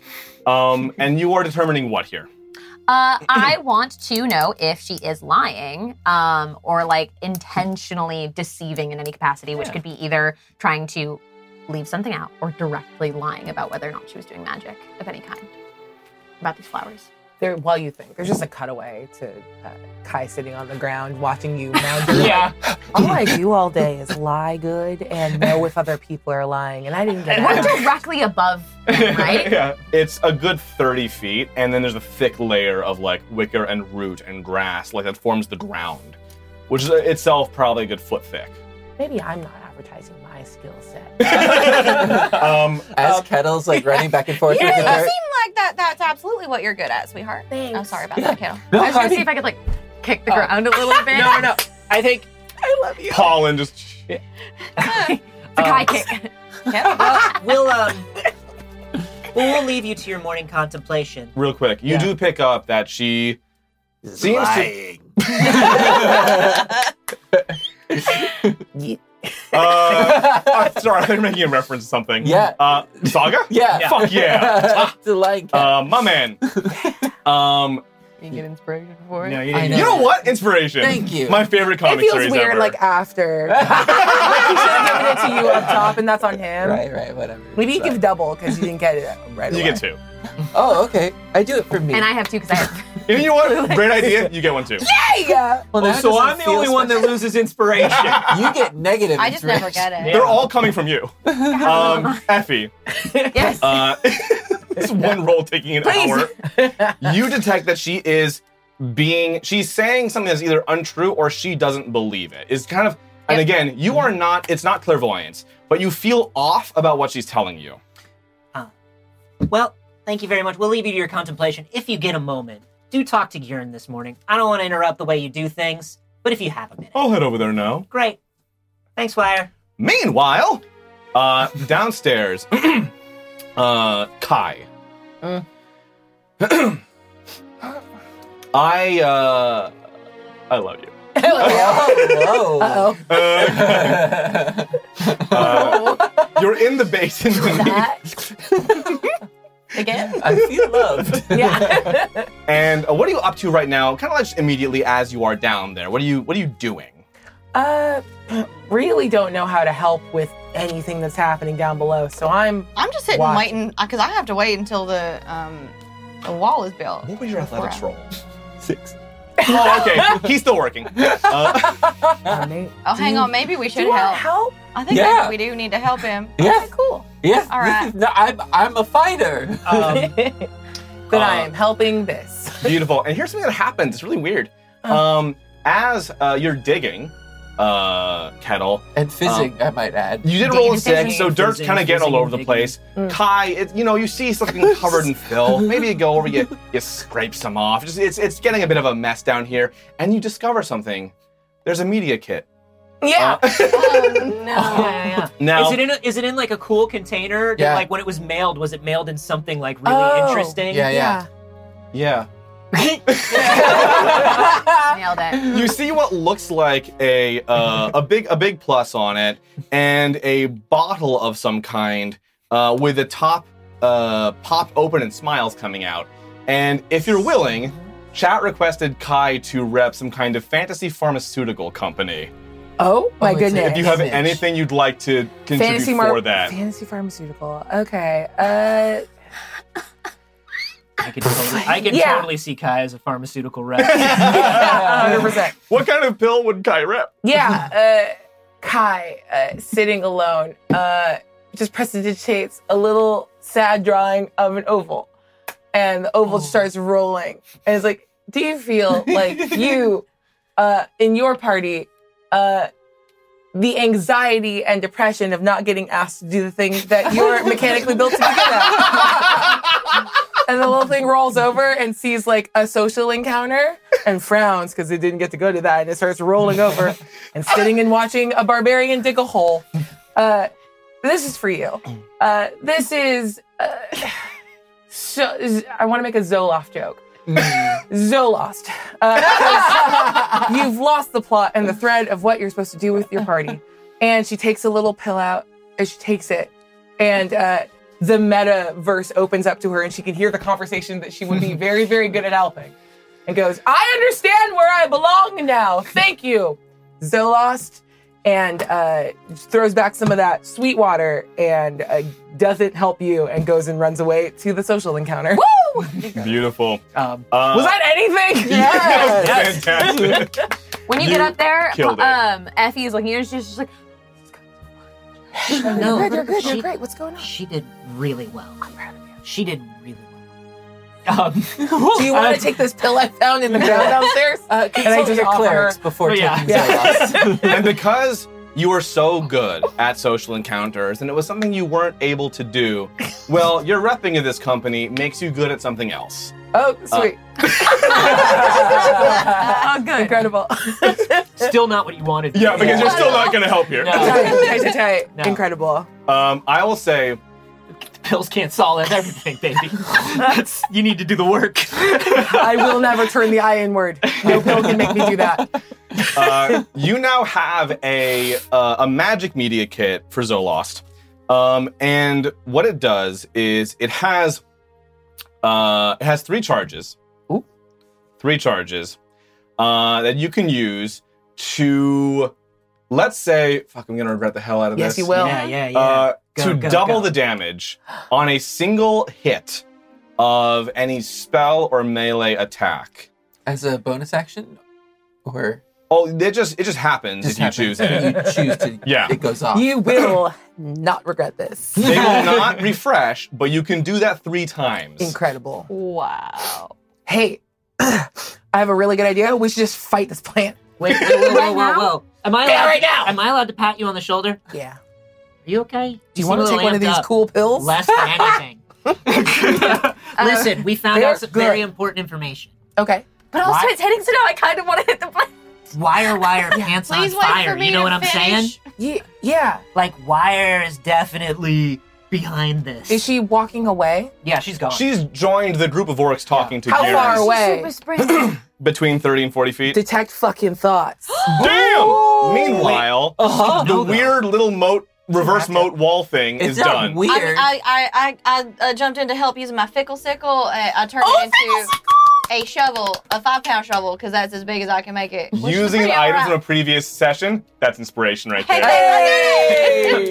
S2: Um, and you are determining what here?
S10: Uh, I want to know if she is lying um, or like intentionally deceiving in any capacity, which could be either trying to leave something out or directly lying about whether or not she was doing magic of any kind about these flowers.
S4: There, while you think, there's just a cutaway to uh, Kai sitting on the ground watching you now.
S3: Yeah.
S11: All I do all day is lie good and know if other people are lying, and I didn't get
S10: We're
S11: that.
S10: directly above, them, right?
S2: yeah. It's a good 30 feet, and then there's a thick layer of like wicker and root and grass, like that forms the ground, which is itself uh, probably a good foot thick.
S11: Maybe I'm not advertising my my skill set.
S3: um, As Kettle's like running back and forth
S6: You
S3: with the
S6: really
S3: dirt.
S6: seem like that. That's absolutely what you're good at, sweetheart. I'm sorry about that, Kettle. I
S3: No,
S6: was gonna
S3: I mean-
S6: see if I could like kick
S2: Oh.
S6: the ground a little bit.
S3: No, no. I think
S6: I love you.
S2: Pollen just.
S6: The guy
S2: Oh.
S6: kick.
S5: well, we'll um, we'll we'll leave you to your morning contemplation.
S2: Real quick, you do pick up that she seems
S5: lying.
S2: to. uh, I'm sorry, they're making a reference to something.
S3: Yeah.
S2: Uh, Saga?
S3: Yeah.
S2: Fuck yeah.
S3: the lion
S2: uh, my man. Um,
S33: You get inspiration for it.
S2: you, know what? Inspiration.
S33: Thank you.
S2: My favorite comic
S33: It feels
S2: series
S33: weird,
S2: ever.
S33: like,
S4: after. like he should have given it to you up top, and that's on him.
S3: Right, right, whatever.
S4: Maybe you
S3: Sorry.
S4: give double because you didn't get it right
S2: you
S4: away.
S2: get two.
S3: Oh, okay. I do it for me.
S4: And
S6: I have two because I have.
S2: And you know what? Great idea. You get one too.
S4: Yeah.
S3: Well,
S2: Oh,
S3: now it
S2: so
S3: doesn't
S2: I'm the
S3: feel
S2: only one that
S3: special.
S2: loses inspiration.
S3: you get negative.
S6: I just never get it.
S2: They're all coming from you. Um, Effie.
S6: Yes.
S2: Uh, this one roll taking an
S6: Please.
S2: hour. You detect that she is being, she's saying something that's either untrue or she doesn't believe it. It's kind of, and again, you are not, it's not clairvoyance, but you feel off about what she's telling you.
S5: Well, thank you very much. We'll leave you to your contemplation. If you get a moment, do talk to Guren this morning. I don't want to interrupt the way you do things, but if you have a minute,
S2: I'll head over there now.
S5: great. Thanks, Wire.
S2: Meanwhile, uh, downstairs, uh, Kai. I uh, I love you.
S3: Whoa.
S4: Uh-oh.
S2: Uh, uh, you're in the basin.
S6: Again?
S3: I feel loved.
S2: and uh, what are you up to right now? Kind of like just immediately as you are down there. What are you What are you doing?
S11: Uh, really don't know how to help with anything that's happening down below. So I'm.
S6: I'm just sitting
S11: watching.
S6: waiting because I have to wait until the um the wall is built.
S2: What was your athletics roll? Six.
S6: oh,
S2: Okay, he's still working. Uh,
S6: Oh, hang on. Maybe we should
S3: you want
S6: help.
S11: help?
S6: I think
S3: Yeah.
S6: maybe we do need to help him.
S3: Yes.
S6: Okay, cool.
S3: Yes.
S6: All right.
S3: No, I'm I'm a fighter.
S2: Um,
S11: But
S2: I
S11: am helping this.
S2: Beautiful. And here's something that happens. It's really weird. Um, as uh, you're digging, uh, kettle
S3: and fizzing,
S2: Um,
S3: I might add.
S2: You did roll a six, so dirt's kind of getting all over the place.
S5: Mm.
S2: Kai, it, you know, you see something covered in fill. Maybe you go over, you you scrape some off. Just, it's it's getting a bit of a mess down here, and you discover something. There's a media kit. Uh.
S4: Yeah.
S6: Oh,
S2: Now-
S5: is it in a, is it in like a cool container? Did,
S2: Yeah.
S5: Like when it was mailed, was it mailed in something like really
S4: Oh.
S5: interesting?
S2: Yeah, yeah. Yeah.
S6: Nailed it.
S2: you see what looks like a uh, a big a big plus on it and a bottle of some kind uh, with the top uh, pop open and smiles coming out. And if you're willing, chat requested Kai to rep some kind of fantasy pharmaceutical company.
S4: Oh my
S11: it's
S4: goodness.
S2: If you have anything you'd like to contribute
S4: fantasy
S2: for
S4: mar-
S2: that,
S11: Fantasy pharmaceutical. Okay. Uh,
S5: I can totally, I can
S11: Yeah.
S5: totally see Kai as a pharmaceutical rep.
S4: hundred percent.
S2: What kind of pill would Kai rep?
S4: Yeah, uh, Kai, uh, sitting alone, uh, just precipitates a little sad drawing of an oval, and the oval starts rolling, and it's like, do you feel like you, uh, in your party, uh, the anxiety and depression of not getting asked to do the thing that you're mechanically built to be good at. and the little thing rolls over and sees like a social encounter and frowns because it didn't get to go to that. And it starts rolling over and sitting and watching a barbarian dig a hole. Uh, this is for you. Uh, this is. Uh, so, I want to make a Zoloft joke. Zolost. Uh, 'cause you've lost the plot and the thread of what you're supposed to do with your party. And she takes a little pill out and she takes it. And uh, the metaverse opens up to her and she can hear the conversation that she would be very, very good at helping. And goes, I understand where I belong now. Thank you. Zolost. And uh, throws back some of that sweet water and uh, doesn't help you and goes and runs away to the social encounter. Woo!
S2: Beautiful.
S5: Um,
S4: Was that anything?
S2: Yes.
S6: When you,
S2: You
S6: get up there,
S2: killed it.
S6: um, Effie is looking at you and she's just like,
S5: No.
S11: You're good. You're good. You're
S5: She-
S11: great. What's going on?
S5: She did really well. I'm proud of you. She did really Um,
S4: Do you want to take this pill I found in the ground downstairs?
S11: Uh,
S4: And I just offer her-
S2: before
S4: Yeah.
S2: taking Zoloft. and because You are so good at social encounters, and it was something you weren't able to do. Well, your repping of this company makes you good at something else.
S4: Oh, sweet.
S8: oh, good.
S4: Incredible.
S33: Still not what you wanted.
S2: Yeah, because you're still not going to help here.
S4: tight, tight, tight. Incredible.
S2: Um, I will say,
S33: pills can't solve everything, baby. That's, you need to do the work.
S4: I will never turn the I inward. No pill can make me do that.
S2: uh, you now have a uh, a magic media kit for Zolost, um, and what it does is it has uh, it has three charges, three charges uh, that you can use to let's say fuck I'm gonna regret the hell out of
S5: Yes,
S2: this.
S5: you will. Yeah, yeah, yeah.
S2: Uh,
S5: Go,
S2: to
S5: go,
S2: double
S5: go.
S2: the damage on a single hit of any spell or melee attack.
S3: As a bonus action, or
S2: oh, it just it just happens if you choose it.
S3: You choose to.
S2: Yeah,
S3: it goes off.
S4: You will not regret this.
S2: They will not refresh, but you can do that three times.
S4: Incredible.
S8: Wow.
S4: Hey, I have a really good idea. We should just fight this plant.
S5: Wait, whoa, whoa, whoa, whoa, whoa. Am I
S4: Yeah,
S5: allowed,
S4: right now.
S5: Am I allowed to pat you on the shoulder?
S4: Yeah.
S5: Are you okay? Do
S4: you want to take one of these cool pills?
S5: Less than anything. Listen, we found
S4: they're
S5: out some very
S4: good.
S5: important information.
S4: Okay.
S6: But also,
S5: Why-
S6: it's heading to now. I kind of want to hit the button.
S5: Wire, wire, pants
S6: Please
S5: on
S6: wait for
S5: fire.
S6: me
S5: You know
S6: to
S5: what I'm saying?
S6: finish.
S4: Yeah, yeah.
S5: Like, wire is definitely behind this.
S4: Is she walking away?
S5: Yeah, she's gone.
S2: She's joined the group of orcs talking to
S4: How
S2: Gears.
S4: far away?
S2: Between 30 and 40 feet.
S4: Detect fucking thoughts.
S2: Damn! Meanwhile,
S4: Uh-huh.
S2: the weird little moat, reverse moat wall thing
S3: It's
S2: is
S3: not
S2: done.
S3: weird. Here.
S6: I, I, I, I uh, jumped in to help using my fickle sickle. Uh, I turned
S2: Oh,
S6: it into a shovel, a five pound shovel, because that's as big as I can make it. which is
S2: Using
S6: pretty
S2: items
S6: alright.
S2: from a previous session, that's inspiration right
S6: Hey,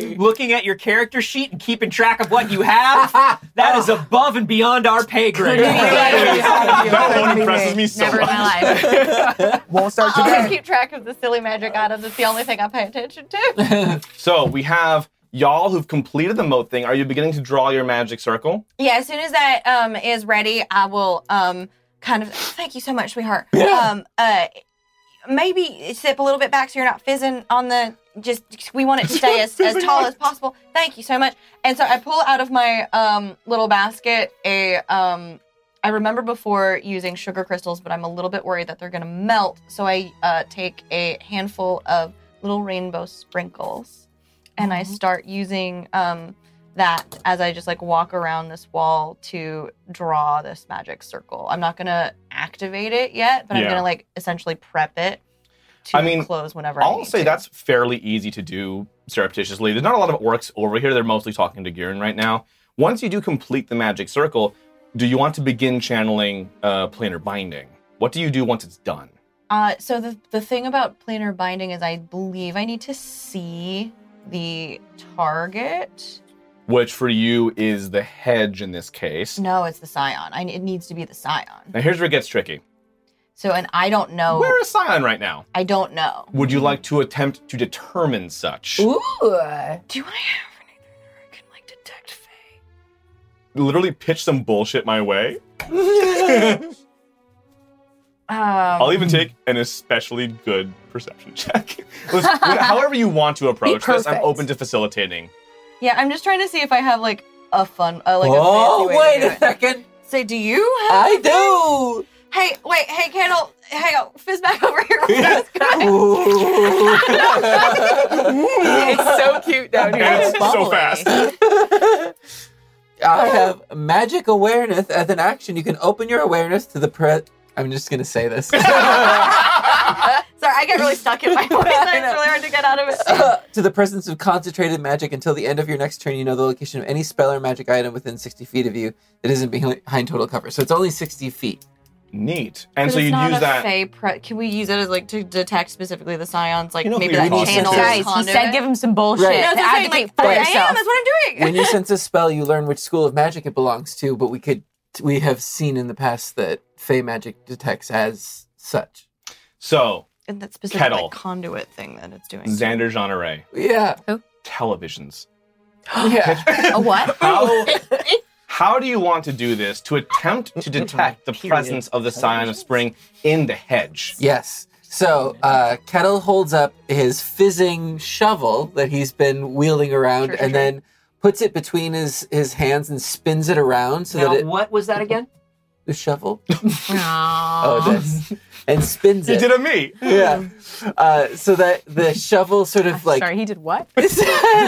S2: there.
S33: Looking at your character sheet and keeping track of what you have, that is above and beyond our pay grade.
S2: that one impresses me so
S6: Never in
S2: much.
S6: my life.
S4: Won't start
S6: I always
S4: today.
S6: keep track of the silly magic items. It's the only thing I pay attention to.
S2: So we have y'all who've completed the moat thing. Are you beginning to draw your magic circle?
S6: yeah, as soon as that um, is ready, I will um, kind of thank you so much, sweetheart. Um, uh, maybe step a little bit back so you're not fizzing on the. Just we want it to stay as, as tall as possible. Thank you so much. And so I pull out of my um, little basket a. Um, I remember before using sugar crystals, but I'm a little bit worried that they're gonna melt. So I uh, take a handful of little rainbow sprinkles, and I start using um, that as I just like walk around this wall to draw this magic circle. I'm not gonna activate it yet, but I'm
S2: Yeah.
S6: gonna like essentially prep it to
S2: I mean,
S6: close whenever I
S2: I'll
S6: need
S2: say
S6: to.
S2: that's fairly easy to do surreptitiously. There's not a lot of orcs over here. They're mostly talking to Girin right now. Once you do complete the magic circle, do you want to begin channeling uh, planar binding? What do you do once it's done?
S6: Uh, so the the thing about planar binding is I believe I need to see the target.
S2: Which for you is the hedge in this case.
S6: No, it's the scion. I, it needs to be the scion.
S2: Now here's where it gets tricky.
S6: So and I don't know.
S2: We're a scion right now.
S6: I don't know.
S2: Would you like to attempt to determine such?
S4: Ooh.
S6: Do I have
S2: Literally pitch some bullshit my way.
S6: Um,
S2: I'll even take an especially good perception check. Let's- however you want to approach this, I'm
S6: perfect.
S2: open to facilitating.
S6: Yeah, I'm just trying to see if I have like a fun, uh, like a
S3: Oh,
S6: fancy way to
S3: wait
S6: do
S3: a
S6: it.
S3: second.
S6: Say, do you? Have
S3: I do.
S6: Hey, wait, hey, Kendall, hang on, fizz back over here. real fast.
S4: it's so cute down here.
S2: And it's so fast.
S3: I have magic awareness as an action. You can open your awareness to the pre. I'm just gonna say this.
S6: Sorry, I get really stuck in my voice. and It's really hard to get out of it.
S3: to the presence of concentrated magic until the end of your next turn, you know the location of any spell or magic item within 60 feet of you that isn't behi- behind total cover. So it's only 60 feet.
S2: Neat. And
S6: But
S2: so
S6: it's
S2: you'd
S6: not
S2: use
S6: a
S2: that.
S6: fey pre- Can we use it as like to detect specifically the scions? Like
S2: You know who
S6: maybe
S2: you're
S6: that
S2: talking
S6: channel
S2: to.
S6: is
S2: Guys,
S8: He said,
S6: conduit?
S8: give him some bullshit.
S3: Right.
S6: No, that's what I'm saying,
S8: Advocate
S6: like,
S8: for
S6: I
S8: yourself.
S6: am. That's what I'm doing.
S3: when you sense a spell, you learn which school of magic it belongs to, but we could we have seen in the past that fey magic detects as such.
S2: So,
S6: and that specific
S2: Kettle.
S6: like, conduit thing that it's doing.
S2: Xander Genre,
S3: Yeah.
S2: televisions.
S3: Yeah.
S6: A what?
S2: How, how do you want to do this to attempt to detect the presence of the Scion of Spring in the hedge?
S3: yes. So uh, Kettle holds up his fizzing shovel that he's been wielding around,
S5: Sure, sure,
S3: and
S5: sure.
S3: then puts it between his his hands and spins it around so
S5: now,
S3: that it
S5: what was that again?
S3: the shovel. Oh, this and spins it.
S2: You did a me.
S3: Yeah. Uh, so that the shovel sort of like
S8: Sorry, he did what?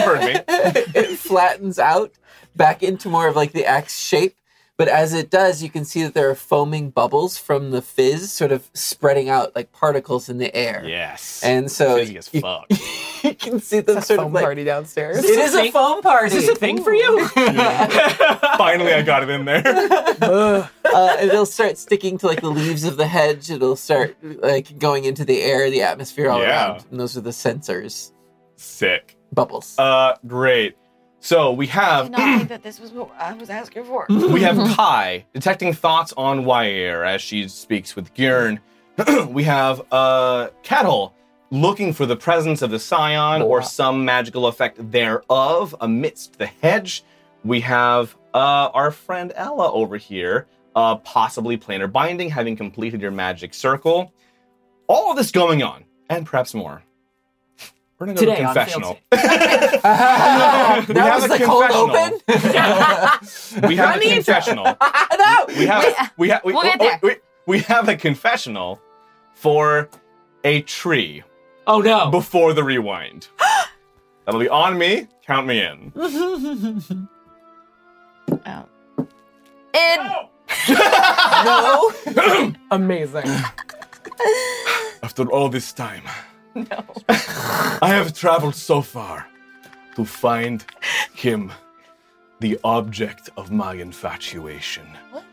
S3: it flattens out back into more of like the axe shape. But as it does, you can see that there are foaming bubbles from the fizz sort of spreading out like particles in the air.
S2: Yes.
S3: And so
S2: Fizzy as
S3: you,
S2: fuck.
S3: you can see them sort of like
S4: party downstairs.
S3: It is a foam party.
S33: Is this a thing for you?
S2: Finally, I got it in there.
S3: uh, it'll start sticking to like the leaves of the hedge. It'll start like going into the air, the atmosphere all
S2: Yeah.
S3: around. And those are the sensors.
S2: Sick.
S3: Bubbles.
S2: Uh, great. So we have
S26: Not think that this was what I was asking for.
S2: we have Kai detecting thoughts on Wire as she speaks with Gyrn. we have uh, Kettle looking for the presence of the scion or some magical effect thereof amidst the hedge. We have uh, our friend Ella over here, uh, possibly planar binding, having completed your magic circle. All of this going on, and perhaps more. We're gonna go
S33: Today
S2: to
S33: on
S2: confessional.
S33: Failsafe.
S2: we have
S33: Run
S2: a confessional. we have a
S33: the intro.
S2: confessional. We have we have we,
S33: We'll get
S2: oh,
S33: there.
S2: we, we have a confessional for a tree.
S33: Oh no!
S2: Before the rewind, that'll be on me. Count me in.
S4: no. Amazing.
S2: After all this time, I have traveled so far to find him, the object of my infatuation. What?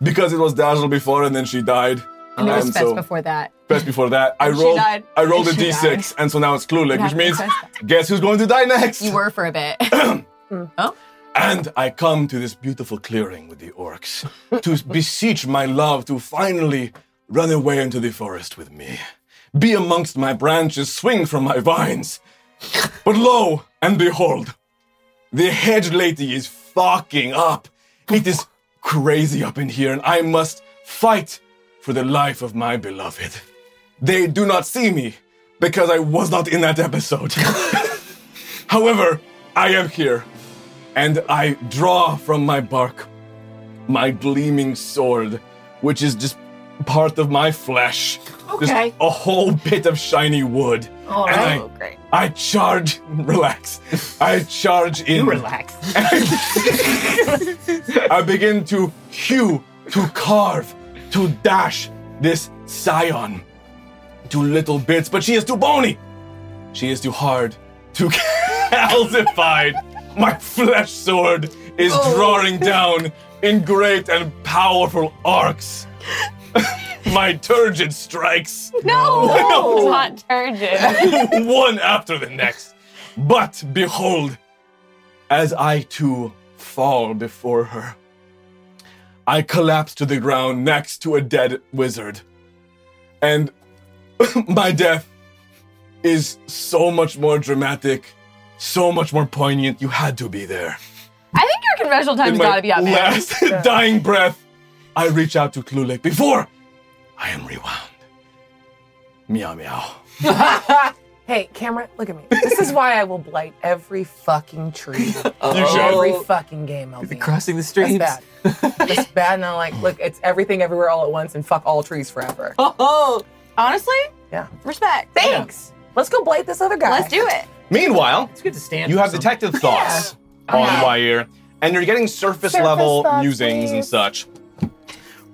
S2: because it was Dazzle before, and then she died.
S8: And there was
S2: And
S8: Fest
S2: so-
S8: before that.
S2: Best before that, I
S8: And she
S2: rolled.
S8: died.
S2: I rolled a
S8: And she
S2: d6, and so now it's
S8: You
S2: Klulik,
S8: have
S2: which
S8: to
S2: means
S8: confess
S2: guess who's going to die next?
S8: You were for a bit. oh?
S2: And I come to this beautiful clearing with the orcs to beseech my love to finally run away into the forest with me, be amongst my branches, swing from my vines. But lo and behold, the hedge lady is fucking up. It is crazy up in here, and I must fight for the life of my beloved. They do not see me because I was not in that episode. However, I am here, and I draw from my bark my gleaming sword, which is just part of my flesh.
S5: Okay.
S2: Just a whole bit of shiny wood.
S5: All
S2: and
S5: right.
S2: I, I charge. Relax. I charge in.
S5: relax.
S2: I begin to hew, to carve, to dash this scion to little bits, but she is too bony. She is too hard, too calcified. My flesh sword is
S33: Oh.
S2: drawing down in great and powerful arcs. My turgid strikes.
S8: No! It's not turgid.
S2: one after the next. But behold, as I too fall before her, I collapse to the ground next to a dead wizard. And my death is so much more dramatic, so much more poignant. You had to be there.
S8: I think your confessional time's
S2: In my
S8: gotta be up, man.
S2: Last dying breath, I reach out to Klulik before I am rewound. Meow meow.
S4: hey, Cameron, look at me. This is why I will blight every fucking tree.
S3: Uh-oh.
S4: Every fucking game I'll be.
S3: Oh. Crossing the streams.
S4: That's bad. That's bad. And I'm like, look, it's everything everywhere all at once and fuck all trees forever.
S3: Oh,
S6: honestly,
S4: yeah.
S6: Respect.
S4: Thanks. Let's go blight this other guy.
S6: Let's do it.
S2: Meanwhile,
S33: it's good to stand.
S2: You have detective thoughts on Wair, and you're getting surface,
S33: Surface
S2: level
S33: thoughts,
S2: musings and
S33: please.
S2: such.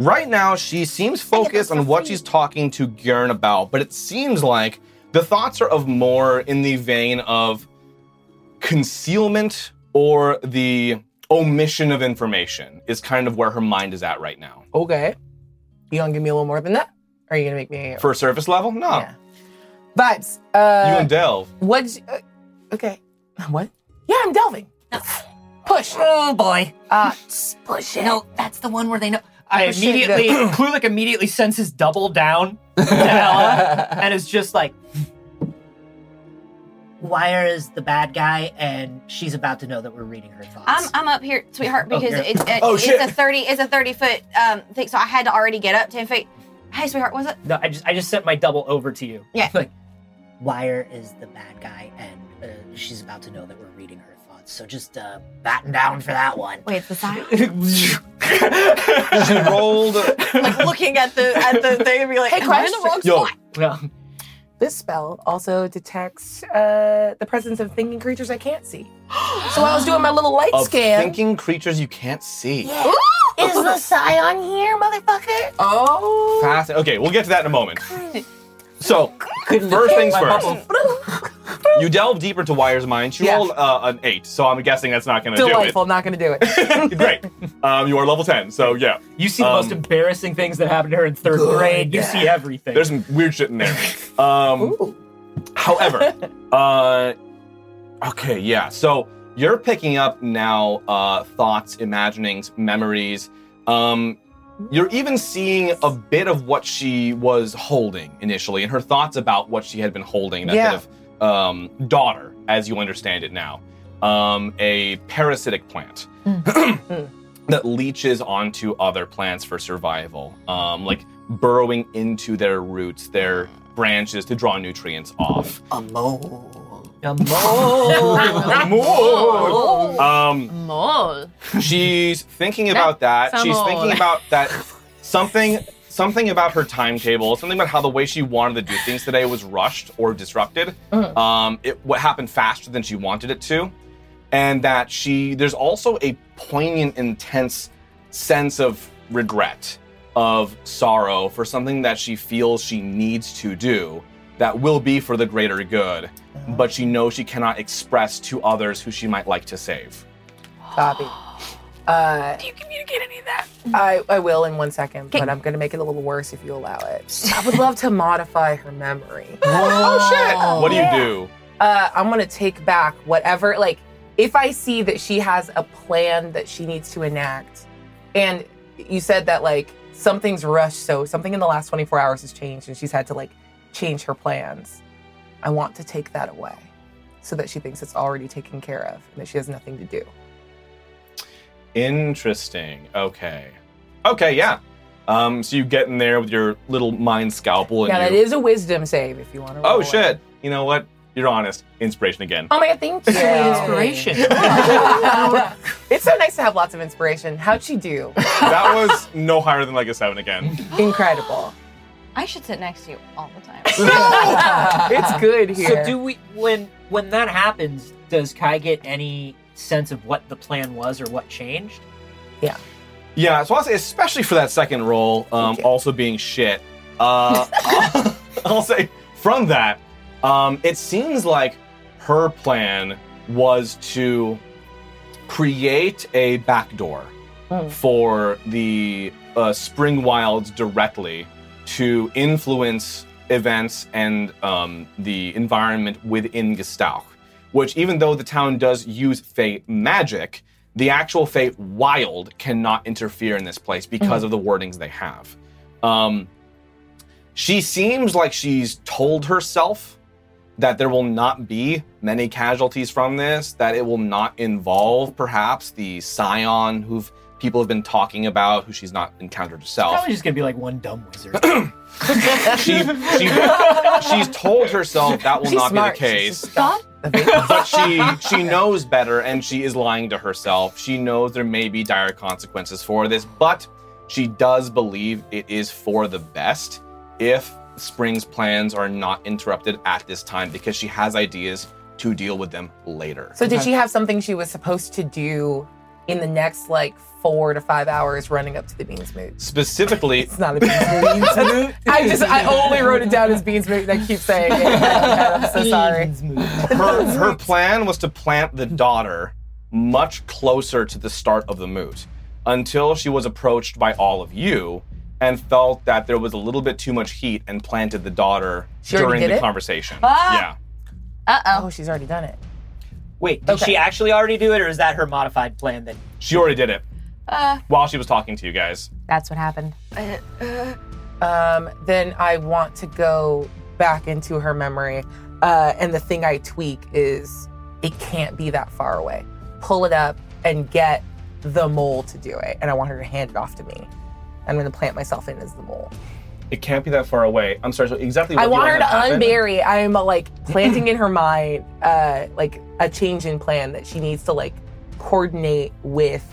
S2: Right now, she seems focused on what she's talking to Garen about, but it seems like the thoughts are of more in the vein of concealment or the omission of information is kind of where her mind is at right now.
S4: Okay. You gonna give me a little more than that? Or are you gonna make me
S2: For surface level? No.
S4: vibes?
S2: Oh. You
S4: Uh,
S2: and Delve.
S4: What's uh, okay? What? Yeah, I'm delving. Push. Oh boy. Uh, just push it.
S5: No, that's the one where they know.
S33: I
S5: Oh, shit,
S33: immediately
S5: the-
S33: Klulik immediately sends his double down to Ella and is just like
S5: Wire is the bad guy, and she's about to know that we're reading her thoughts.
S6: I'm, I'm up here, sweetheart,
S5: Oh,
S6: because
S5: here.
S6: it's it,
S5: Oh,
S6: it's
S5: shit.
S6: a thirty it's a thirty foot um thing, so I had to already get up ten feet. Hey, sweetheart, was it?
S33: No, I just I just sent my double over to you.
S6: Yeah.
S5: Like, Wire is the bad guy, and uh, she's about to know that we're reading her thoughts. So just uh, batten down for that one.
S6: Wait, it's the sign.
S2: she rolled.
S6: like looking at the at the thing and be like,
S4: Hey,
S6: "Am I in the wrong
S4: question.
S6: spot?"
S4: This spell also detects uh, the presence of thinking creatures I can't see. So I was doing my little light
S2: of
S4: scan.
S2: thinking creatures you can't see.
S4: Is the scion here, motherfucker? Oh.
S2: Fast. Okay, we'll get to that in a moment. So, first things first. You delve deeper to Wire's mind. She
S4: Yeah.
S2: rolled uh, an eight, so I'm guessing that's not going to do it.
S4: Delightful, not gonna do it.
S2: Um, you are level 10, so yeah.
S33: You see the most embarrassing things that happened to her in third grade. You see everything.
S2: There's some weird shit in there. Um, however, uh, okay, yeah. So you're picking up now uh, thoughts, imaginings, memories. Um, you're even seeing a bit of what she was holding initially and her thoughts about what she had been holding that
S4: Yeah.
S2: bit of um, daughter, as you understand it now. Um, a parasitic plant that leeches onto other plants for survival, um, like burrowing into their roots, their branches to draw nutrients off.
S5: A mole.
S33: A
S3: Oh.
S2: mole. Um,
S8: Mole.
S2: she's thinking about that.
S8: Some
S2: She's
S8: old.
S2: thinking about that something something about her timetable, something about how the way she wanted to do things today was rushed or disrupted.
S4: Mhm.
S2: Um, it what happened faster than she wanted it to, and that she there's also a poignant, intense sense of regret, of sorrow for something that she feels she needs to do that will be for the greater good, but she knows she cannot express to others who she might like to save.
S4: Bobby. Uh, Do you communicate any of that? I, I will in one second, but I'm going to make it a little worse if you allow it. I would love to modify her memory.
S2: Oh shit! What do
S4: Yeah.
S2: you do?
S4: Uh, I'm going to take back whatever, like, if I see that she has a plan that she needs to enact, and you said that, like, something's rushed, so something in the last 24 hours has changed, and she's had to, like, change her plans. I want to take that away so that she thinks it's already taken care of and that she has nothing to do.
S2: Interesting. Okay. Okay, yeah. Um, so you get in there with your little mind scalpel and
S4: Yeah, that
S2: you,
S4: is a wisdom save if you want to.
S2: Oh shit. You know what? You're honest. Inspiration again.
S4: Oh my god, thank you.
S33: inspiration.
S4: it's so nice to have lots of inspiration. How'd she do?
S2: that was no higher than like a seven again.
S4: Incredible.
S6: I should sit next to you all the time.
S4: it's good
S33: So
S4: here.
S33: do we when when that happens, does Kai get any sense of what the plan was or what changed?
S2: Yeah, so I'll say especially for that second roll, um, also being shit. Uh, I'll, I'll say from that, um, it seems like her plan was to create a backdoor for the uh, Spring Wilds directly to influence events and um, the environment within Gestauch. Which, even though the town does use Fey magic, the actual Fey Wild cannot interfere in this place because of the wordings they have. Um, she seems like she's told herself that there will not be many casualties from this, that it will not involve perhaps the scion who people have been talking about, who she's not encountered herself.
S33: Probably just gonna be like one dumb wizard.
S2: she, she, she's told herself that will
S33: She's
S2: not
S33: smart.
S2: be the case.
S6: God?
S2: but she she knows better and she is lying to herself. She knows there may be dire consequences for this, but she does believe it is for the best if Spring's plans are not interrupted at this time because she has ideas to deal with them later.
S4: So did she have something she was supposed to do in the next like four to five hours running up to the beans moot?
S2: specifically It's
S4: not a beans moot. I just I only wrote it down as beans moot and I keep saying it. I'm so sorry.
S2: her, her plan was to plant the daughter much closer to the start of the moot until she was approached by all of you and felt that there was a little bit too much heat and planted the daughter
S4: She already
S2: during
S4: did
S2: the
S4: it?
S2: conversation.
S4: Ah!
S6: Uh
S4: oh, she's already done it.
S33: Wait, did she actually already do it, or is that her modified plan that
S2: Yeah. She already did it
S4: Ah.
S6: Uh,
S2: while she was talking to you guys.
S4: That's what happened.
S6: uh, uh,
S4: Um, then I want to go back into her memory. Uh, and the thing I tweak is it can't be that far away. Pull it up and get the mole to do it. And I want her to hand it off to me. I'm going to plant myself in as the mole.
S2: It can't be that far away. I'm sorry. So exactly. What
S4: I
S2: do you
S4: want her to
S2: happen?
S4: unbury. I am uh, like planting in her mind uh, like a change in plan that she needs to like coordinate with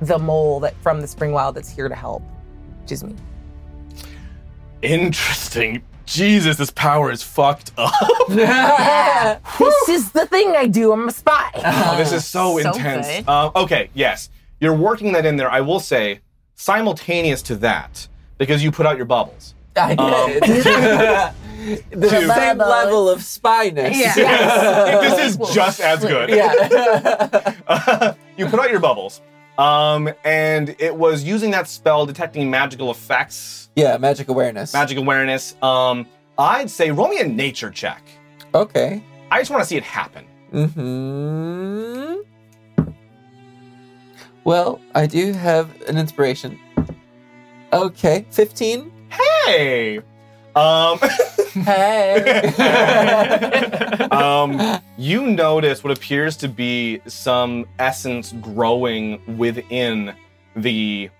S4: the mole that from the Spring Wild that's here to help, which is me.
S2: Interesting. Jesus, this power is fucked up.
S4: this is the thing I do. I'm a spy.
S2: Oh, this is so,
S4: So
S2: intense.
S4: good.
S2: Uh, okay, yes. You're working that in there. I will say, simultaneous to that, because you put out your bubbles.
S3: I
S33: Um,
S3: did. the
S2: Two.
S3: same
S2: Bubbles.
S3: level of spyness.
S2: Yeah. this is just as good. you put out your bubbles, um, and it was using that spell detecting magical effects.
S3: Yeah, magic awareness.
S2: Magic awareness. Um, I'd say roll me a nature check.
S3: Okay.
S2: I just want to see it happen.
S3: Mm-hmm. Well, I do have an inspiration. Okay, 15.
S2: Hey! Um, um, you notice what appears to be some essence growing within the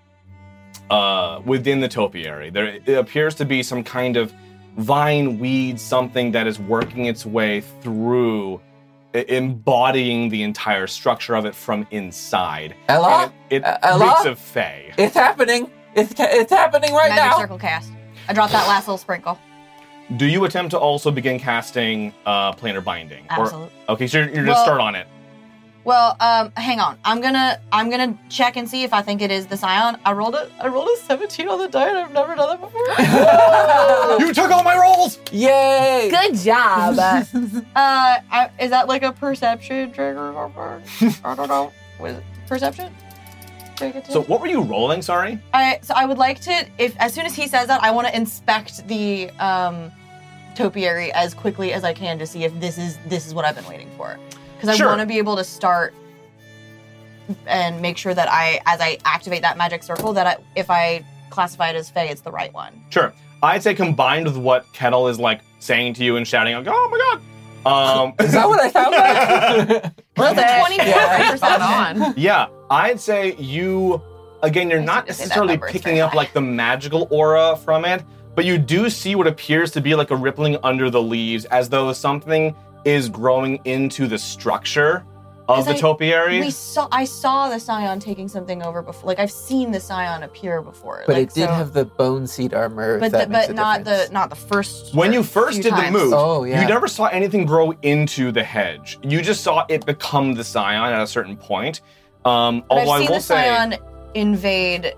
S2: uh, within the topiary. There it appears to be some kind of vine, weed, something that is working its way through, e- embodying the entire structure of it from inside.
S3: Ella?
S2: It, it
S3: Ella?
S2: reeks of fey.
S3: It's happening. It's, ca- it's happening right
S6: Magic
S3: now.
S6: circle cast. I dropped that last little sprinkle.
S2: Do you attempt to also begin casting uh, planar binding? Or-
S6: Absolute.
S2: okay, so you're, you're
S6: Well-
S2: gonna start on it.
S6: Well, um, hang on. I'm gonna I'm gonna check and see if I think it is the scion. I rolled a I rolled a 17 on the die and I've never done that before.
S2: you took all my rolls.
S3: Yay!
S6: Good job. uh, I, is that like a perception trigger? or- I don't know. What is it? Perception. Take it to-
S2: So what were you rolling? Sorry.
S6: I, so I would like to, if as soon as he says that, I want to inspect the um, topiary as quickly as I can to see if this is this is what I've been waiting for, because I
S34: Sure.
S6: want to be able to start and make sure that I, as I activate that magic circle, that I, if I classify it as Fey, it's the right one.
S2: Sure. I'd say combined with what Kettle is like saying to you and shouting, like, "Oh my god!" Um,
S3: is that what I sound
S6: Well, the 24
S2: Yeah.
S6: spot on.
S2: yeah, I'd say you. Again, you're not
S6: say that
S2: necessarily
S6: number, it's
S2: picking up like the magical aura from it, but you do see what appears to be like a rippling under the leaves, as though something is growing into the structure of
S6: 'Cause
S2: the
S6: I-
S2: topiary.
S6: We saw. I saw the scion taking something over before. Like I've seen the scion appear before.
S3: But
S6: like,
S3: it did
S6: so-
S3: have the bone seed armor. if
S6: But
S3: that
S6: the,
S3: makes
S6: but
S3: a
S6: not
S3: difference.
S6: the not the first.
S2: When you first
S6: few
S2: did
S6: times.
S2: the move,
S3: Oh, yeah.
S2: you never saw anything grow into the hedge. You just saw it become the scion at a certain point. Um,
S6: But
S2: although
S6: I've
S2: I
S6: seen
S2: will
S6: the
S2: say,
S6: Scion invade,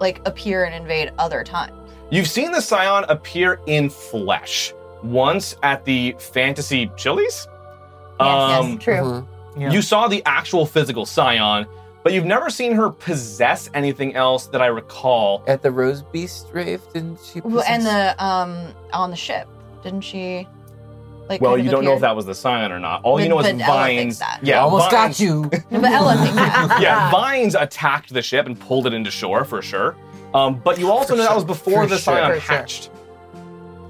S6: like appear and invade other times.
S2: you've seen the scion appear in flesh once at the fantasy chilies. Um, You saw the actual physical scion, but you've never seen her possess anything else that I recall.
S3: At the Rose Beast Rave, didn't she?
S6: Well, And the um on the ship, didn't she? Like,
S2: well,
S6: kind of
S2: you don't know if
S6: appear?
S2: that was the scion or not. All you
S6: But-
S2: know is
S6: but Ella
S2: vines.
S6: thinks that.
S2: Yeah,
S3: I almost
S2: vines-
S3: got you.
S6: No, but Ella thinks that.
S2: yeah, vines attacked the ship and pulled it into shore for sure. Um, but you also know that was before
S3: For
S2: the
S3: sure.
S2: scion
S3: For sure.
S2: hatched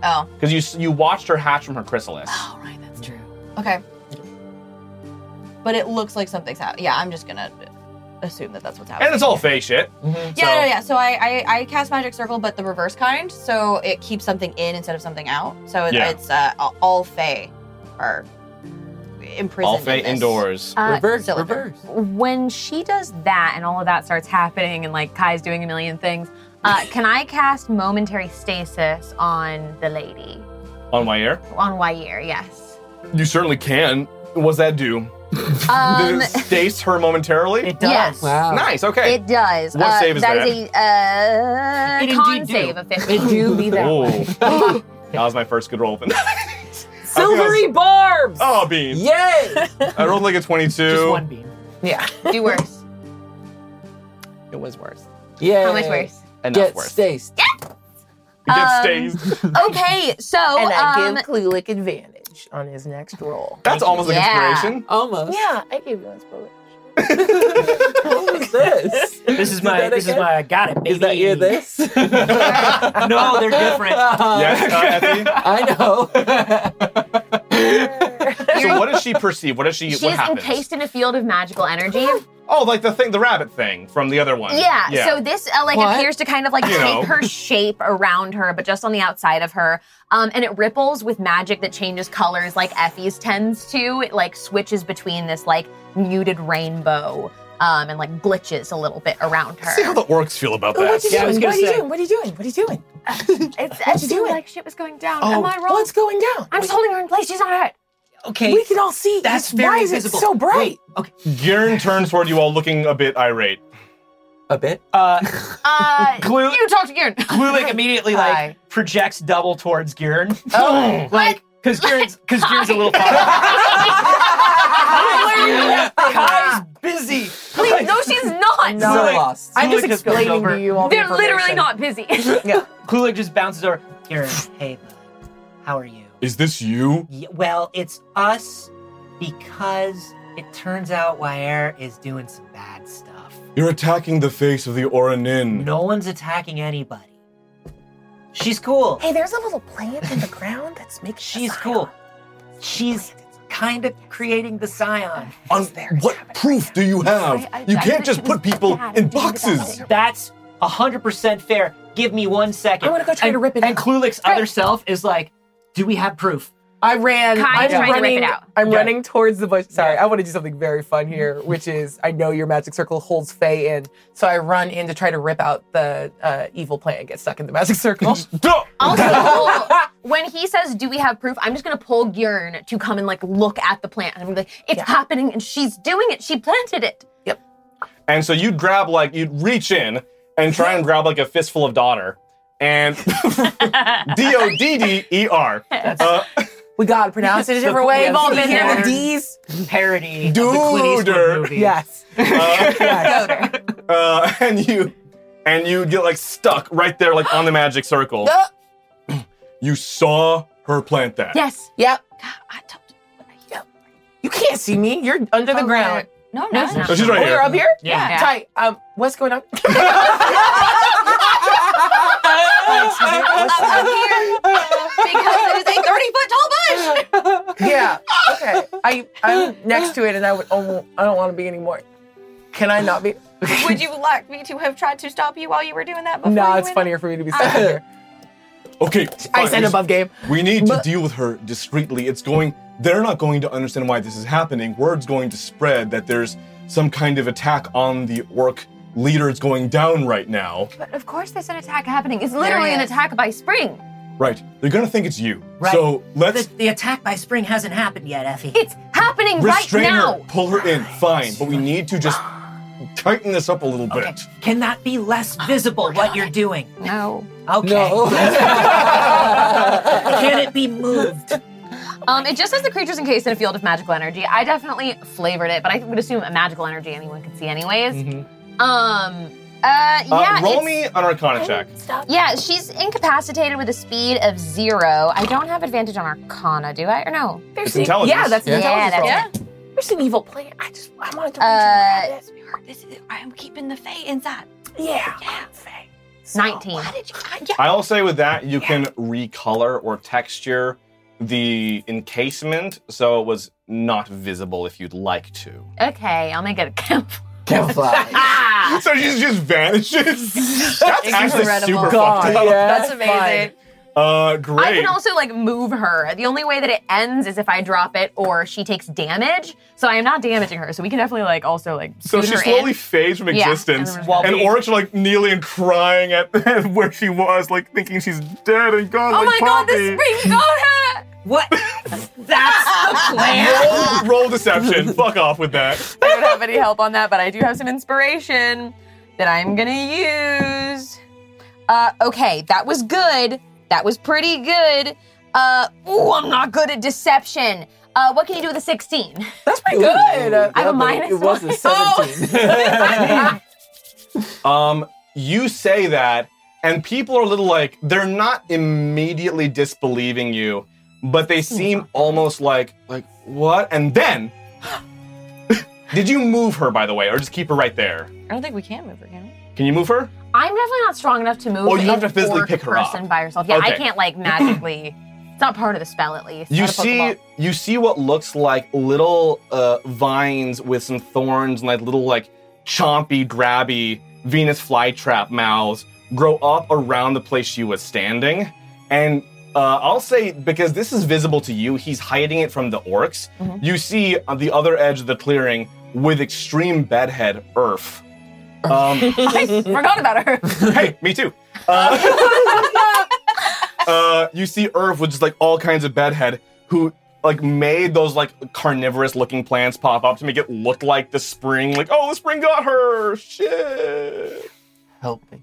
S6: Oh,
S2: because you s- you watched her hatch from her chrysalis.
S6: that's true. Okay. But it looks like something's happening. Yeah, I'm just gonna assume that that's what's happening.
S2: And it's all fake shit.
S6: Mm-hmm. Yeah,
S2: So-
S6: yeah, yeah. So I, I I cast magic circle, but the reverse kind, so it keeps something in instead of something out. So it,
S2: Yeah.
S6: it's uh, all- all Fey are imprisoned.
S2: All
S6: in
S2: fey
S6: this.
S2: indoors.
S34: Uh, Reverse,
S6: cylinder.
S34: When she does that and all of that starts happening and like Kai's doing a million things, uh, can I cast momentary stasis on the lady?
S2: On my ear,
S34: On Yair, yes.
S2: you certainly can. What's that do?
S34: Um,
S2: Does it stace her momentarily? It
S34: does. Yes.
S13: Oh.
S34: Wow.
S2: Nice. Okay.
S34: It does.
S2: What
S34: Uh,
S2: save is
S34: that
S2: that?
S34: is a uh,
S6: It
S34: con
S6: indeed do.
S34: save of 15.
S2: Ooh. that was my first good roll.
S4: Silvery barbs.
S2: Oh, bean.
S4: Yay!
S2: I rolled like a 22. Just one
S33: bean.
S4: Yeah.
S6: Do worse.
S4: It was worse.
S3: Yeah.
S34: How much worse?
S2: Enough
S3: Get
S2: worse.
S3: Staced.
S2: Get
S34: Um, okay, so
S4: and I
S34: um,
S4: give Klulik advantage on his next roll.
S2: That's almost an
S34: Yeah.
S2: inspiration.
S3: Almost.
S4: Yeah, I gave you an inspiration.
S3: what was this?
S2: This is my. This is my. I got it, baby.
S3: Is that your this?
S2: no, Oh, they're different.
S13: Yes, uh, Effie?
S3: I know.
S13: So what does she perceive? What does she?
S1: She's
S13: what happens?
S1: encased in a field of magical energy.
S13: oh, like the thing, the rabbit thing from the other one.
S1: Yeah, so this uh, like
S13: What?
S1: appears to kind of like
S13: You
S1: take
S13: know.
S1: her shape around her, but just on the outside of her. Um, and it ripples with magic that changes colors, like Effie's tends to. It like switches between this like muted rainbow um, and like glitches a little bit around her.
S13: See how the orcs feel about
S1: Oh,
S13: that.
S1: what you Yeah, I was doing? gonna What you say. doing?
S4: What are you doing? What are you doing?
S1: It's,
S4: What you doing?
S35: like shit was going down.
S4: Oh,
S35: Am I wrong?
S4: What's going down?
S35: I'm just holding her in place. She's not hurt.
S5: Okay.
S4: We can all see.
S5: That's
S4: Why
S5: very
S4: is it
S5: visible.
S4: so bright?
S5: Wait,
S13: Garen turns toward you all, looking a bit irate.
S3: A bit.
S2: Uh,
S1: Uh,
S2: Glue-
S1: you talk to Garen.
S2: Glulik immediately like projects double towards Garen.
S1: Oh.
S2: like because Garen's because Garen's a little far. Kai's busy.
S1: Please, no, she's not.
S2: No. So, like, lost.
S4: I'm just
S2: Kulik just goes
S4: explaining
S2: over.
S4: to you all the
S1: They're literally
S4: information.
S1: not busy.
S2: yeah. Kulik just bounces over.
S5: Garen, hey, bud. how are you?
S13: Is this you?
S5: Y- Well, it's us because it turns out Wyair is doing some bad stuff.
S13: You're attacking the face of the Oranin.
S5: No one's attacking anybody. She's cool.
S36: Hey, there's a little plant in the ground that's making.
S5: She's cool. She's kind of creating the scion.
S13: On what proof do you have?
S5: I-
S13: you
S5: I
S13: can't
S5: think
S13: just
S5: it
S13: put people in boxes.
S5: That's That's hundred percent fair. Give me one second.
S2: I wanna go try
S5: and,
S2: to rip it
S5: And Klulik's other self is like, "Do we have proof?"
S4: I ran.
S5: Kai's
S4: I'm
S5: trying to
S4: running,
S5: rip it out.
S4: I'm
S5: Yeah.
S4: running towards the bush. Sorry, I want to do something very fun here, which is I know your magic circle holds Faye in, so I run in to try to rip out the uh, evil plant and get stuck in the magic circle.
S1: Also, when he says, "Do we have proof?" I'm just gonna pull Gurn to come and like look at the plant. And I'm like, "It's happening, and she's doing it. She planted it."
S13: And so you grab like you reach in and try and grab like a fistful of daughter. And D O D D E R. Uh,
S4: we gotta pronounce it a
S5: The-
S4: different way.
S5: we've all been
S4: Here
S5: there.
S4: with D's.
S5: Parody. of the Clint Eastwood
S13: Duder.
S5: movie.
S4: Yes.
S13: Uh, and you and you get like stuck right there, like on the magic circle. You saw her plant that.
S4: Yes. Yep. You can't see me. You're under
S6: Oh,
S4: the ground.
S1: No,
S4: no,
S13: not. So she's right
S4: oh,
S13: here.
S4: You're up here.
S13: Yeah. Yeah.
S4: Tight. Um, what's going on?
S6: because it is a 30 foot tall bush.
S4: yeah. Okay. I I'm next to it, and I would almost, I don't want to be anymore. Can I not be?
S6: Would you like me to have tried to stop you while you were doing that
S4: No,
S6: before? you
S4: it's
S6: went?
S4: funnier for me to be stuck here.
S13: Okay.
S4: I
S13: fine.
S4: said above game.
S13: We need to deal with her discreetly. It's going, they're not going to understand why this is happening. Word's going to spread that there's some kind of attack on the orc leaders going down right now.
S1: But of course, there's an attack happening. It's literally
S5: There
S1: an
S5: is.
S1: attack by Spring.
S13: Right. They're going to think it's you.
S5: Right.
S13: So let's
S5: The, the attack by Spring hasn't happened yet, Effie.
S1: It's happening
S13: restrain
S1: right now.
S13: her, pull her in, fine. But we need to just tighten this up a little bit.
S5: Can that be less visible what you're doing?
S1: No.
S5: Okay.
S3: Oh.
S13: No.
S5: Can it be moved?
S1: Um, it just says the creature's encased in a field of magical energy. I definitely flavored it, but I would assume a magical energy anyone could see, anyways. Um. Uh,
S13: Mm-hmm. Uh,
S1: yeah.
S13: roll
S1: it's-
S13: me an Arcana check.
S1: Yeah, she's incapacitated with a speed of zero. I don't have advantage on Arcana, do I? Or no?
S13: There's It's an- intelligence.
S36: Yeah, that's an
S1: yeah,
S36: intelligence
S1: that's it.
S36: There's an evil plant. I just I wanted to reach
S1: Uh,
S36: and grab this.
S6: This is, I'm keeping the Fae inside.
S36: Yeah.
S6: Yeah.
S1: 19.
S13: I'll say with that, you can recolor or texture the encasement so it was not visible if you'd like to.
S1: Okay, I'll make it a count.
S3: Camouflage.
S13: so she just vanishes. That's actually super fucked up.
S1: That's amazing.
S13: Uh, great.
S1: I can also like move her. The only way that it ends is if I drop it or she takes damage. So I am not damaging her. So we can definitely like also like
S13: so
S1: scoot
S13: she
S1: her
S13: slowly
S1: in.
S13: fades from
S1: Yeah,
S13: existence,
S1: and then
S13: and,
S1: we're just-
S13: Oryx like kneeling and crying at where she was, like thinking she's dead and gone.
S1: Oh my
S13: like
S1: god,
S13: Poppy.
S1: the spring got her!
S5: What? That's the
S13: Roll, roll deception. Fuck off with that.
S1: I don't have any help on that, but I do have some inspiration that I'm gonna use. Uh, okay, that was good. That was pretty good. Uh, ooh, I'm not good at deception. Uh, what can you do with a 16?
S4: That's pretty good. I
S1: have a minus
S3: It was a
S1: one.
S3: 17.
S13: Um, you say that, and people are a little like they're not immediately disbelieving
S1: Oh
S13: you, but they seem almost like like what? And then Did you move her, by the way, or just keep her right there?
S1: I don't think we can move her, can we?
S13: Can you move her?
S1: I'm definitely not strong enough to move.
S13: Oh, you have
S1: a
S13: to physically
S1: orc
S13: pick her up.
S1: person by herself. Yeah, I
S13: Okay.
S1: can't like magically. it's not part of the spell, at least.
S13: You
S1: Not a
S13: see,
S1: Pokeball.
S13: you see what looks like little uh, vines with some thorns and like little like chompy, grabby Venus flytrap mouths grow up around the place she was standing. And uh, I'll say because this is visible to you, he's hiding it from the orcs.
S37: Mhm.
S13: You see on the other edge of the clearing with extreme bedhead Earth. Um,
S1: I forgot about her.
S13: hey, me too. Uh, uh, you see Irv with just like all kinds of bedhead who like made those like carnivorous looking plants pop up to make it look like the spring. Like, oh, the spring got her. Shit.
S3: Help me.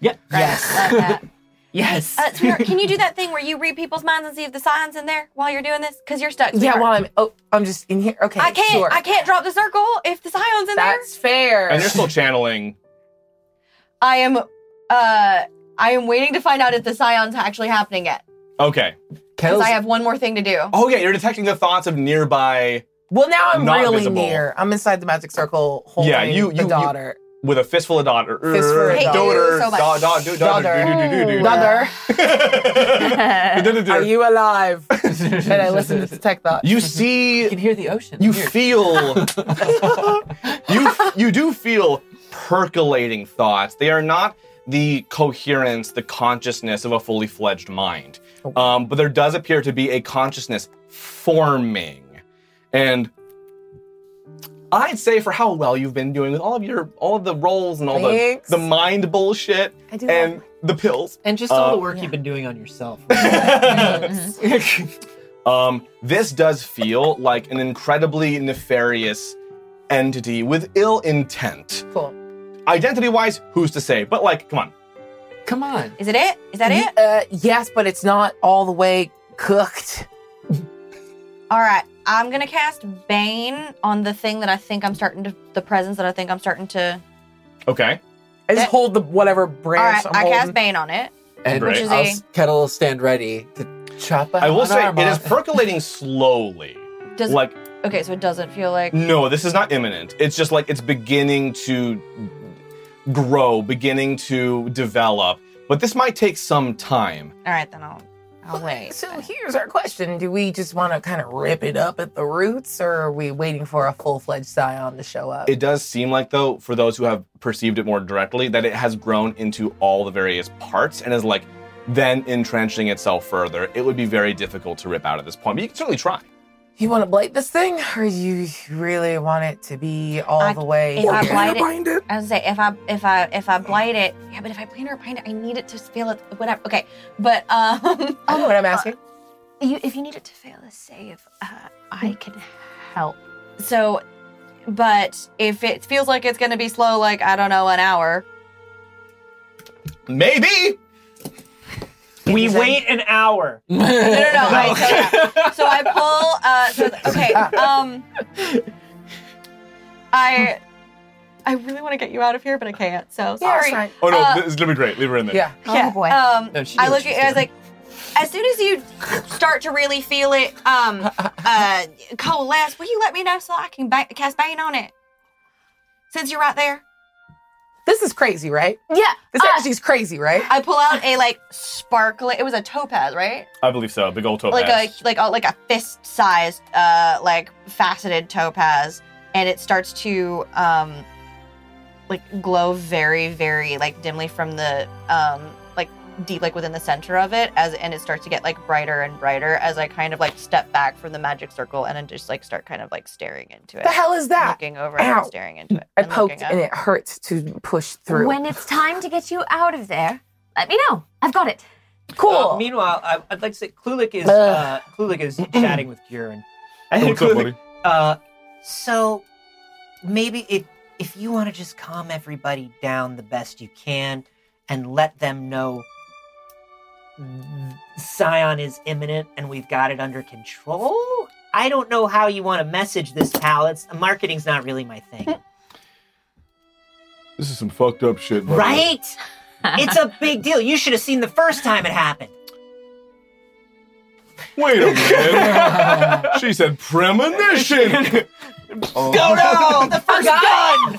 S2: Yeah.
S6: Love that.
S2: Yes.
S6: Uh, sweetheart, can you do that thing where you read people's minds and see if the signs in there while you're doing this? Because you're stuck.
S4: Yeah,
S6: sweetheart.
S4: while I'm oh, I'm just in here. Okay,
S6: I can't.
S4: Sure.
S6: I can't drop the circle if the scion's in there.
S4: That's fair.
S13: And you're still channeling.
S6: I am. Uh, I am waiting to find out if the scion's actually happening yet.
S13: Okay.
S6: Because I have one more thing to do.
S13: Oh yeah, you're detecting the thoughts of nearby.
S4: Well, now I'm
S13: Not
S4: really
S13: visible.
S4: near. I'm inside the magic circle holding
S13: yeah, you, you
S4: the
S13: you-
S4: daughter.
S13: with a fistful of daughter.
S4: Fistful of
S13: Er,
S4: daughter.
S13: daughter.
S4: Thank you so
S13: da-
S4: much.
S13: da- do- Daughter. do- do- do- do-
S4: Daughter.
S13: Are
S4: you alive? and I listen to detect thought.
S13: You see. You
S3: can hear the ocean.
S13: You feel. you you do feel percolating thoughts. They are not the coherence, the consciousness of a fully fledged mind, um, but there does appear to be a consciousness forming, and. I'd say for how well you've been doing with all of your all of the roles and all
S2: Thanks.
S13: the the mind bullshit
S2: I do
S13: and the pills
S2: And just all
S13: Uh,
S2: the work you've been doing on yourself. Mm-hmm.
S13: um, this does feel like an incredibly nefarious entity with ill intent.
S4: Cool.
S13: Identity wise, who's to say? But like, come on.
S3: Come on.
S6: Is it it? Is that it?
S4: Uh, yes, but it's not all the way cooked.
S6: All right. I'm gonna cast Bane on the thing that I think I'm starting to. The presence that I think I'm starting to.
S13: Okay.
S4: I just hold the whatever branch.
S6: all
S4: I'm
S6: right. I cast
S4: holding.
S6: Bane on it.
S3: And
S6: Which is
S3: I'll,
S6: a-
S3: s- Kettle will stand ready to chop out.
S13: I will
S3: an
S13: say
S3: arm
S13: it is
S3: off.
S13: percolating slowly.
S6: Does
S13: like,
S6: Okay, so it doesn't feel like.
S13: no, this is not imminent. It's just like it's beginning to grow, beginning to develop. But this might take some time.
S6: All right, then I'll. I'll wait.
S4: So here's our question: Do we just want to kind of rip it up at the roots, or are we waiting for a full fledged scion to show up?
S13: It does seem like, though, for those who have perceived it more directly, that it has grown into all the various parts and is like then entrenching itself further. It would be very difficult to rip out at this point, but you can certainly try.
S4: You want to blight this thing, or you really want it to be all the way?
S6: If I blight it, I was gonna say if I if I if I blight it, yeah. But if I plant or plant it, I need it to feel it. Whatever. Okay, but um. I
S4: know what I'm asking.
S38: You, if you needed to fail a save, uh, I can help.
S6: So, but if it feels like it's gonna be slow, like I don't know, an hour.
S13: Maybe.
S2: we wait an hour.
S3: no, no,
S6: No, no, no. I, so, yeah. so I pull. Uh, so th- okay. Um. I. I really want to get you out of here, but I can't. So sorry.
S13: Oh, no,
S6: Uh,
S13: this is going to be great. Leave her in there.
S6: yeah. boy. Um,
S13: No, she knew
S6: I
S13: what
S6: look
S13: she
S6: at
S13: was
S6: you, I was like, as soon as you start to really feel it um, uh, coalesce, will you let me know so I can ba- cast Bane on it? Since you're right there.
S4: This is crazy, right?
S6: Yeah.
S4: This energy's crazy, right?
S6: I pull out a like sparkling, it was a topaz, right?
S13: I believe so. Big old topaz.
S6: like a like a like a fist sized uh like faceted topaz and it starts to um like glow very very like dimly from the um like deep like within the center of it as and it starts to get like brighter and brighter as i kind of like step back from the magic circle and then just like start kind of like staring into it
S4: The hell is that?
S6: looking over and
S4: Ow.
S6: staring into it
S4: I
S6: and
S4: poked
S6: looking up.
S4: and it hurts to push through.
S39: When it's time to get you out of there, let me know. I've got it.
S4: Cool.
S5: Uh,
S2: meanwhile, I, I'd like to say Klulik is uh, Klulik is chatting with Guren. And
S13: What's up, buddy?
S2: Uh,
S5: So maybe if if you want to just calm everybody down the best you can and let them know Scion is imminent and we've got it under control. I don't know how you want to message this, pal. It's marketing's not really my thing,
S37: This is some fucked up shit, by the way.
S5: right? it's a big deal. You should have seen the first time it happened.
S37: Wait a minute. she said premonition.
S13: Oh.
S3: Go down! The first gun!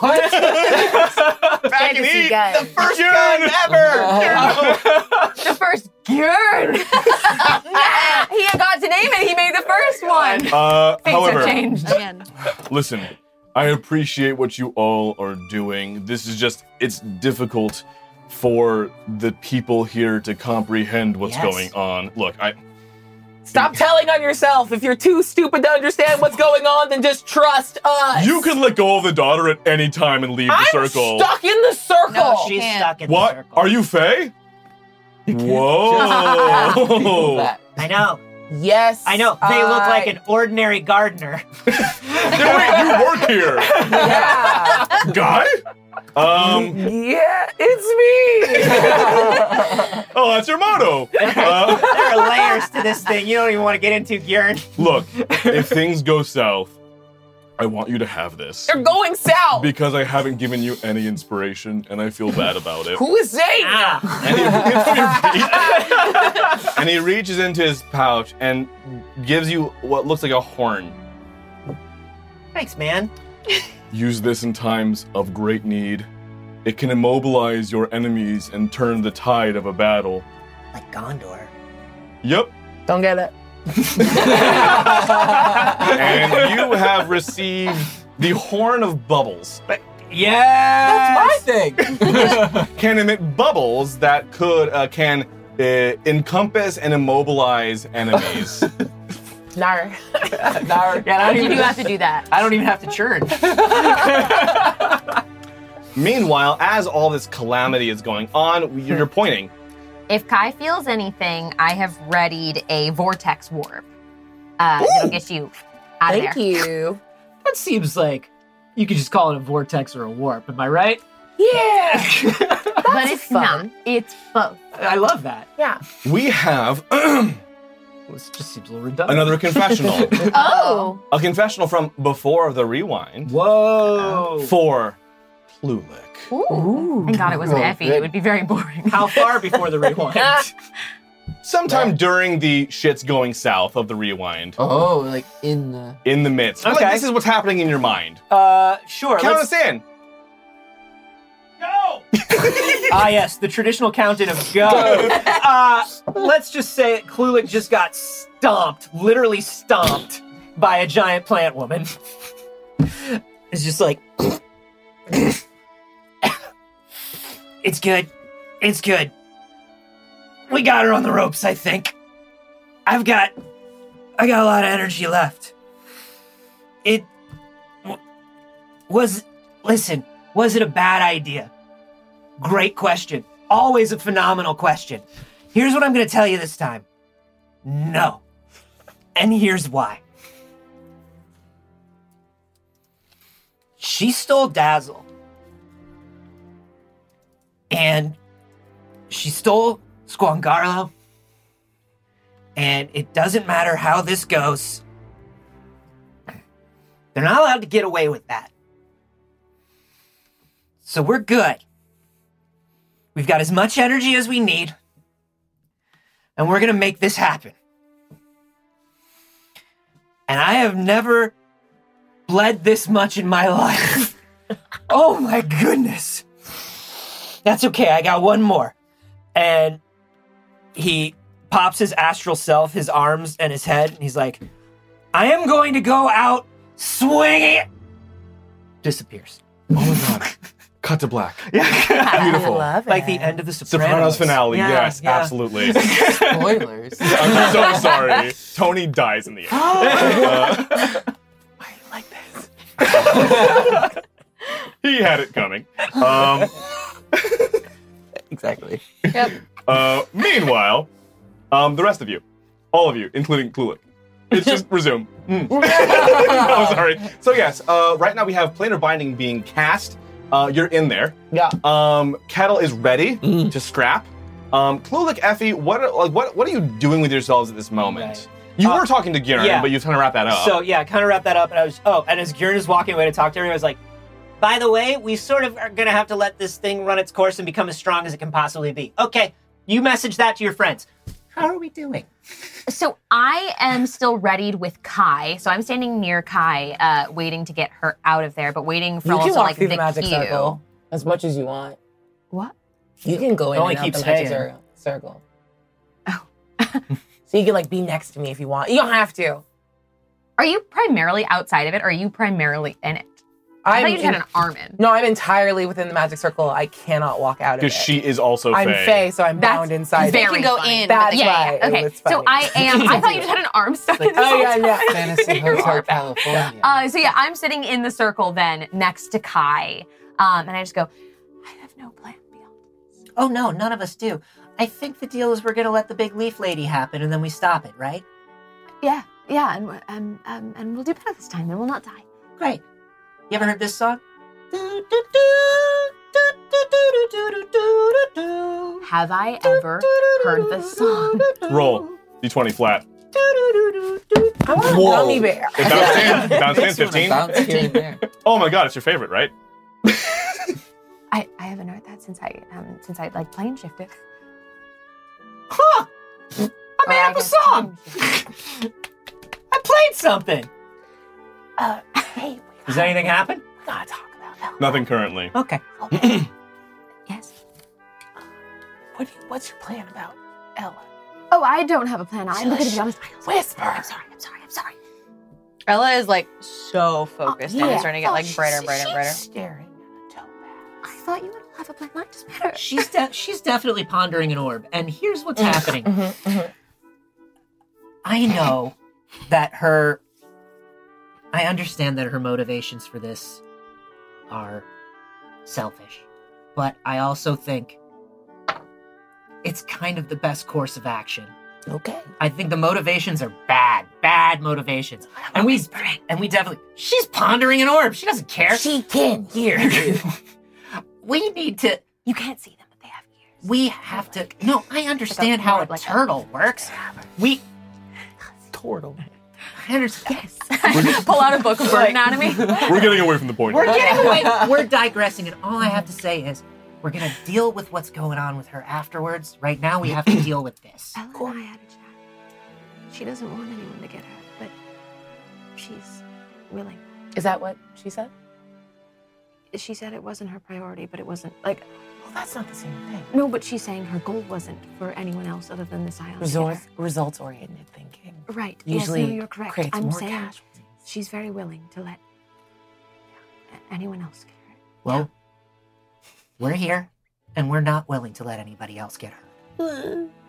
S13: Fantasy
S3: gun. The first gun ever!
S6: the first Gurn. he had got to name it. He made the first one.
S13: Uh,
S6: Things
S13: however,
S6: have changed again.
S13: Listen, I appreciate what you all are doing. This is just, it's difficult for the people here to comprehend what's
S40: Yes.
S13: going on. Look, I.
S40: Stop telling on yourself. If you're too stupid to understand what's going on, then just trust us.
S13: You can let go of the daughter at any time and leave the
S40: I'm
S13: circle.
S40: stuck in the circle.
S5: Oh,
S4: No, she's stuck in the
S13: What? Are you Faye? Whoa.
S4: I know.
S40: Yes.
S4: I know. They look
S40: I-
S4: like an ordinary gardener.
S13: you work here. Guy? Um.
S40: Yeah, it's me.
S13: Oh, that's your motto. Uh,
S4: there are layers to this thing you don't even want to get into, Garen.
S13: look, if things go south, I want you to have this.
S40: They're going south.
S13: Because I haven't given you any inspiration and I feel bad about it.
S40: Who is they?
S13: and he reaches into his pouch and gives you what looks like a horn.
S4: Thanks, man.
S13: Use this in times of great need. It can immobilize your enemies and turn the tide of a battle.
S4: Like Gondor.
S13: Yep.
S40: Don't get it.
S13: And you have received the Horn of Bubbles.
S5: Yeah.
S3: That's my thing.
S13: can emit bubbles that could uh, can uh, encompass and immobilize enemies.
S40: Nar.
S3: Nar.
S5: Yeah, I don't
S1: You
S5: even
S1: do have to do that.
S5: I don't even have to churn.
S13: Meanwhile, as all this calamity is going on, you're you're pointing.
S1: If Kai feels anything, I have readied a vortex warp. Uh, that'll get you out of
S5: Thank
S1: there.
S40: you.
S5: That seems like you could just call it a vortex or a warp. Am I right?
S40: Yeah.
S1: but it's not. It's both.
S5: I love that.
S40: Yeah.
S13: We have
S5: This just seems a little redundant.
S13: another confessional.
S1: Oh.
S13: a confessional from before the rewind.
S5: Whoa.
S13: For Plulick.
S1: Ooh. Thank God it wasn't
S13: Oh,
S1: Effie.
S13: good.
S1: It would be very boring.
S5: How far before the rewind?
S13: Sometime during the shits going south of the rewind.
S3: Oh, like in the.
S13: In the midst.
S2: Uh,
S5: Okay.
S13: Like, this is what's happening in your mind.
S5: Uh, sure.
S13: Count
S5: let's-
S13: us in.
S5: ah, yes, the traditional counted of go. uh, let's just say it, Klulik just got stomped, literally stomped, by a giant plant woman. It's just like,
S4: It's good. It's good. We got her on the ropes, I think. I've got I got a lot of energy left. It w- was listen, was it a bad idea? Great question. Always a phenomenal question. Here's what I'm going to tell you this time. No. And here's why. She stole Dazzle. And she stole Squangarlo. And it doesn't matter how this goes. They're not allowed to get away with that. So we're good. We've got as much energy as we need. And we're going to make this happen. And I have never bled this much in my life. oh my goodness. That's okay. I got one more. And he pops his astral self, his arms and his head, and he's like, I am going to go out swinging. Disappears.
S13: Cut to black.
S4: Yeah.
S13: Beautiful.
S4: like the end of the Sopranos.
S13: Sopranos finale.
S4: Yeah,
S13: yes,
S4: yeah.
S13: absolutely. Spoilers. I'm so sorry. Tony dies in the end. Uh, he had it coming. Um,
S3: exactly.
S6: Yep.
S13: Uh, meanwhile, um, the rest of you, all of you, including Klulik, it's just resume. Mm. oh, sorry. So yes, uh, right now we have planar binding being cast. Uh, you're in there.
S40: Yeah.
S13: Um, Kettle is ready
S5: Mm.
S13: to scrap. Um, Klulik, Effie, what are, like, what what are you doing with yourselves at this moment? You were talking to Garen,
S5: Uh, yeah.
S13: but you kind of wrap that up.
S2: Uh-huh.
S5: So yeah, kind of wrap that up. And I was oh, and as Gurn is walking away to talk to everyone, I was like,
S4: By the way, we sort of are going to have to let this thing run its course and become as strong as it can possibly be. Okay, you message that to your friends.
S5: How are we doing?
S1: So I am still readied with Kai. So I'm standing near Kai, uh, waiting to get her out of there, but waiting for
S41: You
S1: also
S41: can walk
S1: like
S41: through
S1: the,
S41: the magic
S1: cue.
S41: circle as much as you want.
S1: What?
S41: You can go
S1: It
S41: in
S1: only
S41: and out
S1: keeps
S41: the magic
S1: saying.
S41: cir- circle. Oh. so you can like be next to me if you want. You don't have to.
S1: Are you primarily outside of it, or are you primarily in it? I thought you just had an arm in.
S41: No, I'm entirely within the magic circle. I cannot walk out of it.
S2: Because she is also
S41: I'm
S2: Fae.
S41: Faye, so I'm bound inside.
S1: Very funny.
S41: That's
S1: yeah,
S41: why.
S1: yeah, Okay.
S41: It was funny.
S1: so I am. I thought you just had an arm stuck in this
S41: oh
S1: whole
S41: yeah, yeah.
S1: time.
S41: Fantasy Hotel California.
S1: Uh, so yeah, I'm sitting in the circle then next to Kai, um, and I just go,
S5: Oh no, none of us do. I think the deal is we're gonna let the big leaf lady happen and then we stop it, right?
S1: Yeah, yeah, and we're- um, um, and we'll do better this time, and we'll not die.
S5: Great. You ever heard this song?
S1: Have I ever heard this song?
S2: Roll d20 flat.
S4: I want
S2: Whoa.
S4: a gummy bear.
S2: It bounced in. Bounced in. Fifteen.
S1: bounced here and
S2: Oh my god, it's your favorite, right?
S1: I, I haven't heard that since I um since I like plane shifted.
S33: Huh! I made up a song. I played something.
S1: Uh,
S33: Does anything happen?
S2: Nothing currently.
S5: Okay.
S4: What do you- what's your plan about Ella?
S1: Oh, I don't have a plan. I'm going to be honest.
S4: Whisper.
S1: I'm sorry. I'm sorry. I'm sorry.
S34: Ella is like so focused and
S1: Oh, yeah.
S34: it's starting to get
S1: Oh,
S34: like brighter and
S1: she-
S34: brighter and
S1: she's
S34: brighter.
S5: staring
S1: I thought you would all have a plan. Mine just better.
S5: She's de- she's definitely pondering an orb, and here's what's happening. mm-hmm. I know that her. I understand that her motivations for this are selfish, but I also think it's kind of the best course of action.
S41: Okay.
S5: I think the motivations are bad, bad motivations, and we and we definitely. She's pondering an orb. She doesn't care. She can hear. we need to.
S1: You can't see them,
S5: but they have ears. We have to. No, I understand how a turtle works. We. Turtle. I understand.
S1: Pull out a book of bird anatomy.
S2: We're getting away from the point.
S5: We're getting away. We're digressing, and all I have to say is, we're gonna deal with what's going on with her afterwards. Right now, we have to deal with this.
S1: Ellen and I had a chat. She doesn't want anyone to get hurt, but she's willing.
S4: Is that what she said?
S1: She said it wasn't her priority, but it wasn't like.
S4: Well, that's not the same thing.
S1: No, but she's saying her goal wasn't for anyone else other than the Scion.
S41: Results results oriented thinking.
S1: Right. yes, no,
S41: Usually
S1: you're correct.
S41: creates
S1: I'm
S41: more
S1: saying she's very willing to let yeah, a- anyone else get hurt.
S5: Well, we're here, and we're not willing to let anybody else get hurt.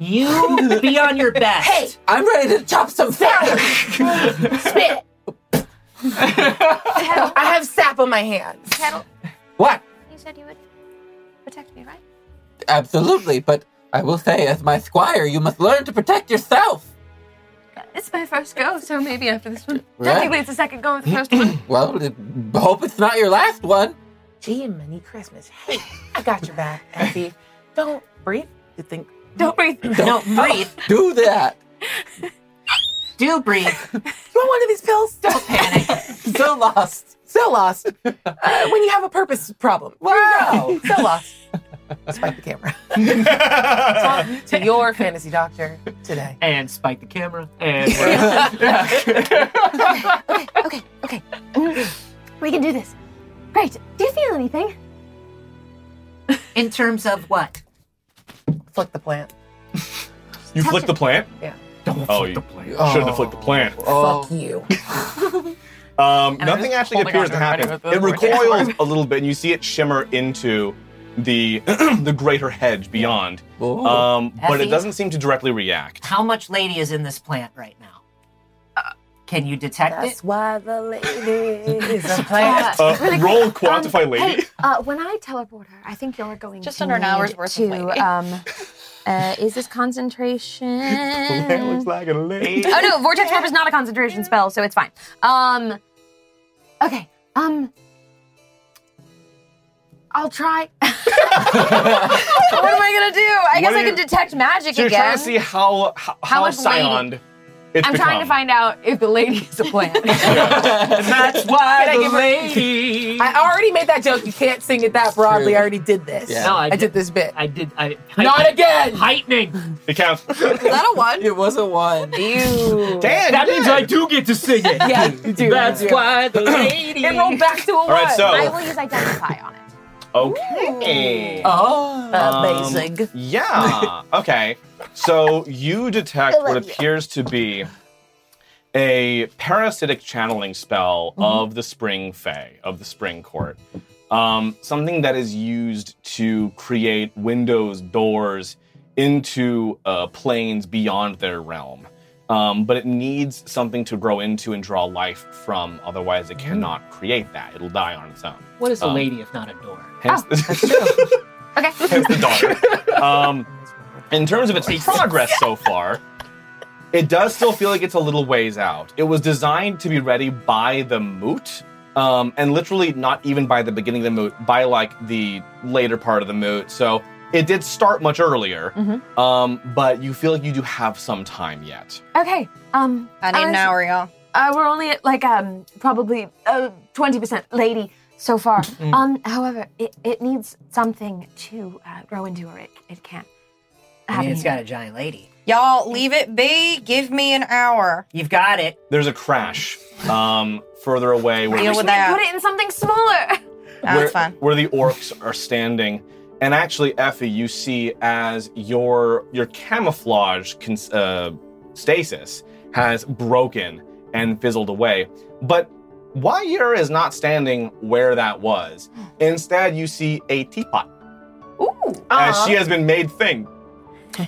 S5: You be on your best. Hey,
S3: I'm ready to chop some fat.
S4: Spit. I have sap on my hands.
S3: What?
S26: You said you would protect me, right?
S3: Absolutely, but I will say, as my squire, you must learn to protect yourself.
S26: It's my first go, so maybe after this one.
S3: Right.
S26: Technically, it's the second go of the first one.
S3: Well, th- hope it's not your last one.
S41: Gee, mini Christmas. Hey, I got your back, Effie. Don't breathe. You think
S1: Don't breathe.
S5: Don't breathe.
S3: Do that.
S5: Do breathe.
S4: You want one of these pills? Don't panic.
S3: so lost.
S4: So lost. Uh, when you have a purpose problem. Wow. so lost.
S41: Spike the camera.
S4: Talk to your fantasy doctor today.
S33: And spike the camera. And
S1: We can do this. Great. Do you feel anything?
S5: In terms of what?
S4: Flick the plant.
S2: You flick the plant?
S4: Yeah.
S2: Don't oh, flick the plant. Shouldn't have flicked the plant.
S3: oh.
S5: Oh.
S4: Fuck you.
S2: Um,
S4: And I'm
S2: nothing
S4: just
S2: actually
S4: holding on
S2: appears
S4: to
S2: to
S4: her
S2: happen.
S4: body with
S2: It
S4: both hands.
S2: recoils a little bit, and you see it shimmer into the the greater hedge beyond.
S5: Ooh.
S2: Um, but
S5: Effie?
S2: it doesn't seem to directly react.
S5: How much lady is in this plant right now?
S33: Uh,
S5: Can you detect it?
S41: That's why the lady is a
S1: plant.
S2: Uh, roll quantify
S1: um,
S2: lady.
S1: Hey, uh, when I teleport her, I think you're going
S34: Just
S1: to
S34: under an hour's
S1: need
S34: worth
S1: to,
S34: of lady.
S1: Um, uh, is this concentration?
S2: like a lady.
S1: oh no, vortex warp is not a concentration spell, so it's fine. Um, okay. Um, I'll try.
S34: what am I gonna do? I
S2: What
S34: guess
S2: do
S34: I
S2: you-
S34: can detect magic
S2: So you're
S34: again.
S2: trying to see how how,
S34: How
S2: how,
S34: much lady-
S2: scioned It's
S1: I'm
S2: the
S1: trying to find out if the lady is a plant.
S33: That's why
S4: Can I
S33: the
S4: give her-
S33: lady.
S4: I already made that joke. You can't sing it that broadly. I already did this.
S33: No, I,
S4: I did this bit.
S33: I did. I,
S4: Not again.
S33: Heightening.
S2: It counts.
S33: Is
S4: that
S33: a one? It was a one.
S4: Ew.
S33: that means I do get to sing it.
S4: Yeah, you do.
S33: That's
S4: You do.
S33: why the lady.
S4: It rolled back to a
S2: All right, so-
S1: I will use identify on it.
S2: Okay.
S33: Oh,
S2: Um, yeah. Okay. So you detect what appears to be a parasitic channeling spell of the Spring Fae, of the Spring Court. Um, something that is used to create windows, doors into uh, planes beyond their realm. Um, but it needs something to grow into and draw life from, otherwise, it cannot create that. It'll die on its own.
S33: What is a
S2: Um,
S33: lady if not a door?
S2: Hence, hence the daughter. Um, in terms of its progress so far, it does still feel like it's a little ways out. It was designed to be ready by the moot, um, and literally not even by the beginning of the moot, by like the later part of the moot. So it did start much earlier, um, but you feel like you do have some time yet.
S1: Okay. Um,
S6: I need an hour, y'all.
S1: Uh, we're only at like um probably twenty percent lady so far. Um, however, it, it needs something to uh, grow into, or it it can't.
S5: I mean,
S1: happen
S5: it's
S1: yet.
S5: got a giant lady.
S6: Y'all, leave it be. Give me an hour.
S5: You've got it.
S2: There's a crash um, further away where
S1: I wish
S2: the-
S1: we had put it in something smaller.
S2: where, where the orcs are standing. And actually, Effie, you see as your your camouflage cons- uh, stasis has broken and fizzled away. But Wire is not standing where that was. Instead, you see a teapot. Ooh! As she has been made thing.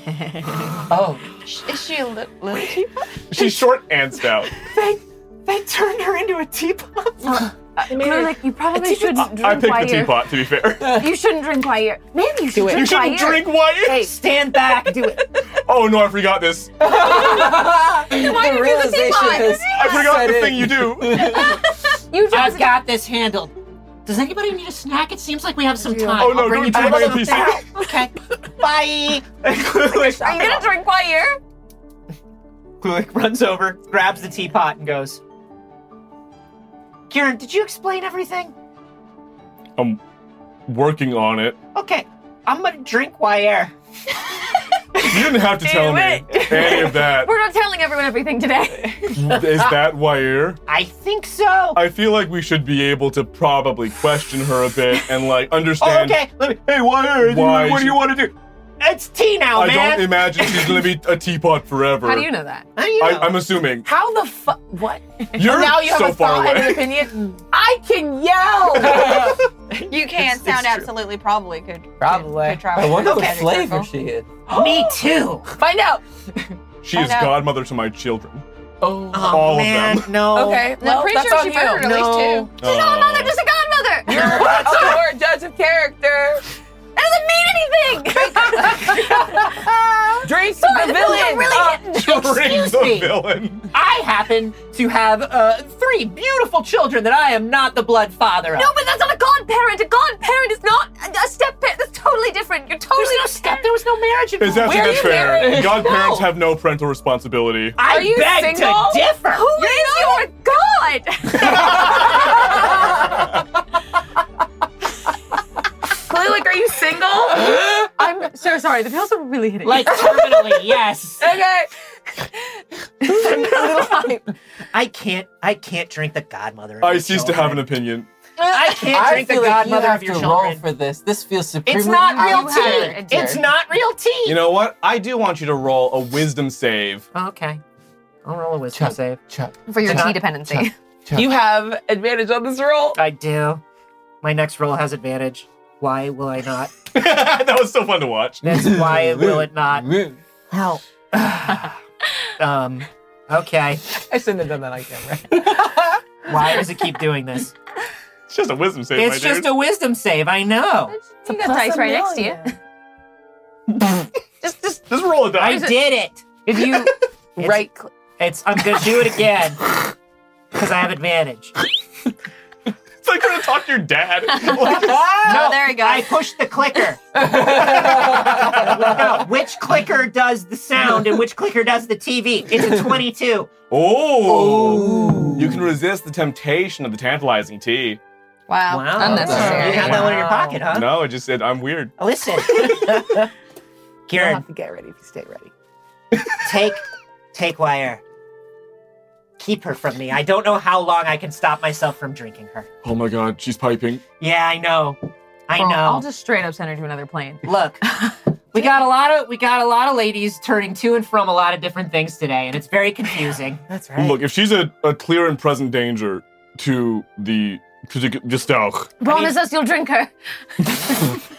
S33: oh.
S6: Is she a little, little teapot?
S2: She's short and stout.
S41: They turned her into a teapot.
S1: uh, Like you probably shouldn't drink
S2: I picked the
S1: wire.
S2: teapot, to be fair.
S1: You shouldn't drink wire. Maybe you should
S2: it.
S1: drink
S2: You shouldn't
S1: wire.
S2: drink wire.
S1: Hey,
S5: stand back. Do it.
S2: Oh no, I forgot this.
S1: why did you do the teapot?
S2: I forgot the thing you do.
S1: You
S5: just I've got this handled. Does anybody need a snack? It seems like we have some time.
S2: Oh, no,
S5: I'll bring
S2: don't take
S5: you back
S2: my
S5: some
S2: piece.
S5: now. Okay. Bye.
S1: Are you gonna drink wire?
S33: Kulik runs over, grabs the teapot, and goes,
S5: Kieran, did you explain everything?
S2: I'm working on it.
S5: Okay. I'm gonna drink wire.
S2: You didn't have to tell me any of that.
S1: We're not telling everyone everything today.
S2: Is that wire?
S5: I think so.
S2: I feel like we should be able to probably question her a bit and like understand.
S5: Oh, okay.
S33: Let me, hey, wire,
S2: Why
S33: what do
S2: she-
S33: you want to do?
S5: It's tea now,
S2: I
S5: man.
S2: don't imagine she's gonna be a teapot forever.
S1: know that?
S5: How do you
S2: I,
S5: know?
S2: I'm assuming.
S4: How the fuck? What?
S2: You're
S4: now you have
S2: so
S4: a
S2: far
S4: thought and
S2: away.
S4: an opinion. I can yell.
S6: You can sound absolutely probably could.
S3: Probably.
S6: Could try
S3: I wonder
S6: Okay,
S3: what flavor
S6: circle.
S3: she is.
S5: Me too.
S4: Find out.
S2: She
S6: I
S2: is
S6: know.
S2: godmother to my children.
S3: Oh,
S2: All
S5: man,
S2: of them.
S5: No.
S4: Okay.
S6: No,
S4: Well,
S6: I'm pretty
S4: that's
S6: sure
S4: on
S6: she
S4: you.
S6: murdered at least two.
S2: Oh.
S1: She's not a
S13: Oh.
S1: mother, just a godmother.
S4: You're a poor judge of character.
S1: That doesn't mean anything.
S4: Drink the villain.
S5: Uh,
S2: Bring
S5: excuse
S2: the
S5: me.
S2: villain.
S5: I happen to have uh, three beautiful children that I am not the blood father of.
S1: No, but that's not a godparent. A godparent is not a a step parent. That's totally different. You're totally
S5: There's no
S1: not
S5: step. There was no marriage
S2: Is
S5: involved.
S2: that
S5: Where
S2: that's
S5: you
S2: fair?
S5: married?
S2: Godparents
S5: No.
S2: have no parental responsibility.
S5: I
S1: Are you
S5: beg
S1: single?
S5: to differ.
S1: Who is your god?
S8: Like, are you single?
S1: I'm so sorry. The pills are really hitting.
S5: Like terminally, yes.
S8: okay.
S5: I can't. I can't drink the godmother. Of
S2: I
S5: your
S2: cease to
S5: children.
S2: have an opinion.
S5: I can't
S3: I
S5: drink the
S3: feel like
S5: godmother
S3: you have
S5: of your
S3: to
S5: children.
S3: roll for this. This feels supremely.
S5: It's not real
S1: have
S5: tea.
S1: it,
S5: It's
S1: Jared.
S5: not real tea.
S2: You know what? I do want you to roll a wisdom save.
S5: Oh, okay. I'll roll a wisdom save.
S3: Chuck.
S1: For your
S5: Not-
S1: tea dependency.
S4: You have advantage on this roll.
S5: I do. My next roll has advantage. Why will I not?
S2: that was so fun to watch.
S5: That's why will it not?
S3: Woo.
S5: Help. um. Okay.
S4: I shouldn't have done that on camera.
S5: Why does it keep doing this?
S2: It's just a wisdom save, my
S5: It's
S2: dude.
S5: just a wisdom save. I know.
S1: You got dice right next to you.
S2: Just, just, just roll a
S5: I
S2: dice.
S5: did it. If you
S4: Right. cl-
S5: It's I'm gonna do it again because I have advantage.
S13: It's like trying to talk to your dad.
S5: No,
S6: there you go.
S5: I pushed the clicker. No, which clicker does the sound and which clicker does the TV? It's a 22.
S13: Oh. You can resist the temptation of the tantalizing tea.
S6: Wow.
S5: You had that one in your pocket, huh?
S13: No, it just said, I'm weird.
S5: Listen, Kieran,
S4: have to get ready if you stay ready.
S5: take, take wire. Keep her from me. I don't know how long I can stop myself from drinking her.
S13: Oh my god, she's piping.
S5: Yeah, I know. I
S1: Well,
S5: know.
S1: I'll just straight up send her to another plane.
S5: Look, we got a lot of we got a lot of ladies turning to and from a lot of different things today, and it's very confusing.
S4: That's
S13: Look, if she's a, a clear and present danger to the to the Gestalt,
S1: Promise us you'll drink her.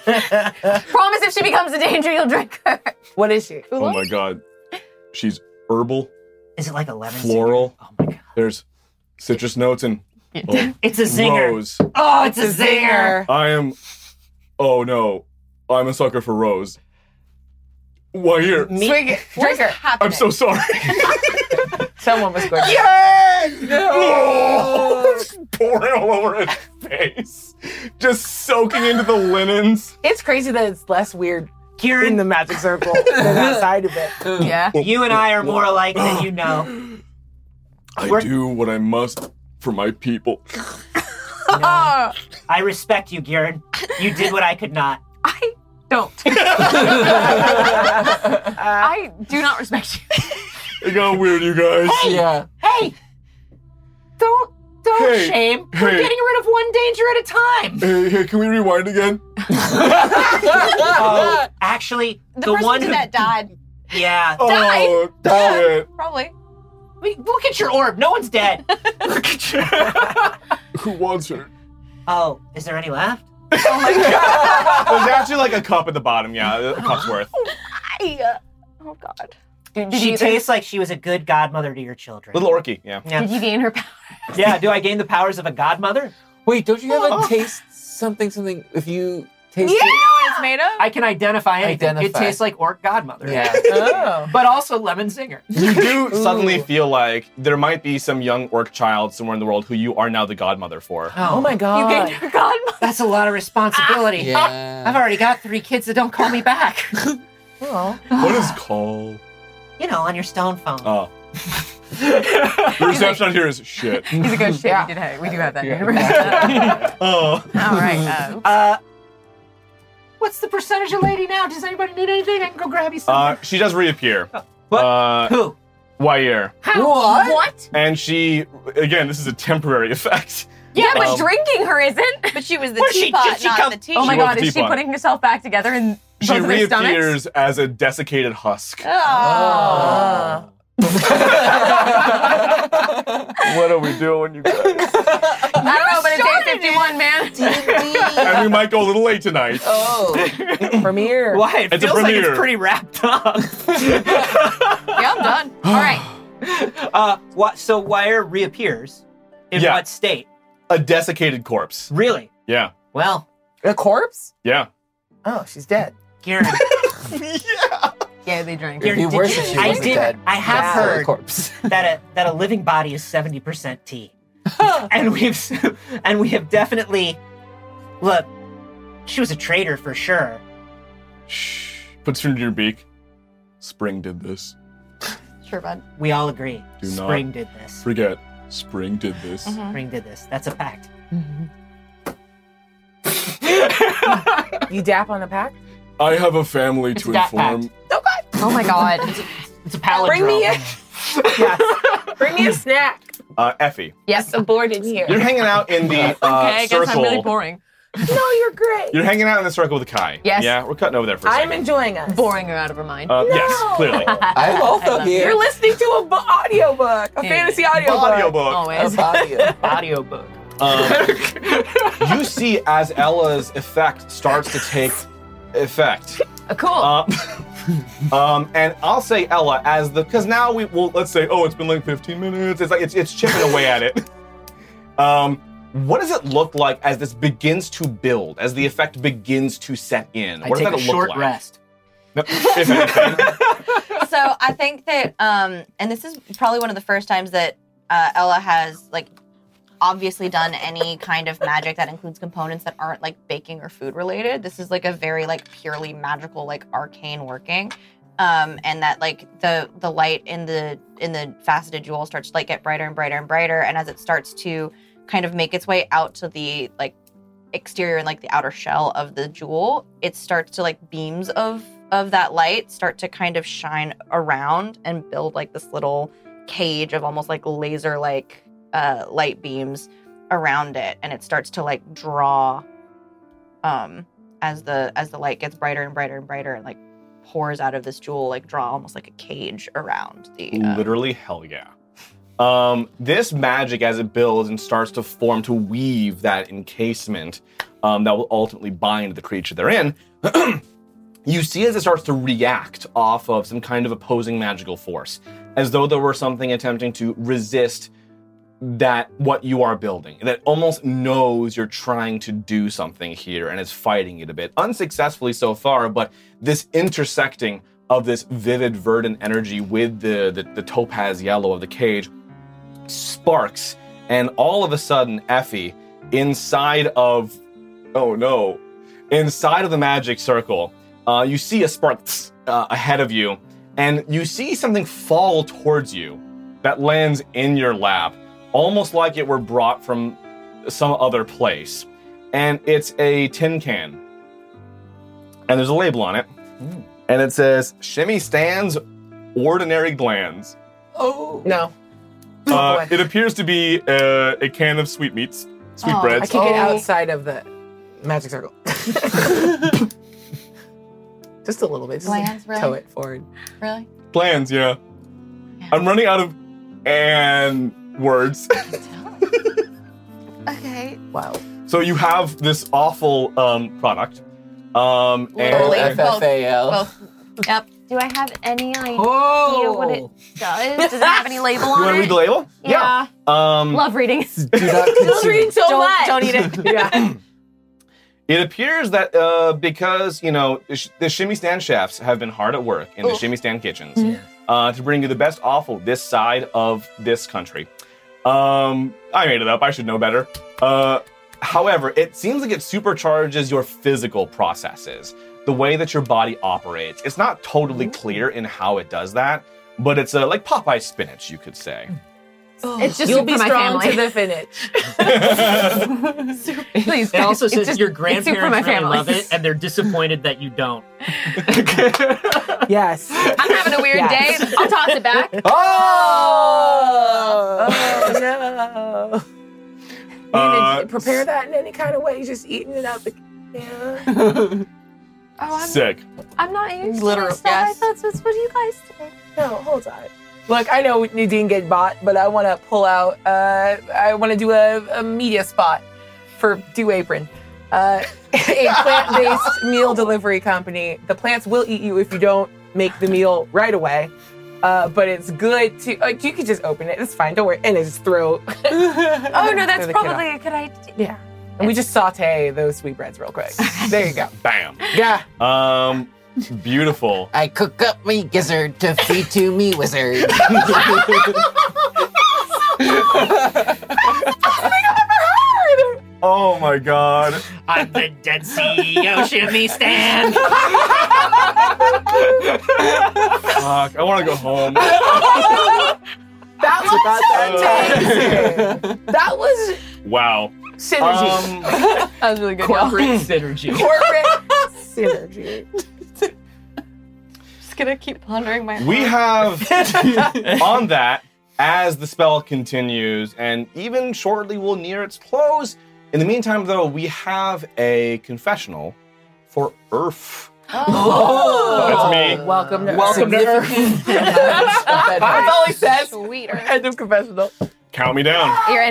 S1: Promise if she becomes a danger, you'll drink her.
S4: What is she?
S13: oh my god, she's herbal,
S5: Is it like a lemon?
S13: floral. Oh my god, there's citrus notes and oh,
S5: It's a zinger.
S13: Rose.
S5: Oh, it's a zinger.
S13: I am. Oh no, I'm a sucker for rose. Why here?
S4: Swig it. Drink her.
S13: I'm so sorry.
S4: Someone was going to.
S13: Oh, it's pouring all over his face, just soaking into the linens.
S4: It's crazy that it's less weird
S5: here
S4: in the magic circle than outside of it.
S6: Yeah.
S5: You and I are more alike than you know.
S13: I do what I must for my people.
S5: No. I respect you, Garen. You did what I could not.
S1: Don't. I do not respect you.
S13: It got weird, you guys.
S5: Hey! Hey! Don't don't
S13: Hey,
S5: shame. We're
S13: hey.
S5: getting rid of one danger at a time.
S13: Hey, hey, can we rewind again?
S5: oh, actually,
S6: The,
S5: the,
S6: person
S5: one
S6: who
S5: who,
S6: did that died.
S5: yeah.
S13: Oh, damn it.
S6: Probably.
S5: We- Look at your orb. No one's dead.
S13: Who wants her?
S5: Oh, is there any left?
S13: There's actually like a cup at the bottom. Yeah, a cup's worth.
S6: I, uh, oh God.
S5: Did
S6: did
S5: she
S6: you-
S5: tastes like she was a good godmother to your children.
S13: Little orky. Yeah.
S5: Yeah.
S1: Did you gain her power?
S5: yeah, do I gain the powers of a godmother?
S3: Wait, don't you have
S5: Oh.
S3: a taste something something if you taste
S5: Yeah.
S3: it?
S6: what it's made of?
S5: I can identify anything. It
S3: Identify.
S5: tastes like orc godmother.
S3: Yeah.
S4: Oh.
S5: but also lemon zinger.
S13: You do suddenly feel like there might be some young orc child somewhere in the world who you are now the godmother for.
S5: Oh, my
S4: God.
S5: You gained
S1: her godmother.
S5: That's a lot of responsibility.
S3: Yeah.
S5: I've already got three kids that don't call me back.
S13: What is call?
S5: you know, on your stone phone.
S13: Oh. the reception out here is shit.
S1: He's a good shit. We, did have, we do have that.
S13: Oh.
S1: All right. Uh,
S5: Uh, what's the percentage of lady now? Does anybody need anything? I can go grab you some.
S13: Uh, she does reappear. What? Uh,
S5: Who?
S13: Wire.
S5: What?
S13: And she, again, this is a temporary effect.
S1: yeah, but
S13: Um,
S1: drinking her isn't.
S6: But she was the
S1: What, she-
S6: teapot,
S1: did she
S6: not
S1: come-
S6: the tea.
S1: Oh my
S13: She was
S1: god,
S13: the
S1: is she
S13: teapot.
S1: putting herself back together in
S13: She
S1: both of their stomachs?
S13: reappears as a desiccated husk.
S6: Oh.
S13: What are we doing, you guys?
S1: I don't know, but it's 851, man.
S13: and we might go a little late tonight.
S4: Oh. Premiere.
S5: Why? It
S13: It's a
S5: feels like
S13: premiere.
S5: it's pretty wrapped up.
S1: yeah, I'm done. All right.
S5: uh, what, so Wire reappears in
S13: Yeah.
S5: what state?
S13: A desiccated corpse.
S5: Really?
S13: Yeah.
S5: Well,
S4: A corpse?
S13: Yeah.
S4: Oh, she's dead.
S5: Garen,
S1: Yeah, they drank.
S5: Garen,
S3: It'd be
S5: did
S3: worse
S5: you-
S3: if she
S5: I
S3: wasn't
S5: did.
S3: dead.
S5: I have
S4: Yeah.
S5: heard
S3: corpse.
S5: that a that a living body is seventy percent tea, and we've and we have definitely look. She was a traitor for sure.
S13: Shh. Puts her into your beak. Spring did this.
S6: Sure, bud.
S5: We all agree.
S13: Do not
S5: Spring did this.
S13: Forget. Spring did this.
S5: Spring did this. That's a fact.
S4: You dap on the pack?
S13: I have a family to
S5: that
S13: inform.
S1: Oh my god.
S5: It's a palindrome.
S4: Bring me a-
S2: Bring me a snack.
S13: Uh, Effie.
S1: Yes.
S2: I'm bored in here.
S13: You're hanging out in the uh,
S1: okay, I guess I'm
S13: circle.
S1: really boring.
S2: no, you're great.
S13: You're hanging out in the circle with Kai.
S1: Yes.
S13: Yeah, we're cutting over there for a
S2: I'm
S13: second.
S2: enjoying us.
S1: Boring her out of her mind.
S13: Uh, Yes, clearly.
S3: I'm also
S1: love
S3: here.
S2: You're listening to a b- audiobook, a
S1: Hey.
S2: fantasy audiobook. Uh,
S13: Audiobook.
S1: Always.
S3: audio.
S5: Audiobook.
S13: Um, you see, as Ella's effect starts to take effect,
S1: Uh, cool.
S13: Uh, um, and I'll say Ella as the because now we will let's say oh it's been like 15 minutes. It's like it's it's chipping away at it. Um, what does it look like as this begins to build, as the effect begins to set in?
S5: I
S13: What
S5: take a
S13: does that look
S5: short
S13: like?
S5: rest.
S13: No, if anything.
S6: so I think that, um, and this is probably one of the first times that uh, Ella has like obviously done any kind of magic that includes components that aren't like baking or food related. This is like a very like purely magical like arcane working. Um, and that like the the light in the in the faceted jewel starts to like get brighter and brighter and brighter and as it starts to kind of make its way out to the like exterior and like the outer shell of the jewel, it starts to like beams of of that light start to kind of shine around and build like this little cage of almost like laser like uh, light beams around it, and it starts to like draw um, as the as the light gets brighter and brighter and brighter, and like pours out of this jewel, like draw almost like a cage around the uh,
S2: Literally, hell yeah. Um, this magic, as it builds and starts to form to weave that encasement um, that will ultimately bind the creature they're in, you see as it starts to react off of some kind of opposing magical force, as though there were something attempting to resist that what you are building that almost knows you're trying to do something here and is fighting it a bit unsuccessfully so far but this intersecting of this vivid verdant energy with the, the, the topaz yellow of the cage sparks and all of a sudden effie inside of oh no inside of the magic circle uh, you see a spark uh, ahead of you and you see something fall towards you that lands in your lap almost like it were brought from some other place. And it's a tin can. And there's a label on it. And it says, Shimmy Stands Ordinary Glands.
S4: Oh no.
S2: Uh, it appears to be uh, a can of sweetmeats,
S6: Oh,
S2: sweetbreads.
S4: I can get outside of the magic circle. just a little bit. Just like,
S6: Glands, really?
S4: toe it forward.
S6: Really?
S2: Plans, yeah. I'm running out of and words.
S6: Okay.
S4: Wow.
S2: So you have this awful um, product. Um, and
S6: Both, both. Yep.
S26: Do I have any idea
S2: Oh.
S26: what it does? Does it have any label
S2: you
S26: on it?
S2: want to read the label?
S26: Yeah.
S2: Um,
S26: Love reading.
S2: Do not consume.
S26: so
S6: don't,
S26: much.
S6: Don't eat it. yeah.
S2: It appears that uh, because you know sh- the shimmy stand chefs have been hard at work in the
S6: Oof.
S2: shimmy stand kitchens
S6: Mhm.
S2: uh, to bring you the best offal this side of this country. Um, I made it up. I should know better. Uh, however, it seems like it supercharges your physical processes, the way that your body operates. It's not totally clear in how it does that, but it's uh, like Popeye spinach, you could say.
S4: Oh.
S8: It's just
S33: You'll
S8: for
S33: be
S8: my
S33: strong
S8: family.
S33: to the
S4: finish.
S8: Please,
S33: It also
S8: guys,
S33: says
S8: just-
S33: your
S8: it's soup for
S33: grandparents
S8: my
S33: really
S8: family.
S33: love it, and they're disappointed that you don't.
S11: yes.
S42: I'm having a weird
S33: Yes.
S42: day. I'll toss it back.
S2: Ah!
S4: Oh, no.
S2: Uh,
S4: Prepare that in any kind of way. Just eating it out the can.
S2: Sick.
S26: I'm not used
S4: Literal,
S26: to this stuff.
S4: yes.
S26: I thought that's what you guys did.
S4: No, hold on. Look, I know you didn't get bought, but I want to pull out. Uh, I want to do a, a media spot for Do Apron, uh, a plant-based meal delivery company. The plants will eat you if you don't make the meal right away. Uh, but it's good to. Uh, you could just open it. It's fine. Don't worry. And it's throw.
S26: Oh no,
S4: Throw
S26: that's
S4: the kid off.
S26: probably a good idea.
S4: Yeah. And we just saute those sweetbreads real quick. There you go.
S2: Bam.
S4: Yeah.
S2: Um, beautiful.
S41: I cook up me gizzard to feed to me wizard.
S2: Oh my god.
S33: I'm the dead E CEO shimmy stand.
S2: Fuck. I want to go home.
S4: That was fantastic. That was
S2: Wow.
S4: synergy.
S42: That was really good.
S33: Corporate synergy.
S4: Corporate synergy.
S6: Just gonna keep pondering my.
S2: Um, We have on that as the spell continues, and even shortly will near its close. In the meantime, though, we have a confessional for Earth.
S4: Oh.
S2: That's me.
S4: Welcome to
S2: Welcome to Earth.
S4: That's all he says.
S42: Sweeter.
S4: End of confessional.
S2: Count me down.
S42: You're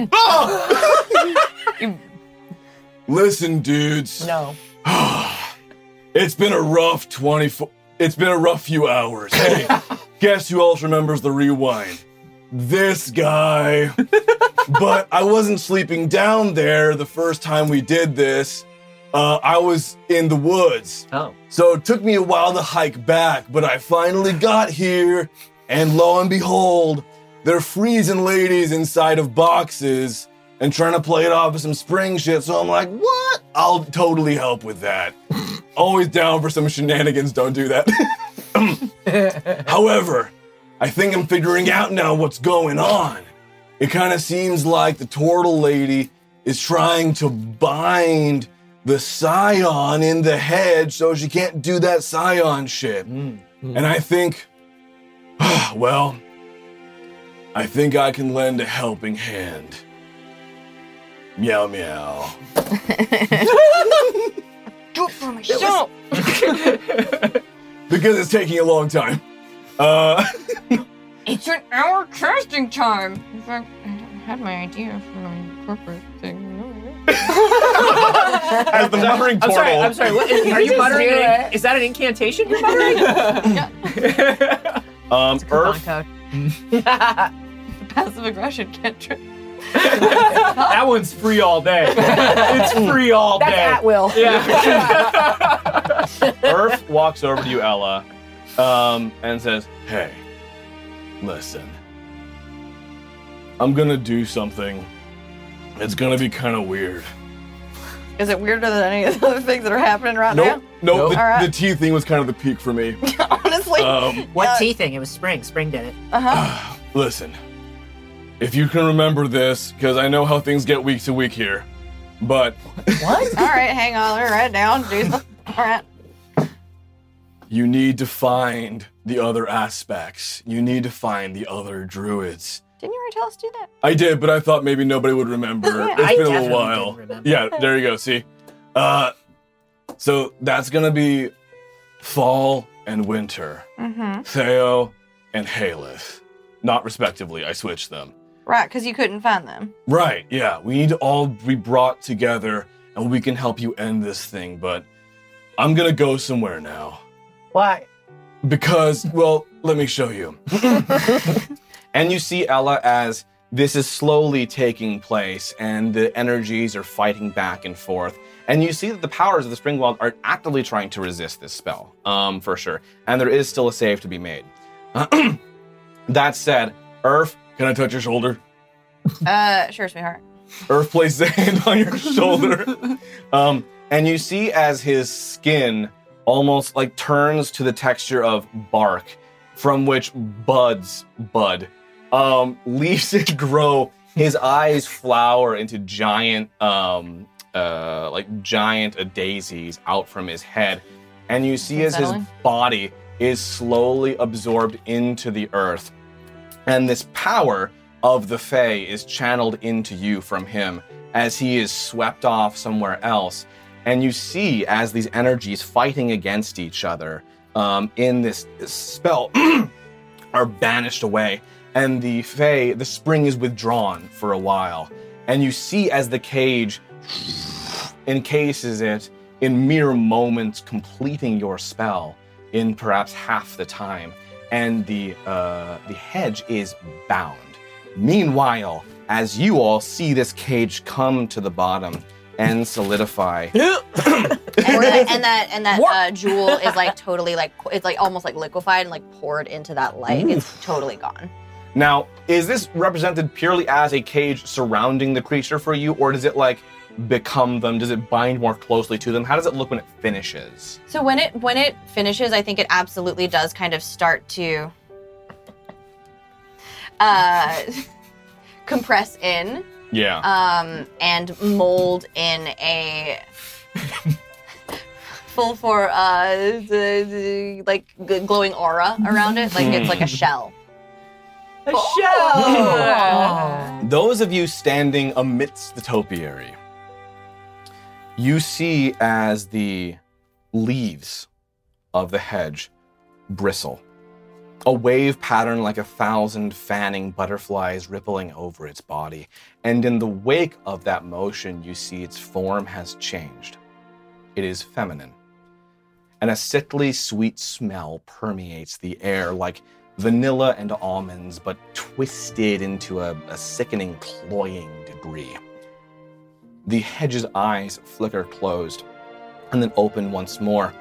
S42: in.
S2: Listen, dudes.
S4: No.
S13: It's been a rough 24. It's been a rough few hours. Hey, guess who else remembers the rewind? This guy. but I wasn't sleeping down there the first time we did this. Uh, I was in the woods.
S33: Oh.
S13: So it took me a while to hike back, but I finally got here. And lo and behold, they're freezing ladies inside of boxes. and trying to play it off as some spring shit. So I'm like, what? I'll totally help with that. Always down for some shenanigans. Don't do that. However, I think I'm figuring out now what's going on. It kind of seems like the turtle lady is trying to bind the scion in the head so she can't do that scion shit. And I think, well, I think I can lend a helping hand. Meow meow.
S9: Do it for me.
S13: Because it's taking a long time. Uh,
S1: It's an hour casting time. In fact, I had my idea for my corporate thing.
S2: As the muttering
S4: I'm
S2: turtle.
S4: sorry, I'm sorry. What,
S1: You
S4: are you
S1: just
S4: muttering?
S1: do
S4: An, is that an incantation you're muttering?
S2: Um, Earth.
S1: Passive aggression cantrip.
S4: that one's free all day. It's free all
S1: That's
S4: day.
S1: at will.
S4: Yeah.
S2: Earth walks over to you, Ella, um, and says,
S13: Hey, listen. I'm gonna do something. It's gonna be kind of weird.
S6: Is it weirder than any of the other things that are happening right
S13: Nope,
S6: now?
S13: nope. The,
S6: Oh, All
S13: the
S6: right.
S13: tea thing was kind of the peak for me.
S6: Honestly.
S13: Um,
S43: What tea thing? It was spring. Spring did it.
S6: Uh huh.
S13: Listen, if you can remember this, because I know how things get week to week here, but
S6: What? All right, hang on. Let me write it down. Do the. All right.
S13: you need to find the other aspects. You need to find the other druids.
S6: Didn't you already tell us to do that?
S13: I did, but I thought maybe nobody would remember.
S6: Yeah,
S13: It's
S6: I
S13: been a little
S6: definitely
S13: while.
S6: didn't remember.
S13: Yeah, there you go. See, uh, so that's gonna be fall and winter.
S6: Mm-hmm.
S13: Theo and Haleth, not respectively. I switched them.
S6: Right, because you couldn't find them.
S13: Right, yeah. We need to all be brought together and we can help you end this thing, but I'm gonna go somewhere now.
S44: Why?
S13: Because, well, let me show you.
S2: And you see Ella as this is slowly taking place and the energies are fighting back and forth. And you see that the powers of the Springwald are actively trying to resist this spell, um, for sure. And there is still a save to be made. that said, Earth,
S13: Can I touch your shoulder?
S6: Uh, sure, sweetheart.
S2: Earth places a hand on your shoulder. Um, and you see as his skin almost like turns to the texture of bark, from which buds bud. Um, leaves it grow. His eyes flower into giant, um, uh, like giant daisies out from his head. And you see as his
S6: Unsettling.
S2: body is slowly absorbed into the earth. And this power of the Fae is channeled into you from him as he is swept off somewhere else. And you see as these energies fighting against each other um, in this spell are banished away. And the Fae, the spring is withdrawn for a while. And you see as the cage encases it in mere moments, completing your spell in perhaps half the time, and the uh, the hedge is bound. Meanwhile, as you all see this cage come to the bottom and solidify,
S6: And that and that, and that uh, jewel is like totally like it's like almost like liquefied and like poured into that light. It's totally gone.
S2: Now, is this represented purely as a cage surrounding the creature for you, or does it like become them? Does it bind more closely to them? How does it look when it finishes?
S6: So when it when it finishes, I think it absolutely does kind of start to uh, compress in
S2: Yeah.
S6: um, and mold in a full for uh, the, the, like g- glowing aura around it. Like it's like
S2: Hmm.
S6: a shell.
S4: A shell.
S2: Those of you standing amidst the topiary, you see as the leaves of the hedge bristle, a wave pattern like a thousand fanning butterflies rippling over its body. And in the wake of that motion, you see its form has changed. It is feminine and a sickly sweet smell permeates the air like vanilla and almonds, but twisted into a, a sickening, cloying debris. The hedge's eyes flicker closed and then open once more,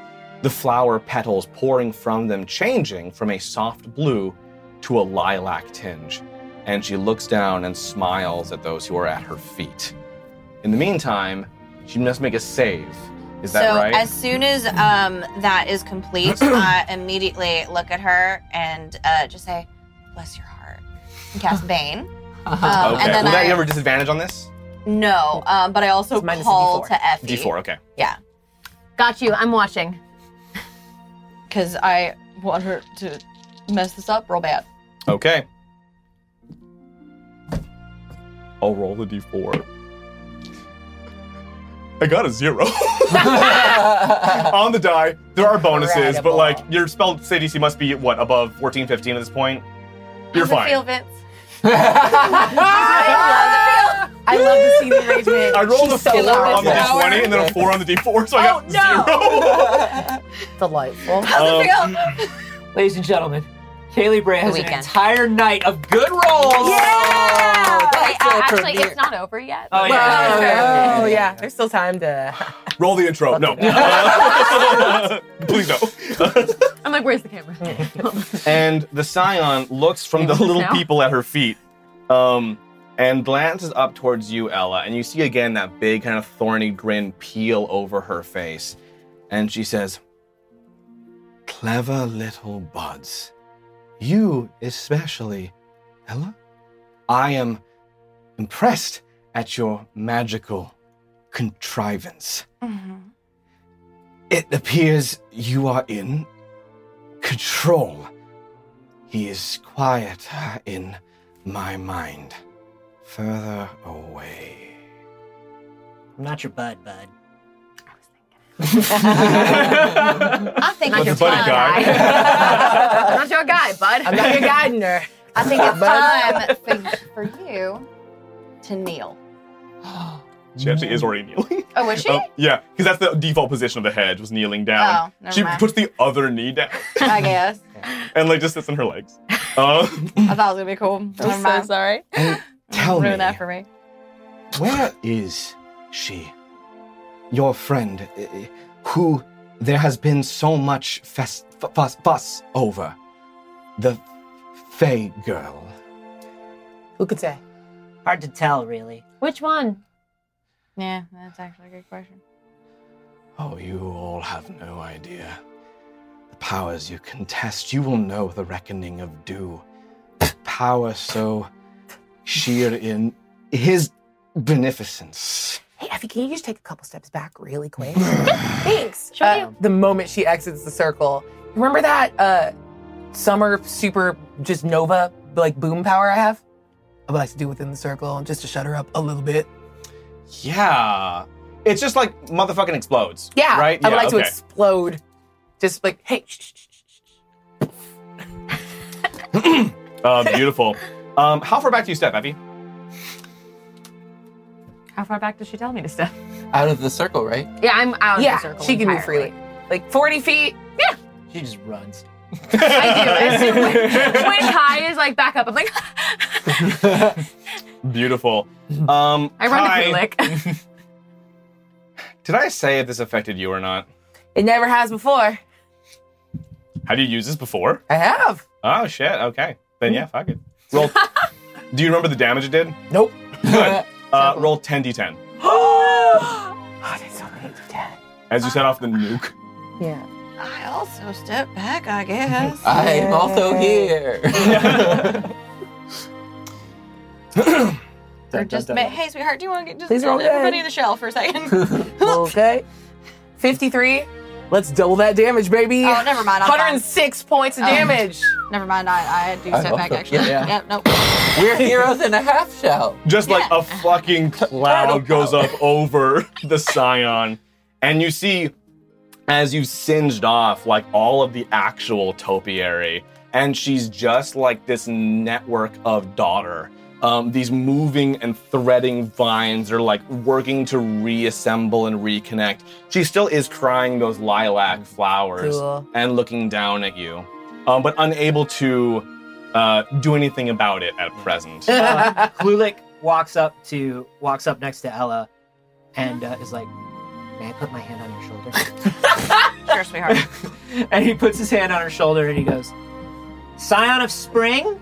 S2: the flower petals pouring from them, changing from a soft blue to a lilac tinge. and she looks down and smiles at those who are at her feet. In the meantime, she must make a save. Is that
S6: so
S2: right?
S6: as soon as um, that is complete, I immediately look at her and uh, just say, "Bless your heart," and cast Bane. Um,
S2: Uh-huh. okay.
S6: And then
S2: Will that
S6: I
S2: you have a disadvantage on this?
S6: no, um, but I also call to Effie.
S2: D4, okay.
S6: Yeah,
S34: Got you. I'm watching.
S6: because I want her to mess this up real bad.
S2: Okay. I'll roll the d4. I got a zero. On the die, there are bonuses, but like your spell CDC must be what above 14, 15 at this point. You're
S6: How's it
S2: fine.
S6: feel, Vince?
S4: I love the scene arrangement.
S2: I rolled a
S4: She's
S2: four
S4: loud.
S2: on the d20 and then a four on the d4, so I
S6: Oh,
S2: got
S33: zero. Delightful.
S6: How's
S2: Um,
S6: it
S33: feel? Ladies and gentlemen, Kaylee Bray has an
S10: Weekend.
S33: entire night of good
S3: Oh,
S33: rolls. Yeah!
S10: Wait, uh, actually, it's not over yet.
S33: Oh,
S4: Oh,
S33: yeah.
S4: yeah. There's still time to.
S2: Roll the intro. No. Please oh, no.
S42: I'm like, where's the camera?
S2: and the scion looks from the
S42: Anyone
S2: little
S42: now?
S2: people at her feet um, and glances up towards you, Ella. And you see again that big, kind of thorny grin peel over her face. And she says, Clever little buds. You especially, Ella. I am impressed at your magical contrivance.
S6: Mm-hmm.
S2: It appears you are in control. He is quieter in my mind, further away.
S5: I'm not your bud, bud.
S6: I think
S5: Not
S6: it's
S5: your buddy
S6: time.
S42: I'm not your guy, bud.
S6: I'm not your
S42: gardener.
S6: I think it's
S42: Bud.
S6: time for, for you to kneel.
S2: She actually is already kneeling.
S6: Oh, is she?
S2: Oh, yeah, because that's the default position of the hedge was kneeling down.
S6: Oh, never
S2: she
S6: mind.
S2: puts the other knee down
S6: I guess.
S2: and like just sits on her legs. Uh,
S6: I thought it was gonna be cool. I'm so sorry.
S13: tell
S6: Ruin
S13: me.
S6: that for me.
S13: Where is she? Your friend, eh, eh, who there has been so much fest, f- fuss, fuss over. The Fey girl.
S5: Who could say? Hard to tell, really.
S34: Which one?
S6: Yeah, that's actually a good question.
S13: Oh, you all have no idea. The powers you contest, you will know the reckoning of due. Power so sheer in his beneficence.
S41: Hey, Effie, can you just take a couple steps back really quick?
S4: Thanks. Uh, the moment she exits the circle, remember that uh, summer super just Nova like boom power I have? I would like to do within the circle just to shut her up a little bit.
S2: yeah, it's just like motherfucking explodes.
S4: Yeah,
S2: right.
S4: I would
S2: Yeah,
S4: like to
S2: okay.
S4: explode. Just like, hey, shh, shh, shh.
S2: Uh, beautiful. Um, how far back do you step, Effie?
S42: How far back does she tell me to step?
S3: Out of the circle, right?
S42: Yeah, I'm
S6: Oh,
S42: out
S4: yeah,
S42: of the circle.
S4: she can move
S42: entirely.
S4: freely, like 40 feet. Yeah,
S5: She just runs.
S42: I do. As soon- when Kai is like back up, I'm like,
S2: Beautiful. Um,
S42: I run
S2: Kai-
S42: to lick.
S2: Did I say if this affected you or not?
S4: it never has before.
S2: Have you used this before?
S4: I have.
S2: Oh shit. Okay. Then yeah, fuck it. Roll. do you remember the damage it did?
S4: Nope.
S2: Good. Uh, roll 10d10
S4: oh, that's so many to death.
S2: as you set off the nuke.
S4: Yeah.
S6: I also step back, I guess.
S3: I'm also here.
S6: Or just ma- hey, sweetheart, do you want to get just
S4: Please roll
S6: everybody
S4: good.
S6: in the shell for a second?
S4: okay. 53. Let's double that damage, baby.
S6: Oh, never mind, I'm fine.
S4: 106 points of
S6: Oh.
S4: damage.
S6: Never mind. I, I do
S3: I
S6: step back
S3: also-
S6: actually.
S3: yeah.
S6: Yep. Nope.
S3: We're heroes in a half shell.
S2: Just like a fucking cloud goes up over the scion, and you see as you singed off like all of the actual topiary, and she's just like this network of daughter. Um, these moving and threading vines are like working to reassemble and reconnect. She still is crying those lilac flowers
S4: Cool.
S2: and looking down at you, um, but unable to uh, do anything about it at present.
S33: uh, Klulik walks up to walks up next to Ella, and uh, is like, "May I put my hand on your shoulder?"
S6: Sure, sweetheart.
S33: and he puts his hand on her shoulder, and he goes, "Scion of Spring,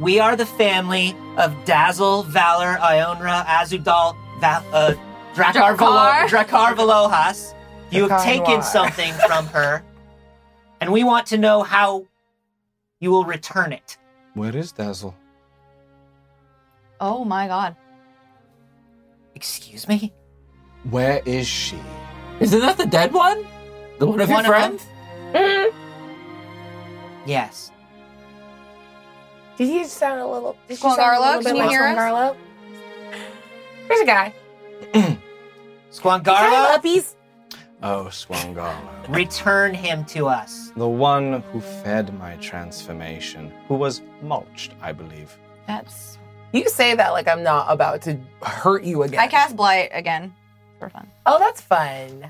S5: We are the family of Dazzle, Valor, Ionra, Azudal, Val- uh, Dracar, Velo-
S33: Drakkar.
S5: Drakkar Velohas. You have
S33: Drakkar
S5: taken
S33: Noir.
S5: something from her, and we want to know how you will return it.
S13: Where is Dazzle?
S6: Oh my god.
S5: Excuse me?
S13: Where is she?
S3: Isn't that the dead one? The one of your friends?
S5: Mm-hmm. Yes.
S4: Did he sound a little? Did she
S6: Well,
S4: sound a
S6: Garlo,
S4: little
S6: can
S4: bit
S6: you
S4: like
S6: hear us?
S4: Garlo? Here's a guy.
S5: Squangarlo?
S4: puppies.
S13: Oh, Swangala.
S5: Return him to us.
S13: The one who fed my transformation, who was mulched, I believe.
S6: That's.
S4: You say that like I'm not about to hurt you again.
S6: I cast Blight again for fun.
S4: Oh, that's fun.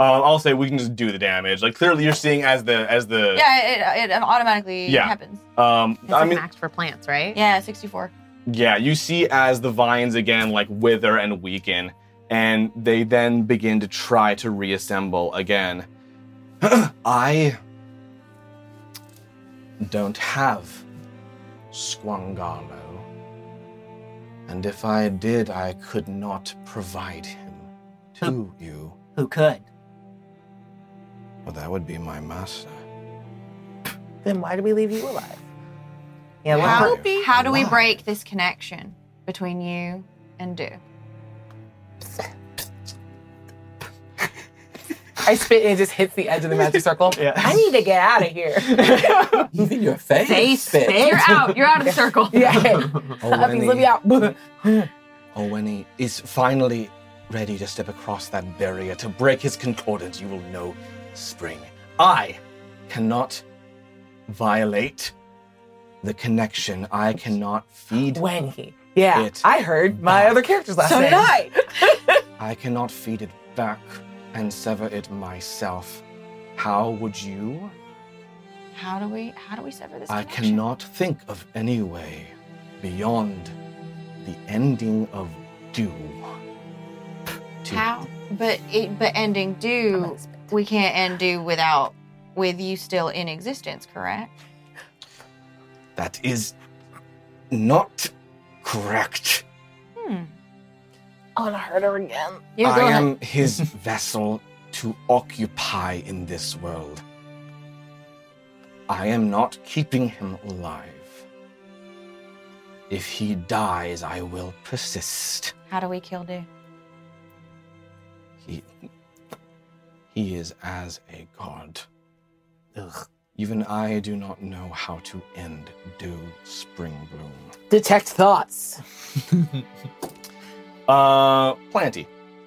S2: Um, I'll say we can just do the damage. Like clearly, you're seeing as the as the
S6: Yeah, it, it, it automatically
S2: Yeah.
S6: happens.
S2: Um, I mean,
S6: for plants, right? Yeah, 64.
S2: yeah, you see as the vines again like wither and weaken, and they then begin to try to reassemble again. I
S13: don't have Squangalo. And if I did, I could not provide him to you.
S5: Who could?
S13: Well, that would be my master.
S4: Then why do we leave you alive?
S5: Yeah,
S13: what
S6: how,
S13: happened?
S6: how do we break this connection between you and Do?
S4: I spit and it just hits the edge of the magic circle. yeah. I need to get out of here.
S3: Even your face.
S4: They
S3: spit.
S4: spit.
S42: You're out. You're out of the circle.
S4: yeah.
S13: Oh,
S4: Puppies,
S13: Lenny.
S4: let me out.
S13: Or Oh, when he is finally ready to step across that barrier to break his concordance, you will know spring. I cannot violate the connection. I cannot feed
S4: when he. Yeah, I heard my other character's last
S13: So
S4: name.
S13: did I.
S4: night.
S13: I cannot feed it back and sever it myself. How would you?
S6: How do we how do we sever this
S13: I
S6: connection?
S13: cannot think of any way beyond the ending of do.
S6: How? But it, but ending Do, we can't end Do without with you still in existence, correct?
S13: That is not correct.
S6: Hmm.
S4: Oh, I want to hurt her again.
S13: I am his vessel to occupy in this world. I am not keeping him alive. If he dies, I will persist.
S6: How do we kill Do?
S13: He, he is as a god. Even I do not know how to end Dew Springbloom.
S4: Detect thoughts.
S2: uh planty.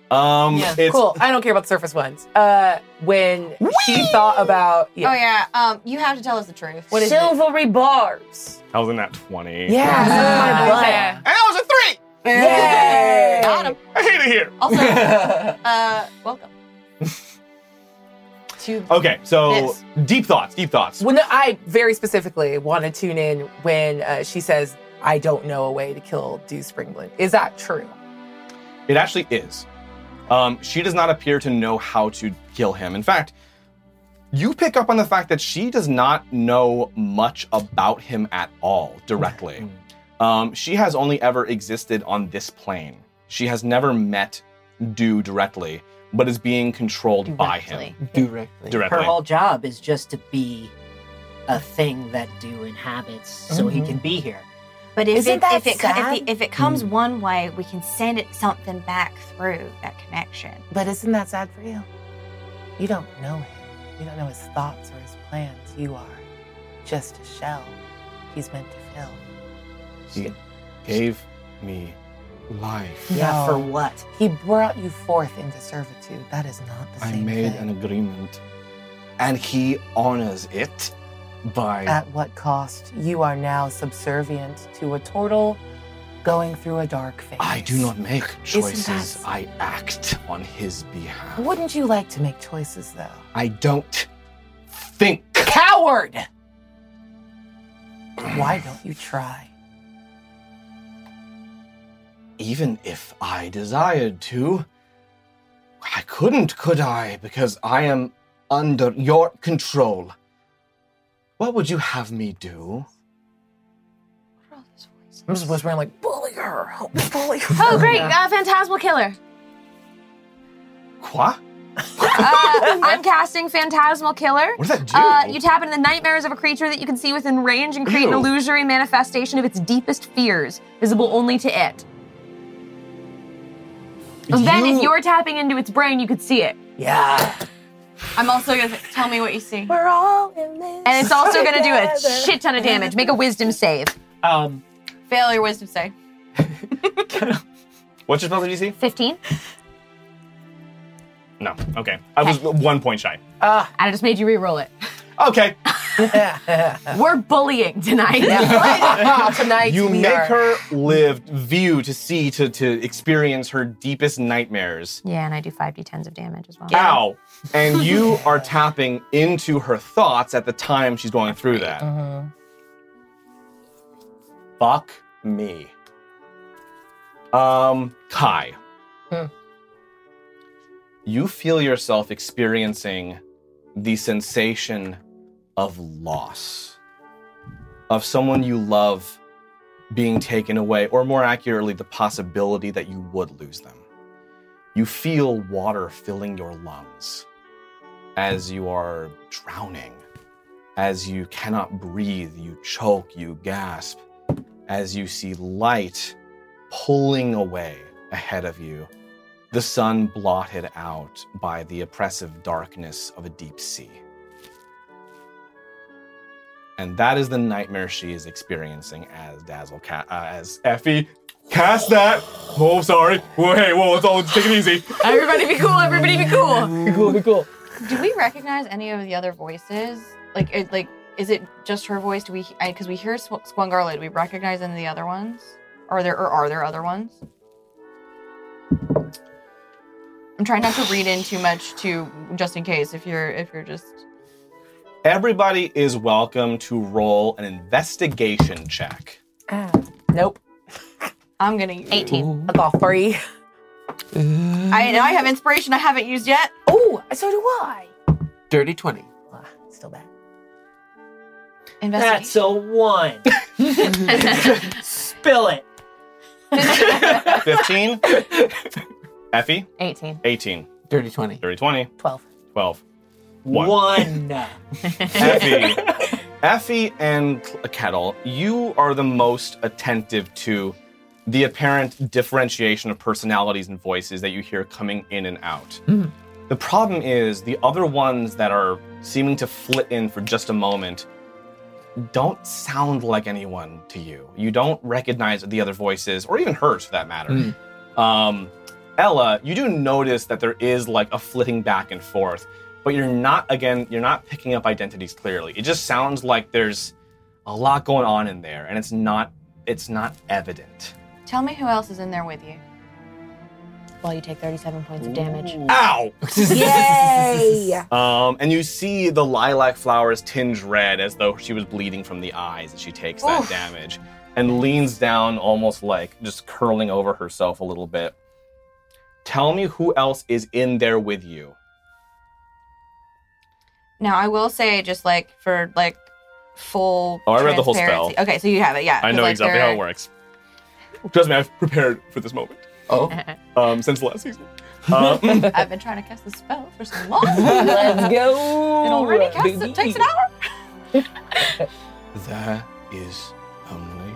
S2: Um, it's
S4: cool. I don't care about the surface ones. Uh, when she thought about
S6: Oh yeah. Um, you have to tell us the truth. What is
S4: silvery bars.
S2: I was in that twenty.
S4: Yeah, Oh,
S6: Ah, yeah.
S2: And that was a three.
S6: Yay! Got him.
S2: I hate it here.
S6: Also, uh, welcome.
S2: Okay, so
S4: Yes.
S2: deep thoughts. Deep thoughts.
S4: When I very specifically want to tune in when uh, she says, "I don't know a way to kill Dew Springbloom." Is that true?
S2: It actually is. Um, she does not appear to know how to kill him. In fact, you pick up on the fact that she does not know much about him at all directly. Um, she has only ever existed on this plane. She has never met Du directly, but is being controlled by him.
S5: Directly.
S2: Directly.
S5: Her whole job is just to be a thing that do inhabits so he
S6: Mhm.
S5: can be here.
S6: But if
S5: Isn't
S6: it,
S5: that
S6: if it co-
S5: sad?
S6: if, it, if it comes one way, we can send it something back through that connection.
S4: But isn't that sad for you? You don't know him. You don't know his thoughts or his plans. You are just a shell he's meant to fill.
S13: He gave me life.
S4: No.
S5: what?
S4: He brought you forth into servitude. That is not the
S13: I
S4: same
S13: made
S4: thing.
S13: an agreement, and he honors it by.
S4: At what cost? You are now subservient to a turtle going through a dark phase.
S13: I do not make
S4: Isn't that-
S13: choices. I act on his behalf.
S4: Wouldn't you like to make choices, though?
S13: I don't think.
S4: Coward! Why don't you try?
S13: Even if I desired to, I couldn't, could I? Because I am under your control. What would you have me do?
S27: I'm just whispering like, bully her, help me bully her.
S1: Oh, great. Uh, Phantasmal Killer.
S2: Qua?
S34: Uh, I'm casting Phantasmal Killer.
S2: What does that do?
S34: Uh, you tap into the nightmares of a creature that you can see within range and create an
S2: Ew.
S34: illusory manifestation of its deepest fears, visible only to it.
S6: Then if
S34: you're tapping into its brain, you could see it.
S27: Yeah.
S6: I'm also gonna tell me what you see.
S27: We're all in this.
S34: And it's also going to do a
S6: Together.
S34: shit ton of damage. Make a wisdom save.
S33: Um,
S6: Fail your wisdom save.
S2: What's your spell DC?
S34: 15.
S2: No. Okay. I was one point shy.
S34: Uh, I just made you re-roll it.
S2: Okay.
S34: We're bullying tonight.
S4: tonight
S2: you
S4: we
S2: make her
S4: are-
S2: live, view, to see, to, to experience her deepest nightmares.
S34: Yeah, and I do 5d10s of damage as well.
S2: Ow. And you are tapping into her thoughts at the time she's going through that. Fuck me. Um, Kai.
S27: Hmm.
S2: You feel yourself experiencing the sensation of loss, of someone you love being taken away, or more accurately, the possibility that you would lose them. You feel water filling your lungs as you are drowning, as you cannot breathe, you choke, you gasp, as you see light pulling away ahead of you, the sun blotted out by the oppressive darkness of a deep sea. And that is the nightmare she is experiencing as Dazzle Cat, uh, as Effie. Cast that. Oh, sorry. Whoa, hey, whoa, it's all just take it easy.
S6: Everybody be cool, everybody be cool.
S2: Be cool, be cool.
S6: Do we recognize any of the other voices? Like, it, like, is it just her voice? Do we? Because we hear Sw- Squangarla. Do we recognize any of the other ones? Are there or are there other ones? I'm trying not to read in too much to just in case if you're if you're just
S2: Everybody is welcome to roll an investigation check.
S6: nope. I'm gonna use 18.
S4: I got three.
S6: I and I have inspiration I haven't used yet. Oh, so do I.
S3: Dirty 20.
S6: Still bad.
S33: That's a one. Spill it.
S2: 15. Effie?
S34: 18.
S2: 18.
S3: Dirty 20.
S2: Dirty 20.
S5: 12.
S2: 12.
S33: One.
S2: Effie. Effie and Kettle, you are the most attentive to the apparent differentiation of personalities and voices that you hear coming in and out. The problem is the other ones that are seeming to flit in for just a moment don't sound like anyone to you. You don't recognize the other voices, or even hers for that matter. Um, Ella, you do notice that there is like a flitting back and forth, but you're not, again, you're not picking up identities clearly. It just sounds like there's a lot going on in there, and it's not, it's not evident.
S6: Tell me who else is in there with you.
S34: While you take 37 points of damage.
S2: Ow!
S34: Yay!
S2: Um, and you see the lilac flowers tinge red as though she was bleeding from the eyes as she takes that
S34: Oof.
S2: damage and leans down, almost like just curling over herself a little bit. Tell me who else is in there with you.
S6: Now I will say just like for like full.
S2: Oh, I read the whole
S6: transparency-
S2: spell.
S6: Okay, so you have it, yeah.
S2: I
S6: 'cause,
S2: know
S6: like,
S2: exactly
S6: there
S2: how
S6: are-
S2: it works. Trust me, I've prepared for this moment. Oh. um, since last season. Um,
S6: I've been trying to cast the spell for so long. Let's
S33: go.
S6: It already casts. It takes an hour.
S13: There is only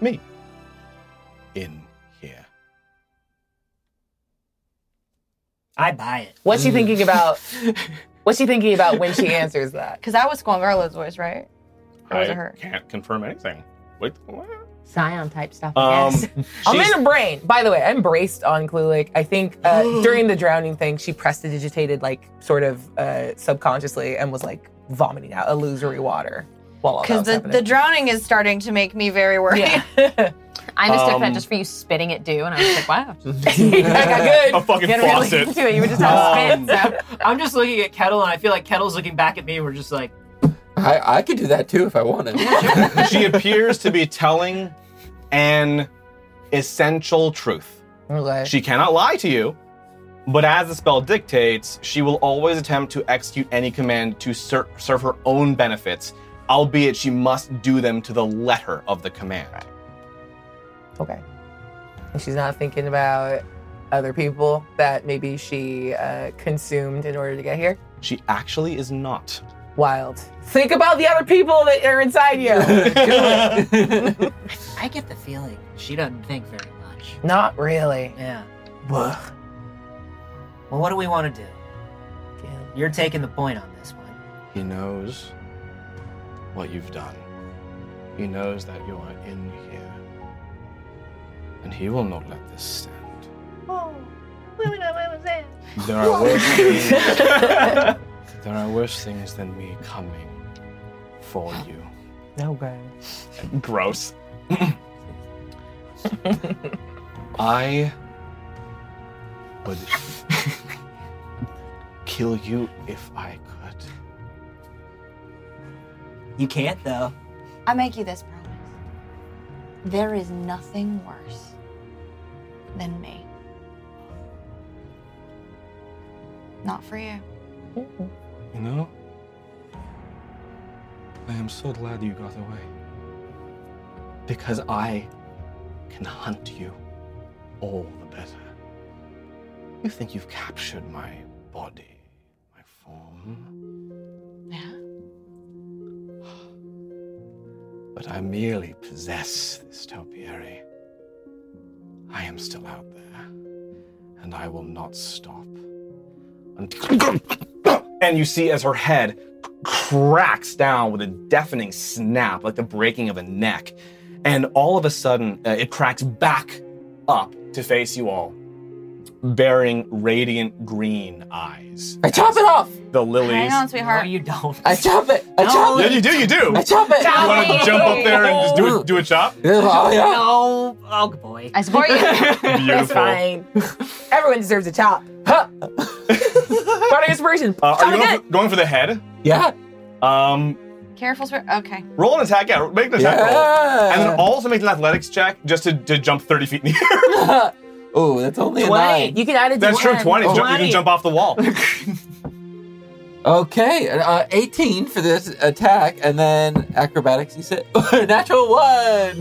S13: me in here.
S5: I buy it.
S4: What's she thinking about? What's she thinking about when she answers that?
S6: Because that was Squangarlo's voice, right? Or was
S2: I
S6: it her?
S2: can't confirm anything. Wait.
S6: Scion type stuff.
S2: Um,
S4: I'm
S2: she's-
S4: in her brain. By the way, I'm braced on Klulik. I think uh, during the drowning thing, she prestidigitated like sort of uh, subconsciously and was like vomiting out illusory water. While all that
S6: Because
S4: was
S6: the,
S4: happening.
S6: the drowning is starting to make me very worried.
S34: I mistook
S2: Um,
S34: that just for you spitting at dew, and I was like, wow.
S2: A fucking faucet.
S33: Um, I'm just looking at Kettle, and I feel like Kettle's looking back at me. We're just like,
S3: I, I could do that too if I wanted.
S2: she appears to be telling an essential truth. She cannot lie to you, but as the spell dictates, she will always attempt to execute any command to ser- serve her own benefits, albeit she must do them to the letter of the command.
S4: Okay. And she's not thinking about other people that maybe she uh, consumed in order to get here.
S2: She actually is not.
S4: Wild. Think about the other people that are inside you.
S5: I get the feeling she doesn't think very much.
S4: Not really.
S5: Yeah.
S4: Whoa.
S5: Well, what do we want to do? You're taking the point on this one.
S13: He knows what you've done. He knows that you are in here. And he will not let this stand.
S26: Oh, wait, wait, wait, wait, wait.
S13: There are worse things. there are worse things than me coming for you.
S4: Okay.
S2: Gross.
S13: I would kill you if I could.
S5: You can't though.
S9: I make you this promise. There is nothing worse than me. Not for you.
S13: You know? I am so glad you got away. Because I can hunt you all the better. You think you've captured my body, my form,
S9: Yeah.
S13: but I merely possess this topiary. I am still out there, and I will not stop.
S2: and you see as her head cracks down with a deafening snap, like the breaking of a neck. And all of a sudden, uh, it cracks back up to face you all, bearing radiant green eyes.
S3: I chop it off.
S2: The lilies.
S6: Hang on, sweetheart. No,
S5: you don't.
S3: I chop it. I chop
S2: Yeah,
S3: it.
S2: you do, you do.
S3: I chop it.
S2: You want to jump up there and just do a, do a chop?
S3: Oh, yeah.
S5: No. Oh boy.
S6: I support you.
S2: Beautiful.
S4: That's fine. Everyone deserves a chop. Huh. Bardic inspiration.
S2: Uh, are you
S6: Sounds
S2: going for, going for the head?
S3: Yeah.
S2: Um,
S6: Careful, swear. Okay.
S2: roll an attack. Yeah, make an attack roll,
S3: Yeah.
S2: and then also make an athletics check just to, to jump thirty feet in the air.
S3: oh, that's only a
S4: Twenty.
S3: nine.
S4: You can add a
S2: That's true.
S4: D1.
S2: Twenty. Jump- You can jump off the wall.
S3: Okay, uh, 18 for this attack, and then acrobatics, you said? natural one!
S6: Uh,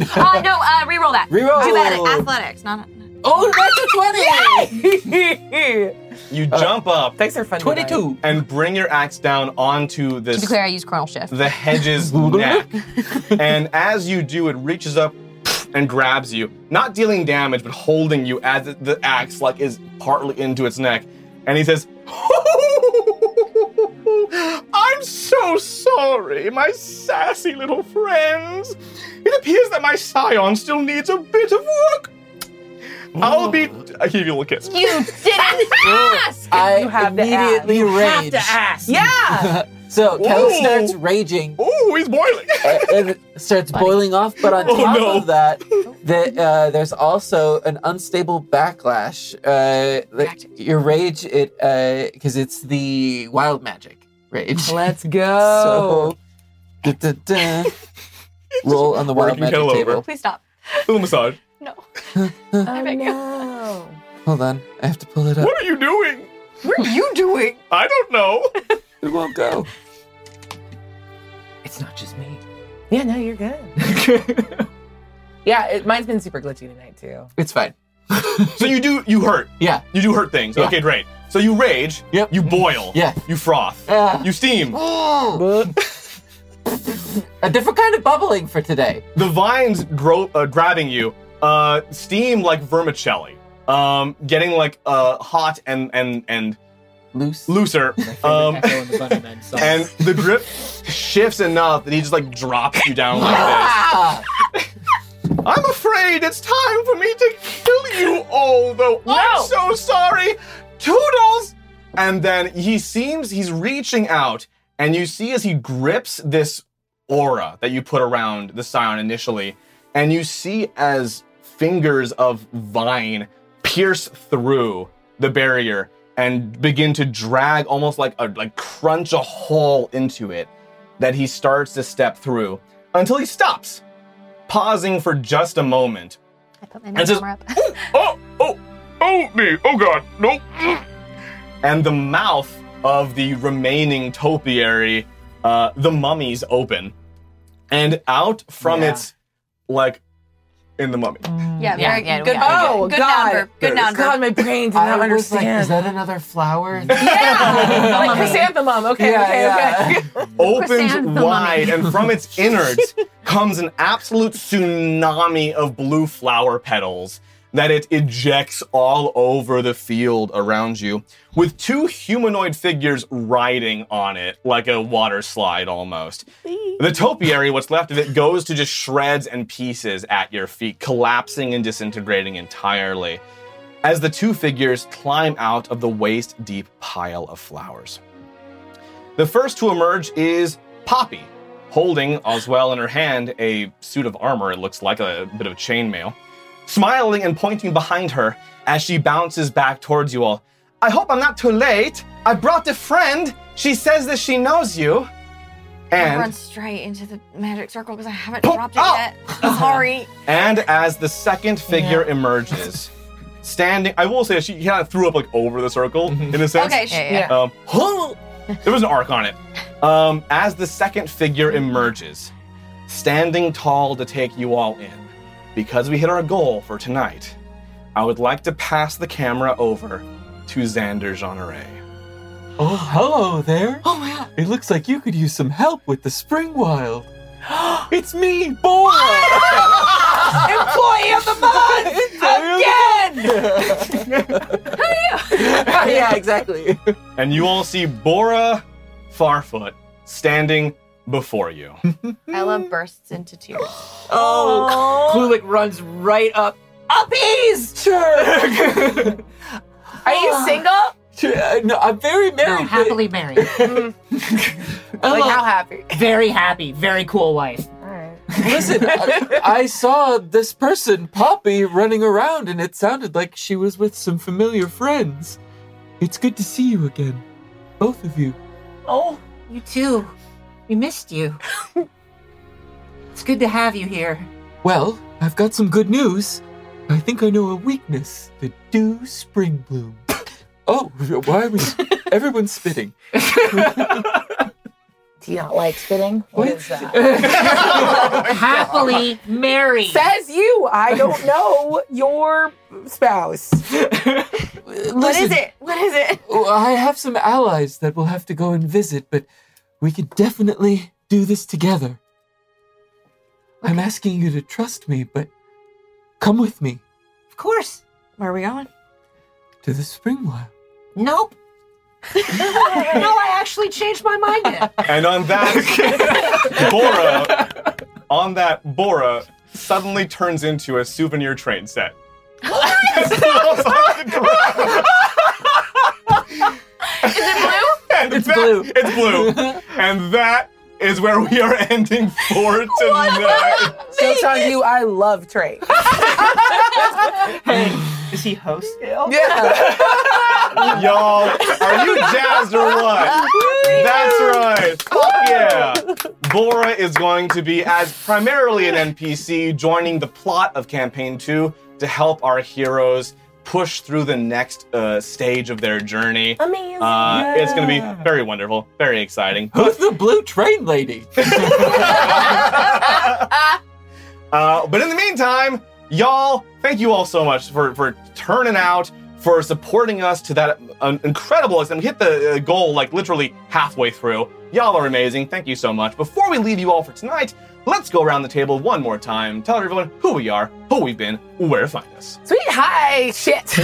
S6: no, uh, reroll that.
S3: Reroll.
S6: Too bad. Athletics, not.
S3: Oh, natural 20!
S2: You jump up.
S4: Thanks for fun.
S3: 22.
S2: And bring your axe down onto
S34: To be
S2: this
S34: clear, I use chronal shift.
S5: Mm.
S2: the hedge's neck. And as you do, it reaches up and grabs you, not dealing damage, but holding you as it- the axe like is partly into its neck. And he says, I'm so sorry, my sassy little friends. It appears that my scion still needs a bit of work. I'll be. I give you a little kiss.
S6: You didn't ask.
S3: I
S4: You have to ask.
S3: immediately
S4: You have
S3: rage.
S4: to ask.
S3: Yeah! so, Kel
S2: Whoa.
S3: starts raging,
S2: Oh, he's boiling.
S3: uh, and starts boiling off, but on
S2: Oh,
S3: top
S2: no.
S3: of that, the, uh, there's also an unstable backlash. Uh, like, your rage, it because it's the wild magic rage.
S4: Let's
S2: Oh.
S4: go.
S3: So, da, da, da. roll on the wild
S2: Working
S3: magic
S2: Kel over.
S3: table.
S6: Please stop.
S2: Little massage.
S6: I beg you.
S3: Hold on, I have to pull it up.
S2: What are you doing?
S3: What are you doing?
S2: I don't know.
S3: It won't go.
S5: It's not just me.
S4: Yeah, no, you're good. yeah, it, mine's been super glitchy tonight too.
S3: It's fine.
S2: So you do you hurt.
S3: Yeah.
S2: You do hurt things.
S3: Yeah.
S2: Okay, great. So you rage.
S3: Yep.
S2: You boil.
S3: Yeah.
S2: You froth.
S3: Yeah.
S2: You steam.
S3: A different kind of bubbling for today.
S2: The vines grow, uh, grabbing you. Uh, steam like vermicelli. Um, getting like uh, hot and and and
S3: Loose.
S2: looser. Um,
S33: Echo and the Bunnymen song.
S2: and the grip shifts enough that he just like drops you down like this.
S3: Ah!
S2: I'm afraid it's time for me to kill you all, though I'm so sorry. Toodles! And then he seems he's reaching out, and you see as he grips this aura that you put around the scion initially, and you see as fingers of vine pierce through the barrier and begin to drag almost like a like crunch a hole into it that he starts to step through until he stops pausing for just a moment.
S26: I put my
S2: And says,
S26: camera up.
S2: oh, oh, oh me, oh god, no. And the mouth of the remaining topiary, uh, the mummies open. And out from
S33: Yeah.
S2: its like in the mummy.
S6: Yeah,
S34: Yeah,
S6: very
S34: yeah,
S6: good.
S34: yeah.
S6: good, good
S34: God.
S6: number. Good number.
S4: God, my brain did
S3: I
S4: not
S3: was like,
S4: understand.
S3: is that another flower?
S4: yeah, like chrysanthemum. Okay,
S3: Yeah,
S4: okay,
S3: yeah.
S4: okay.
S2: opens
S4: Chrysanthemum.
S2: wide, and from its innards comes an absolute tsunami of blue flower petals that it ejects all over the field around you, with two humanoid figures riding on it like a water slide almost. The topiary, what's left of it, goes to just shreds and pieces at your feet, collapsing and disintegrating entirely as the two figures climb out of the waist deep pile of flowers. The first to emerge is Poppy, holding Oswell in her hand a suit of armor, it looks like a bit of chainmail, smiling and pointing behind her as she bounces back towards you all. I hope I'm not too late. I brought a friend. She says that she knows you.
S26: I
S2: And
S26: run straight into the magic circle because I haven't dropped it yet. Sorry.
S2: And as the second figure emerges, standing, I will say she kind of threw up like over the circle in a sense.
S26: Okay, yeah, yeah.
S2: Um, there was an arc on it. Um, as the second figure emerges, standing tall to take you all in, because we hit our goal for tonight, I would like to pass the camera over to Xander Genre.
S3: Oh, hello there. Oh my god. It looks like you could use some help with the spring wild. it's me, boy.
S27: Employee of the month!
S3: Again!
S2: yeah, exactly. And you all see Bora Farfoot standing before you.
S6: Ella bursts into tears.
S33: Oh, Klulik runs right up.
S4: Uppies! Are you single?
S3: Uh, no, I'm very
S5: Oh,
S3: married.
S5: happily married.
S4: like how happy?
S5: Very happy. Very cool wife.
S3: Listen, I, I saw this person, Poppy, running around, and it sounded like she was with some familiar friends. It's good to see you again, both of you.
S5: Oh, you too. We missed you. it's good to have you here.
S3: Well, I've got some good news. I think I know a weakness: the dew spring bloom. oh, why are we? Everyone's spitting.
S41: Do you not like spitting? What is that?
S6: Oh
S5: Happily married.
S4: Says you. I don't know your spouse.
S3: What is it?
S6: What is it?
S3: Oh, I have some allies that we'll have to go and visit, but we could definitely do this together. I'm asking you to trust me, but come with me
S5: Of course. Where are we going?
S3: to the spring wild.
S5: Nope. no, I actually changed my mind yet.
S2: And on that, Bora, on that, Bora suddenly turns into a souvenir train set.
S27: Is it
S2: And it's blue. It's blue. and that is where we are ending for tonight.
S4: So telling you, I love Trey.
S33: Is he host?
S4: yeah.
S2: Y'all, are you jazzed or what? That's right. Fuck yeah. Bora is going to be, as primarily an NPC, joining the plot of Campaign 2 to help our heroes push through the next uh, stage of their journey.
S27: Amazing.
S2: Uh, It's going to be very wonderful, very exciting.
S3: Who's the blue train lady?
S2: Uh, but in the meantime, y'all, thank you all so much for, for turning out, for supporting us to that uh, incredible extent. We hit the uh, goal like literally halfway through. Y'all are amazing. Thank you so much. Before we leave you all for tonight, let's go around the table one more time. Tell everyone who we are, who we've been, where to find us.
S4: Sweet hi, shit.
S2: Let's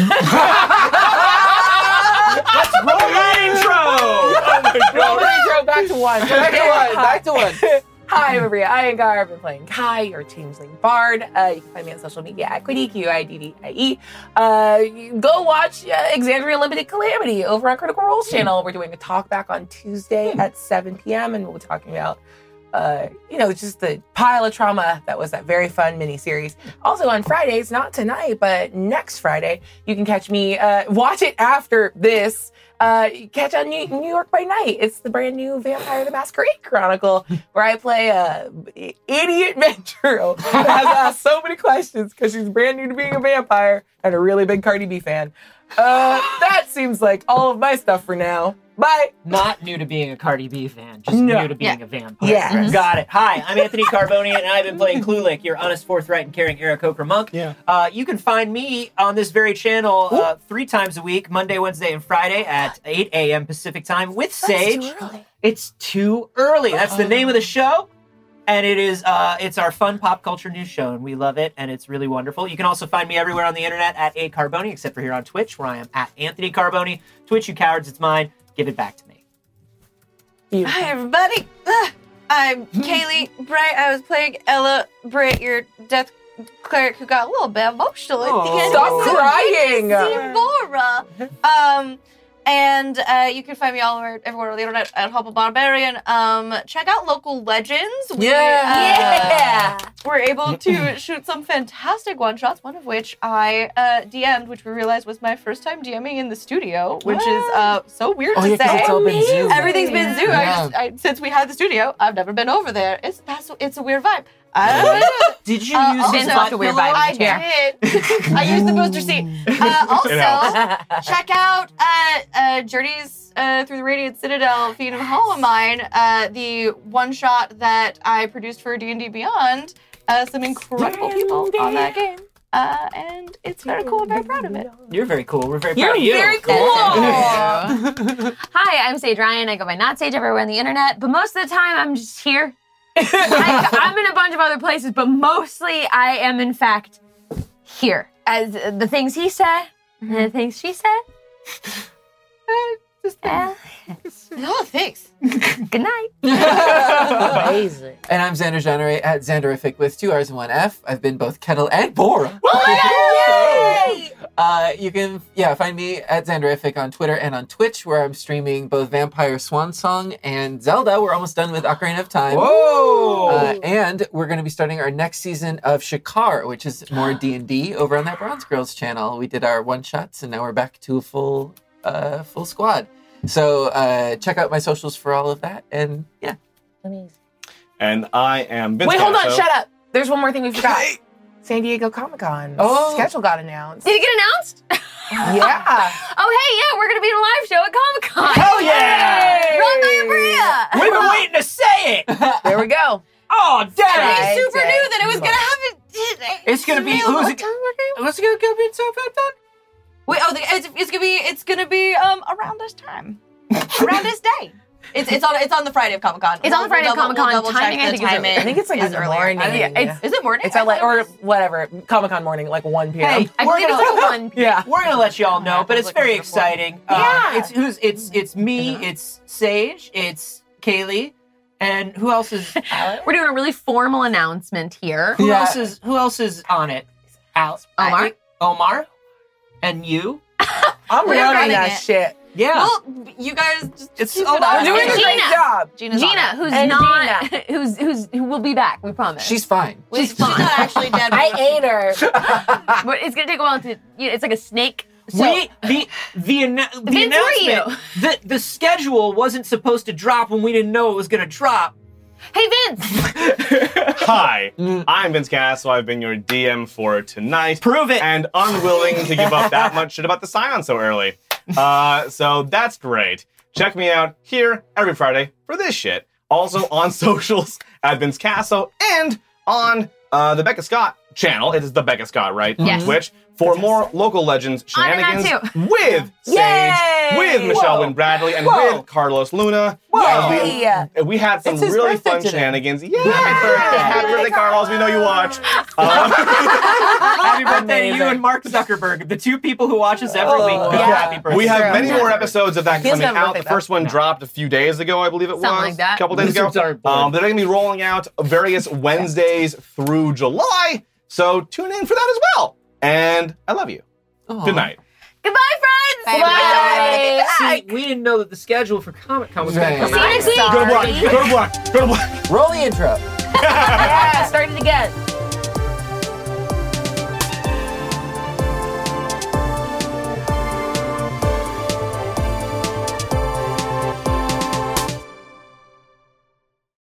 S2: roll the intro. Oh my
S4: Roll
S2: god.
S4: the intro back to one. Back to one. Back to one. Hi, I'm Maria Iyengar. I've been playing Kai, your changeling bard. Uh, you can find me on social media at Quiddy, Q-I-D-D-I-E. Uh, you- go watch uh, Exandria Limited Calamity over on Critical Role's channel. We're doing a talk back on Tuesday at 7 p.m. and we'll be talking about uh, you know, just the pile of trauma that was that very fun miniseries. Also on Fridays, not tonight, but next Friday, you can catch me. Uh, watch it after this. Uh, catch on New, New York by Night. It's the brand new Vampire the Masquerade Chronicle, where I play a idiot Venturo that has asked so many questions because she's brand new to being a vampire and a really big Cardi B fan. Uh, that seems like all of my stuff for now. Bye.
S33: Not new to being a Cardi B fan, just new to being
S4: Yeah.
S33: a vampire.
S4: Yes.
S33: fan. Got it. Hi, I'm Anthony Carboni, and I've been playing Clulick, your honest, forthright, and caring Eric Oker monk. Yeah. Uh, you can find me on this very channel uh, three times a week Monday, Wednesday, and Friday at 8 a.m. Pacific time with Sage. It's too early. That's the name of the show. And it is uh, it's our fun pop culture news show, and we love it, and it's really wonderful. You can also find me everywhere on the internet at A Carboni, except for here on Twitch, where I am at Anthony Carboni. Twitch, you cowards, it's mine. Give it back to me.
S6: Hi, everybody. Ugh. Ah, I'm Kaylee Bright. I was playing Ella Britt, your death cleric, who got a little bit emotional at the
S4: Oh.
S6: end.
S4: Stop
S6: So
S4: crying.
S6: you can see Bora. Um, and uh, you can find me all over everywhere on the internet at Hubble Barbarian. Um, check out local legends. We,
S4: Yeah.
S6: uh, we're able to shoot some fantastic one shots. One of which I uh, DM'd, which we realized was my first time DMing in the studio, which is uh, so weird
S34: Oh,
S6: to
S34: yeah, 'cause
S6: say.
S34: it's all been Zoom.
S6: Everything's been Zoom. I
S34: Yeah.
S6: just, I, since we had the studio, I've never been over there. It's that's it's a weird vibe. I don't know.
S33: Did you
S6: Uh,
S33: use
S6: also-
S33: this butt pillow?
S6: I did. I used the booster seat. Uh,
S33: It
S6: also,
S33: helps.
S6: check out uh, uh, Journeys uh, Through the Radiant Citadel, Fiend of Holomine, uh, the one shot that I produced for D&D Beyond. Uh, some incredible people on that game. Uh, and it's very cool. I'm very proud of it.
S33: You're very cool. We're very
S6: You're
S33: proud of you.
S6: very cool.
S1: Hi, I'm Sage Ryan. I go by Not Sage everywhere on the internet, but most of the time I'm just here. I, I'm in a bunch of other places, but mostly I am, in fact, here. As uh, the things he said and the things she said. Eh,
S6: Just Oh, thanks.
S1: Good night.
S3: Amazing. And I'm Xander Genre at Xanderific with two R's and one F. I've been both Kettle and Bora.
S33: Oh
S3: Uh, you can yeah find me at Xanderific on Twitter and on Twitch, where I'm streaming both Vampire Swan Song and Zelda. We're almost done with Ocarina of Time.
S33: Whoa!
S3: Uh, and we're going to be starting our next season of Shikar, which is more D and D over on that Bronze Girls channel. We did our one shots, and now we're back to a full uh, full squad. So uh, check out my socials for all of that, and yeah.
S2: And I am Vince
S4: Wait, hold on.
S2: Casso.
S4: Shut up. There's one more thing we forgot. San Diego Comic Con schedule got announced.
S1: Did it get announced?
S4: yeah.
S1: Oh, hey, yeah, we're going to be in a live show at Comic Con.
S4: Hell yeah! Yay!
S1: Run by Bria!
S33: We've been waiting to say it.
S4: there we go.
S33: Oh,
S6: I
S33: damn it.
S6: super knew that it was going to happen.
S33: It's gonna be- who's it- What's it gonna be? So
S6: Wait, oh, the, it's, it's gonna be it's gonna be um around this time, around this day. It's, it's on it's on the Friday of Comic Con.
S1: It's on the Friday of Comic-Con. Timing, I think, is early. I think it's, like,
S6: is
S1: in the
S6: earlier.
S1: morning.
S6: I think
S1: Yeah.
S6: It's, is it morning?
S4: It's at like or whatever Comic Con morning, like 1 p.m.
S33: Hey,
S4: I
S33: we're
S4: believe
S33: gonna,
S4: it's like one-
S33: yeah, we're gonna let you all know, but it's very exciting. yeah, it's who's it's it's me,
S1: Uh-huh.
S33: it's Sage, it's Kaylee, and who else is?
S1: We're doing a really formal announcement here.
S33: Who else is who else is on it? Alex,
S1: Omar?
S33: I- Omar, and you.
S4: I'm
S6: We're
S4: running
S6: running
S4: that
S6: it.
S4: shit.
S33: Yeah.
S6: Well, you guys just
S4: It's
S6: keep
S4: so
S6: it up.
S4: We're doing a great
S1: Gina.
S4: job.
S6: Gina's
S1: Gina,
S6: on it.
S1: who's
S6: And
S1: not, who's who's who will be back. We promise.
S3: She's fine.
S1: She's fine.
S6: not actually dead.
S1: I ate her, but it's gonna take a while to. You know, it's like a snake. So
S33: we the the, anno- the
S1: Vince, where are
S33: announcement the the schedule wasn't supposed to drop when we didn't know it was gonna drop.
S1: Hey Vince,
S2: Hi, I'm Vince Cass, so I've been your DM for tonight.
S33: Prove it.
S2: And unwilling to give up that much shit about the Scion so early. Uh, so that's great. Check me out here every Friday for this shit. Also on socials at Vince Casso and on uh, the Becca Scott channel. It is the Becca Scott, right?
S1: Yes.
S2: On Twitch for more local legends
S1: On and on
S2: shenanigans with Sage,
S4: Yay!
S2: with Michelle
S4: Whoa.
S2: Wynn Bradley, and
S4: Whoa.
S2: with Carlos Luna.
S4: Whoa.
S2: As we-
S4: Yay.
S2: and we had some
S4: It's his
S2: really
S4: birthday
S2: fun
S4: today.
S2: shenanigans. Yeah, happy birthday, happy birthday, Carlos. We know you watch.
S33: Happy birthday to you and Mark Zuckerberg, the two people who watch us every week. Go Happy birthday.
S2: We have many more episodes of that
S33: He doesn't
S2: coming
S33: have a
S2: out. The
S33: birthday,
S2: first one dropped a few days ago, I believe it
S33: Something
S2: was.
S33: like that.
S2: A couple days ago.
S33: Lizards aren't born.
S2: Um, they're going to be rolling out various Wednesdays through July. So tune in for that as well. And I love you. Good night.
S1: goodbye, friends.
S33: Bye.
S1: Bye.
S33: See, we didn't know that the schedule for Comic Con was going to
S3: Right.
S33: come out.
S1: See you next week.
S2: Good luck. Good luck. Good luck.
S3: Roll the intro.
S1: yeah, started again.